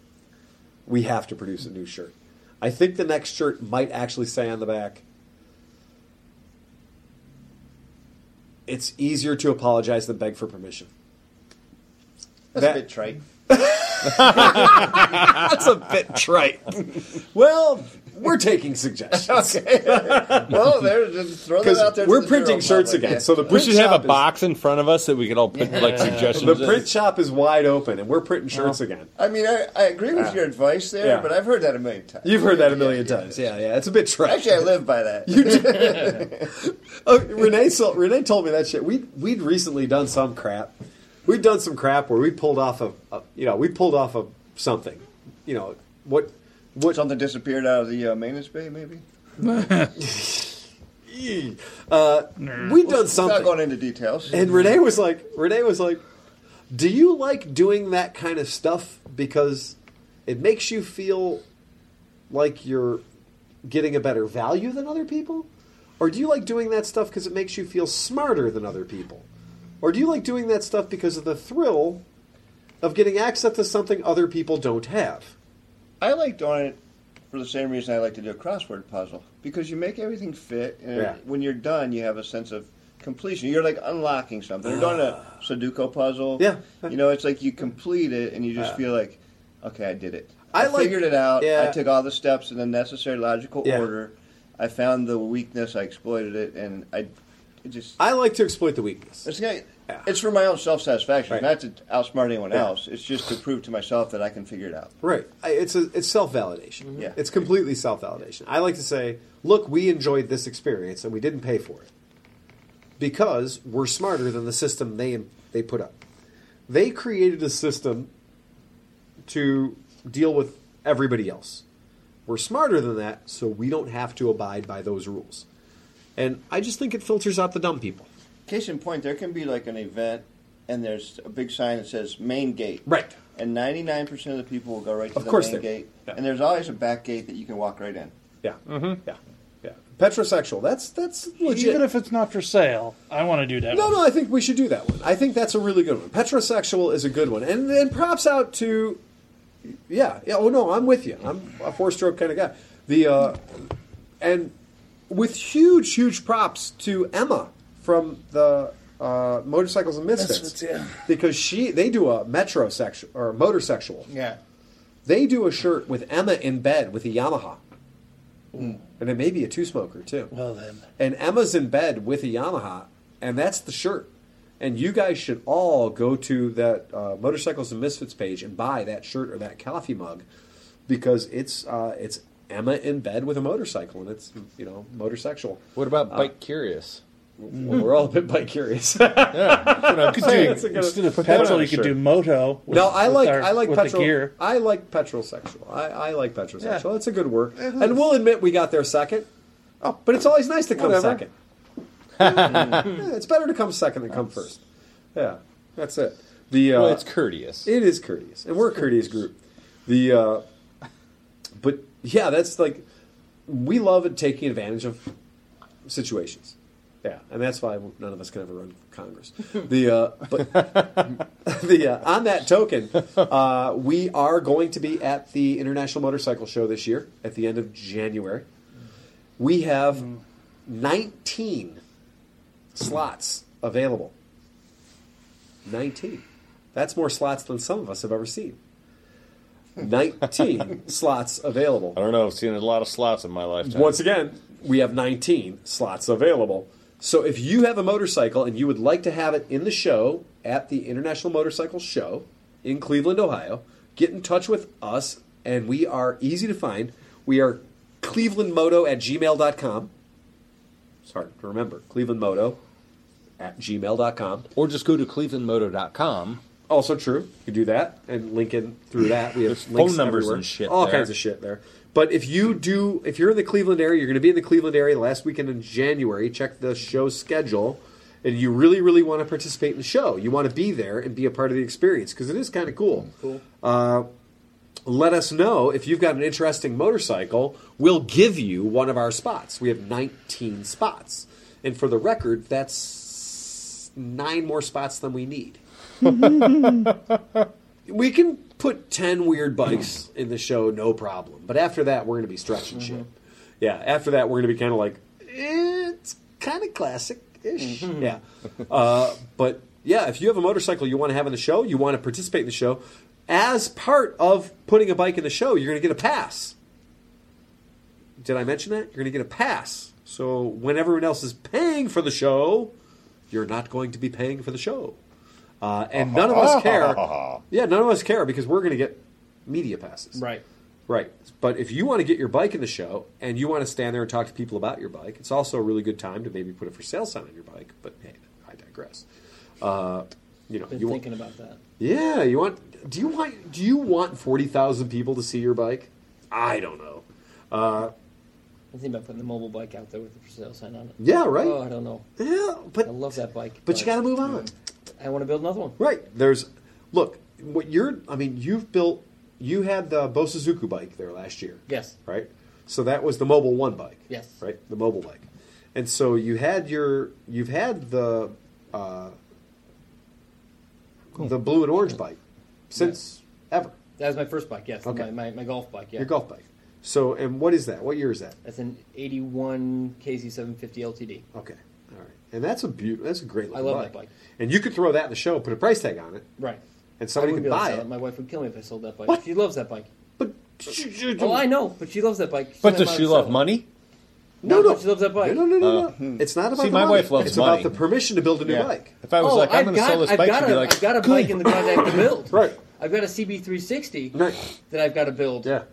S2: We have to produce a new shirt. I think the next shirt might actually say on the back It's easier to apologize than beg for permission.
S4: That's
S2: That-
S4: a bit trite.
S2: That's a bit trite. well, we're taking suggestions.
S4: well, there's just throw that out
S2: Because
S4: there. to
S2: we're
S4: the
S2: printing
S4: general
S2: shirts
S4: public,
S2: again.
S4: yeah.
S2: So the
S1: We
S2: print
S1: should have
S2: shop
S1: a
S2: is-
S1: box in front of us that we could all put like
S2: The Oh.
S1: suggestions.
S2: print shop is wide open, and we're printing shirts again.
S4: I mean, I, I agree with your advice there,
S2: Ah. Yeah.
S4: but I've heard that a million times.
S2: You've heard that a million
S4: Yeah, yeah.
S2: times. Yeah, yeah. It's a bit trash.
S4: Actually, I live by that.
S2: You do. oh, Renee, so, Renee told me that shit. We we'd recently done some crap. We'd done some crap where we pulled off of, a you know we pulled off of something, you know what what
S4: Something disappeared out of the uh, maintenance bay, maybe.
S2: uh, we'd done
S4: Not
S2: something.
S4: going into details.
S2: And Renee was like, Renee was like, do you like doing that kind of stuff because it makes you feel like you're getting a better value than other people? Or do you like doing that stuff because it makes you feel smarter than other people? Or do you like doing that stuff because of the thrill of getting access to something other people don't have?
S4: I like doing it for the same reason I like to do a crossword puzzle because you make everything fit, and
S2: Yeah.
S4: when you're done, you have a sense of completion. You're like unlocking something. You're doing a Sudoku puzzle.
S2: Ah. Yeah. Ah.
S4: you know, it's like you complete it, and you just feel like, okay, I did it.
S2: I
S4: I,
S2: like-
S4: figured it out.
S2: yeah.
S4: I took all the steps in the necessary logical
S2: Yeah.
S4: order. I found the weakness. I exploited it, and I it just.
S2: I like to exploit the weakness.
S4: It's not-
S2: Yeah.
S4: It's for my own self satisfaction,
S2: Right.
S4: not to outsmart anyone
S2: Yeah.
S4: else. It's just to prove to myself that I can figure it out.
S2: Right. I, it's a, it's self validation.
S4: Yeah.
S2: It's completely self validation. I like to say, look, we enjoyed this experience and we didn't pay for it because we're smarter than the system they they put up. They created a system to deal with everybody else. We're smarter than that, so we don't have to abide by those rules. And I just think it filters out the dumb people.
S4: Case in point, there can be like an event, and there's a big sign that says main gate.
S2: Right.
S4: And 99% of the people will go right to
S2: Of
S4: the
S2: course
S4: main
S2: they will.
S4: gate.
S2: Yeah.
S4: And there's always a back gate that you can walk right in.
S2: Yeah. Mm-hmm. Yeah. Yeah. Petrosexual. That's that's legit.
S3: Even if it's not for sale, I want to do that.
S2: No,
S3: one.
S2: no, I think we should do that one. I think that's a really good one. Petrosexual is a good one, and and props out to, yeah, yeah. Oh no, I'm with you. I'm a four stroke kind of guy. The uh, and with huge, huge props to Emma from the uh, Motorcycles and Misfits,
S9: Misfits, yeah.
S2: because she they do a metrosexual or a motorsexual.
S5: Yeah.
S2: They do a shirt with Emma in bed with a Yamaha, and it may be a two smoker too
S9: Mm.
S5: Oh,
S9: Well then,
S2: and Emma's in bed with a Yamaha, and that's the shirt. And you guys should all go to that uh, Motorcycles and Misfits page and buy that shirt or that coffee mug because it's uh, it's Emma in bed with a motorcycle, and it's you know motorsexual.
S10: What
S1: Uh.
S10: about Bike Curious?
S2: Well, we're all a bit bike curious.
S10: Could do-
S8: Instead of
S2: Put that on
S8: petrol,
S2: a
S8: you could
S2: shirt.
S8: do moto. With,
S2: no, I
S8: with
S2: like
S8: our-
S2: I like
S8: with
S2: petrol.
S8: the gear.
S2: I like petrosexual. I, I like petrosexual. It's a good work, and we'll admit we got there second. Oh, but it's always nice to come
S8: Whatever.
S2: second. Yeah, it's better to come second than come first. Yeah, that's it. The uh,
S10: Well, it's courteous.
S2: it is courteous, and we're a courteous group. The uh, but yeah, that's like we love it taking advantage of situations. Yeah, and that's why none of us can ever run for Congress. The uh, but the uh, on that token, uh, we are going to be at the International Motorcycle Show this year at the end of January. We have nineteen slots available. 19. That's more slots than some of us have ever seen. 19 slots available.
S10: I don't know. I've seen a lot of slots in my lifetime.
S2: Once again, we have 19 slots available. So if you have a motorcycle and you would like to have it in the show at the International Motorcycle Show in Cleveland, Ohio, get in touch with us and we are easy to find. We are clevelandmoto at gmail.com. It's hard to remember. clevelandmoto at gmail.com.
S1: Or just go to clevelandmoto.com.
S2: Also true. You can do that and link in through that. We have
S1: There's
S2: links
S1: phone numbers
S2: everywhere.
S1: and shit
S2: All
S1: there.
S2: kinds of shit there. But if you do, if you're in the Cleveland area, you're going to be in the Cleveland area last weekend in January. Check the show schedule, and you really, really want to participate in the show. You want to be there and be a part of the experience because it is kind of cool. Cool. Uh, let us know if you've got an interesting motorcycle. We'll give you one of our spots. We have 19 spots, and for the record, that's nine more spots than we need we can put 10 weird bikes in the show no problem but after that we're going to be stretching shit yeah after that we're going to be kind of like eh, it's kind of classic-ish yeah uh, but yeah if you have a motorcycle you want to have in the show you want to participate in the show as part of putting a bike in the show you're going to get a pass did i mention that you're going to get a pass so when everyone else is paying for the show you're not going to be paying for the show uh, and none of us care. Yeah, none of us care because we're going to get media passes.
S5: Right.
S2: Right. But if you want to get your bike in the show and you want to stand there and talk to people about your bike, it's also a really good time to maybe put a for sale sign on your bike. But hey, I digress. Uh, you know,
S5: Been
S2: you want,
S5: thinking about that.
S2: yeah, you want? Do you want? Do you want forty thousand people to see your bike? I don't know. Uh,
S5: I think about putting the mobile bike out there with the for sale sign on it.
S2: yeah, right.
S5: Oh, I don't know.
S2: yeah,
S5: I
S2: but
S5: love that bike.
S2: but you got to move on.
S5: I want to build another one.
S2: Right. There's look, what you're I mean, you've built you had the Bo Suzuku bike there last year.
S5: Yes.
S2: Right? So that was the mobile one bike.
S5: Yes.
S2: Right? The mobile bike. And so you had your you've had the uh, the blue and orange bike since ever.
S5: That was my first bike. Yes.
S2: Okay.
S5: My, my, my golf bike. Yeah.
S2: Your golf bike. So and what is that? What year is that?
S5: That's an '81 KZ750 LTD.
S2: Okay. All right. And that's a beautiful that's a great
S5: I
S2: looking
S5: love
S2: bike.
S5: that bike.
S2: And you could throw that in the show, put a price tag on it,
S5: Right.
S2: and
S5: I
S2: somebody could
S5: wouldn't be able to
S2: buy
S5: sell
S2: it.
S5: My wife would kill me if I sold that bike.
S2: What?
S5: She loves that bike.
S2: But
S5: Oh, I know, but she loves that bike.
S10: but does she love money?
S2: No,
S5: Not
S2: no,
S5: much loves that bike.
S2: No,
S5: Uh-huh.
S2: no, no, no. no. It's not about.
S10: See,
S2: the
S10: my
S2: money.
S10: wife loves
S2: It's
S10: money.
S2: about the permission to build a new bike.
S10: If I was like, I'm going to sell this bike,
S5: Oh,
S10: she'd
S5: I've got,
S10: be
S5: a,
S10: like,
S5: I've got a bike in the garage I have to build.
S2: Right.
S5: I've got a CB360
S2: Right.
S5: that I've got to build.
S2: Yeah.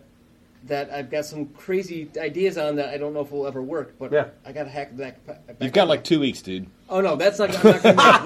S5: That I've got some crazy ideas on that I don't know if will ever work, but
S2: Yeah.
S5: I got to hack that. back
S10: you've got
S5: up.
S10: like two weeks, dude.
S5: Oh no, that's not. I'm not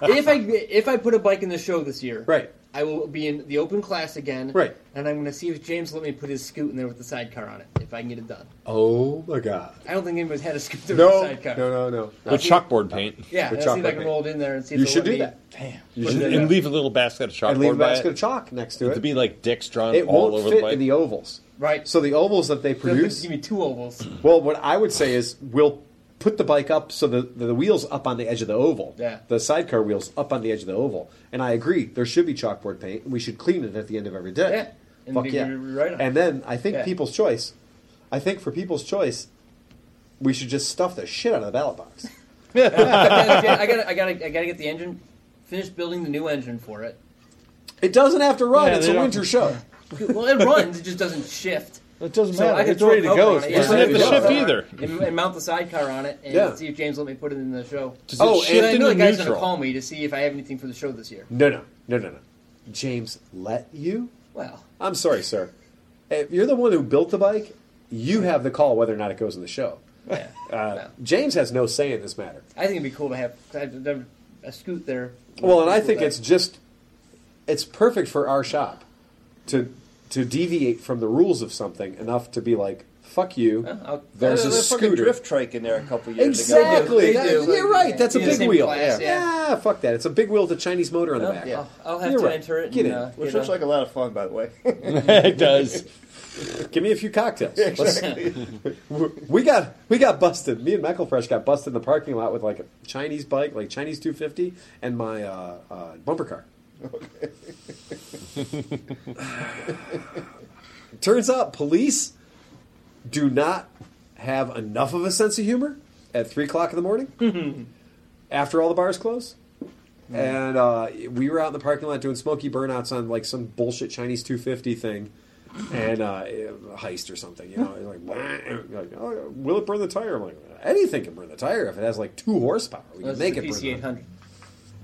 S5: gonna- if I if I put a bike in the show this year,
S2: Right.
S5: I will be in the open class again,
S2: Right.
S5: And I'm going to see if James let me put his scoot in there with the sidecar on it, if I can get it done.
S2: Oh my God.
S5: I don't think anybody's had a scooter
S2: No,
S5: with a sidecar.
S2: no, no, no.
S10: With chalkboard paint.
S5: Yeah,
S2: With
S5: let's see if I
S2: chocolate
S5: can
S2: paint.
S5: roll it in there and see. If
S2: You
S5: they'll
S2: should
S5: let
S2: do
S5: me-
S2: that.
S10: You should- and leave a little basket of
S2: And leave a
S10: chalkboard by
S2: basket
S10: it.
S2: of chalk next to
S10: To be
S2: it.
S10: like dicks drawn
S2: It
S10: all
S2: won't
S10: over the
S2: fit
S10: bike.
S2: in the ovals.
S5: Right.
S2: So the ovals that they
S5: They'll
S2: produce.
S5: Give me two ovals.
S2: Well, what I would say is we'll put the bike up so the the wheels up on the edge of the oval.
S5: Yeah.
S2: The sidecar wheels up on the edge of the oval. And I agree, there should be chalkboard paint. and We should clean it at the end of every day.
S5: Yeah. And
S2: Fuck
S5: be-
S2: yeah.
S5: be right on.
S2: And then I think
S5: Yeah.
S2: people's choice. I think for people's choice, we should just stuff the shit out of the ballot box.
S5: I gotta, I gotta, I gotta, I gotta get the engine. Finish building the new engine for it.
S2: It doesn't have to run.
S8: Yeah,
S2: it's
S8: they
S2: a
S8: don't-
S2: winter show.
S5: Well, it runs. It just doesn't shift.
S8: It doesn't
S5: So I
S8: matter.
S5: can
S8: It's
S5: throw
S8: ready to
S5: a
S8: go.
S5: Velcro
S8: It's
S5: on it.
S8: just-
S10: doesn't have to
S5: Yeah.
S10: shift either.
S5: And, and mount the sidecar on it, and
S2: Yeah.
S5: see if James let me put it in the show.
S10: Does it
S2: Oh,
S10: shift
S5: Dude, I know the
S10: into
S5: guy's
S10: neutral?
S5: gonna call me to see if I have anything for the show this year.
S2: No, no, no, no, no. James, let you?
S5: Well,
S2: I'm sorry, sir. If you're the one who built the bike, you have the call whether or not it goes in the show.
S5: yeah.
S2: Uh, James has no say in this matter.
S5: I think it'd be cool to have I've done a scoot there.
S2: Well, and I think it's just it's perfect for our shop to to deviate from the rules of something enough to be like, fuck you.
S5: Oh, I'll-
S2: there's
S4: There's
S2: a
S4: a fucking
S2: scooter.
S4: drift trike in there a couple years ago.
S2: Exactly.
S5: They do.
S2: That-
S5: They do.
S2: You're right. That's a
S5: Yeah, the
S2: big
S5: same
S2: wheel.
S5: class,
S2: yeah.
S5: yeah. Oh,
S2: fuck that. It's a big wheel with a Chinese motor on the back.
S5: Yeah, I'll have
S2: You're
S5: to
S2: right.
S5: enter it.
S2: Get
S5: and,
S2: in.
S5: uh,
S4: Which
S5: you
S4: looks
S5: know.
S4: like a lot of fun, by the way.
S10: it does.
S2: Give me a few cocktails. Let's- we got we got busted. Me and Michael Fresh got busted in the parking lot with like a Chinese bike, like Chinese 250, and my uh, uh, bumper car. Turns out police do not have enough of a sense of humor at three o'clock in the morning after all the bars close.
S5: Hmm.
S2: And uh, we were out in the parking lot doing smoky burnouts on like some bullshit Chinese 250 thing, and uh, a heist or something. You know, It's like, "Wah," like oh, will it burn the tire? I'm like, anything can burn the tire if it has like two horsepower. We can
S5: That's
S2: make
S5: the
S2: it burn.
S5: PC
S2: the-
S5: 800.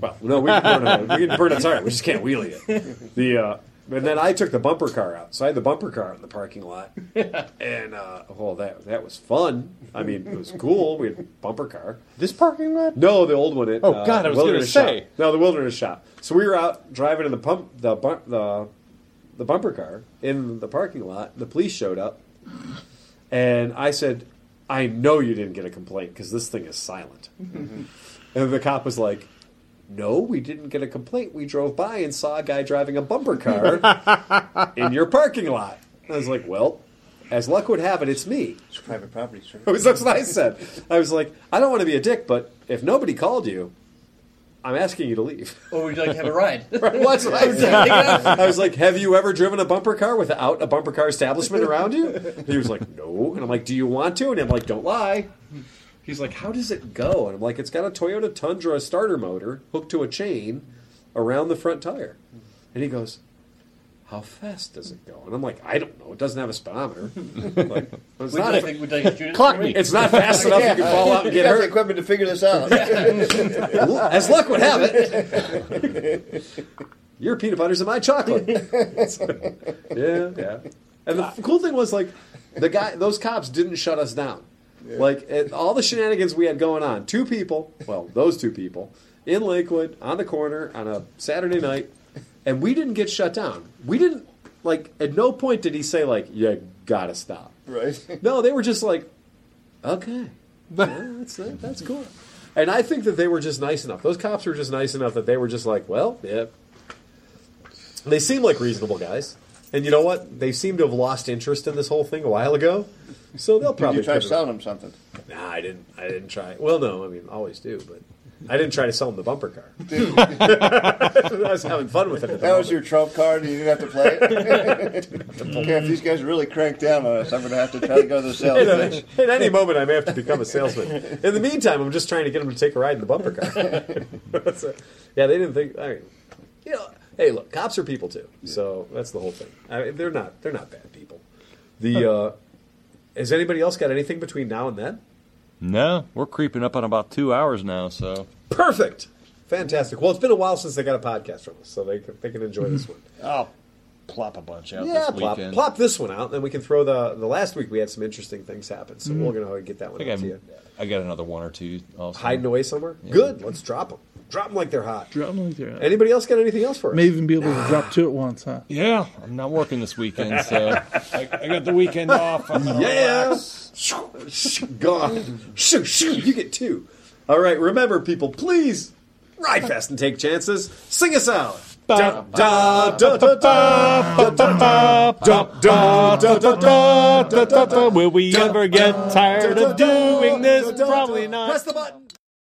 S2: well, no, we can burn a, we can burn a tire. We just can't wheelie it. The uh, and then I took the bumper car out, so I had the bumper car out in the parking lot, and uh, well, that that was fun. I mean, it was cool. We had a bumper car.
S10: This parking lot?
S2: No, the old one. uh, At,
S10: Oh, God, I was gonna
S2: Wilderness
S10: say.
S2: Shop. No, the wilderness shop. So we were out driving in the pump the bu- the the bumper car in the parking lot. The police showed up, and I said, "I know you didn't get a complaint because this thing is silent."
S10: Mm-hmm.
S2: And the cop was like, "No, we didn't get a complaint. We drove by and saw a guy driving a bumper car in your parking lot." And I was like, "Well." As luck would have it, it's me.
S4: It's private property, sir.
S2: It was- That's what I said. I was like, I don't want to be a dick, but if nobody called you, I'm asking you to leave.
S5: Or would you like to have a ride?
S2: Right, well, that's what I said. I was like, Have you ever driven a bumper car without a bumper car establishment around you? And he was like, No. And I'm like, Do you want to? And I'm like, Don't lie. He's like, How does it go? And I'm like, It's got a Toyota Tundra starter motor hooked to a chain around the front tire. And he goes, How fast does it go? And I'm like, I don't know. It doesn't have a speedometer. like, it's
S5: Would you
S2: not
S5: like,
S2: a-
S5: would you like to shoot it?
S10: Clock me.
S2: it's not fast enough you can fall out and
S4: You
S2: get
S4: got the
S2: hurt.
S4: equipment to figure this out.
S2: As luck would have it, your peanut butter's in my chocolate. yeah, yeah. And the cool thing was like the guy, those cops didn't shut us down. Like it, all the shenanigans we had going on, two people, well, those two people in Lakewood on the corner on a Saturday night, and we didn't get shut down. We didn't like at no point did he say like you gotta stop.
S4: right.
S2: No, they were just like, okay, Yeah, that's that, that's cool. And I think that they were just nice enough. Those cops were just nice enough that they were just like, well, yeah. They seem like reasonable guys, and you know what? They seem to have lost interest in this whole thing a while ago, so they'll
S4: Did
S2: probably
S4: you try
S2: cut it.
S4: selling him something?
S2: Nah, I didn't. I didn't try. Well, no, I mean, I always do, but I didn't try to sell them the bumper car. I was having fun with it. At the
S4: That was
S2: moment.
S4: your trump card, and you didn't have to play it. okay, if these guys really crank down on us, I'm going to have to try to go to the sales
S2: at,
S4: pitch.
S2: at any moment, I may have to become a salesman. In the meantime, I'm just trying to get them to take a ride in the bumper car. So, yeah, they didn't think. I mean, you know, hey, look, cops are people too, so that's the whole thing. I mean, they're not they're not bad people. The uh, has anybody else got anything between now and then?
S1: No, we're creeping up on about two hours now, so
S2: Perfect, fantastic. Well, it's been a while since they got a podcast from us, so they can- they can enjoy this one.
S9: I'll plop a bunch out.
S2: Yeah,
S1: this
S2: plop,
S1: weekend.
S2: plop this one out, then we can throw the the last week we had some interesting things happen, so we're gonna get that
S1: Mm-hmm. I
S2: one
S1: think
S2: out to
S1: I'm,
S2: you.
S1: I got another one or two. Also,
S2: hiding away somewhere? Good. Let's drop them. Drop them like they're hot.
S8: Drop 'em like they're hot.
S2: Anybody else got anything else for us?
S8: May even be able to drop two at once, huh?
S1: Yeah, I'm not working this weekend, so
S9: I, I got the weekend off. I'm gonna
S2: Yeah.
S9: relax.
S2: Shoo, shoo, Gone. Shoo, shoo. You get two. All right. Remember, people, please ride fast and take chances. Sing us out. Da da da da da da da da da da da da da da.
S10: Will we
S2: ever
S10: ever get tired of doing this?
S2: Da, da, da.
S10: Probably not.
S2: Press the button.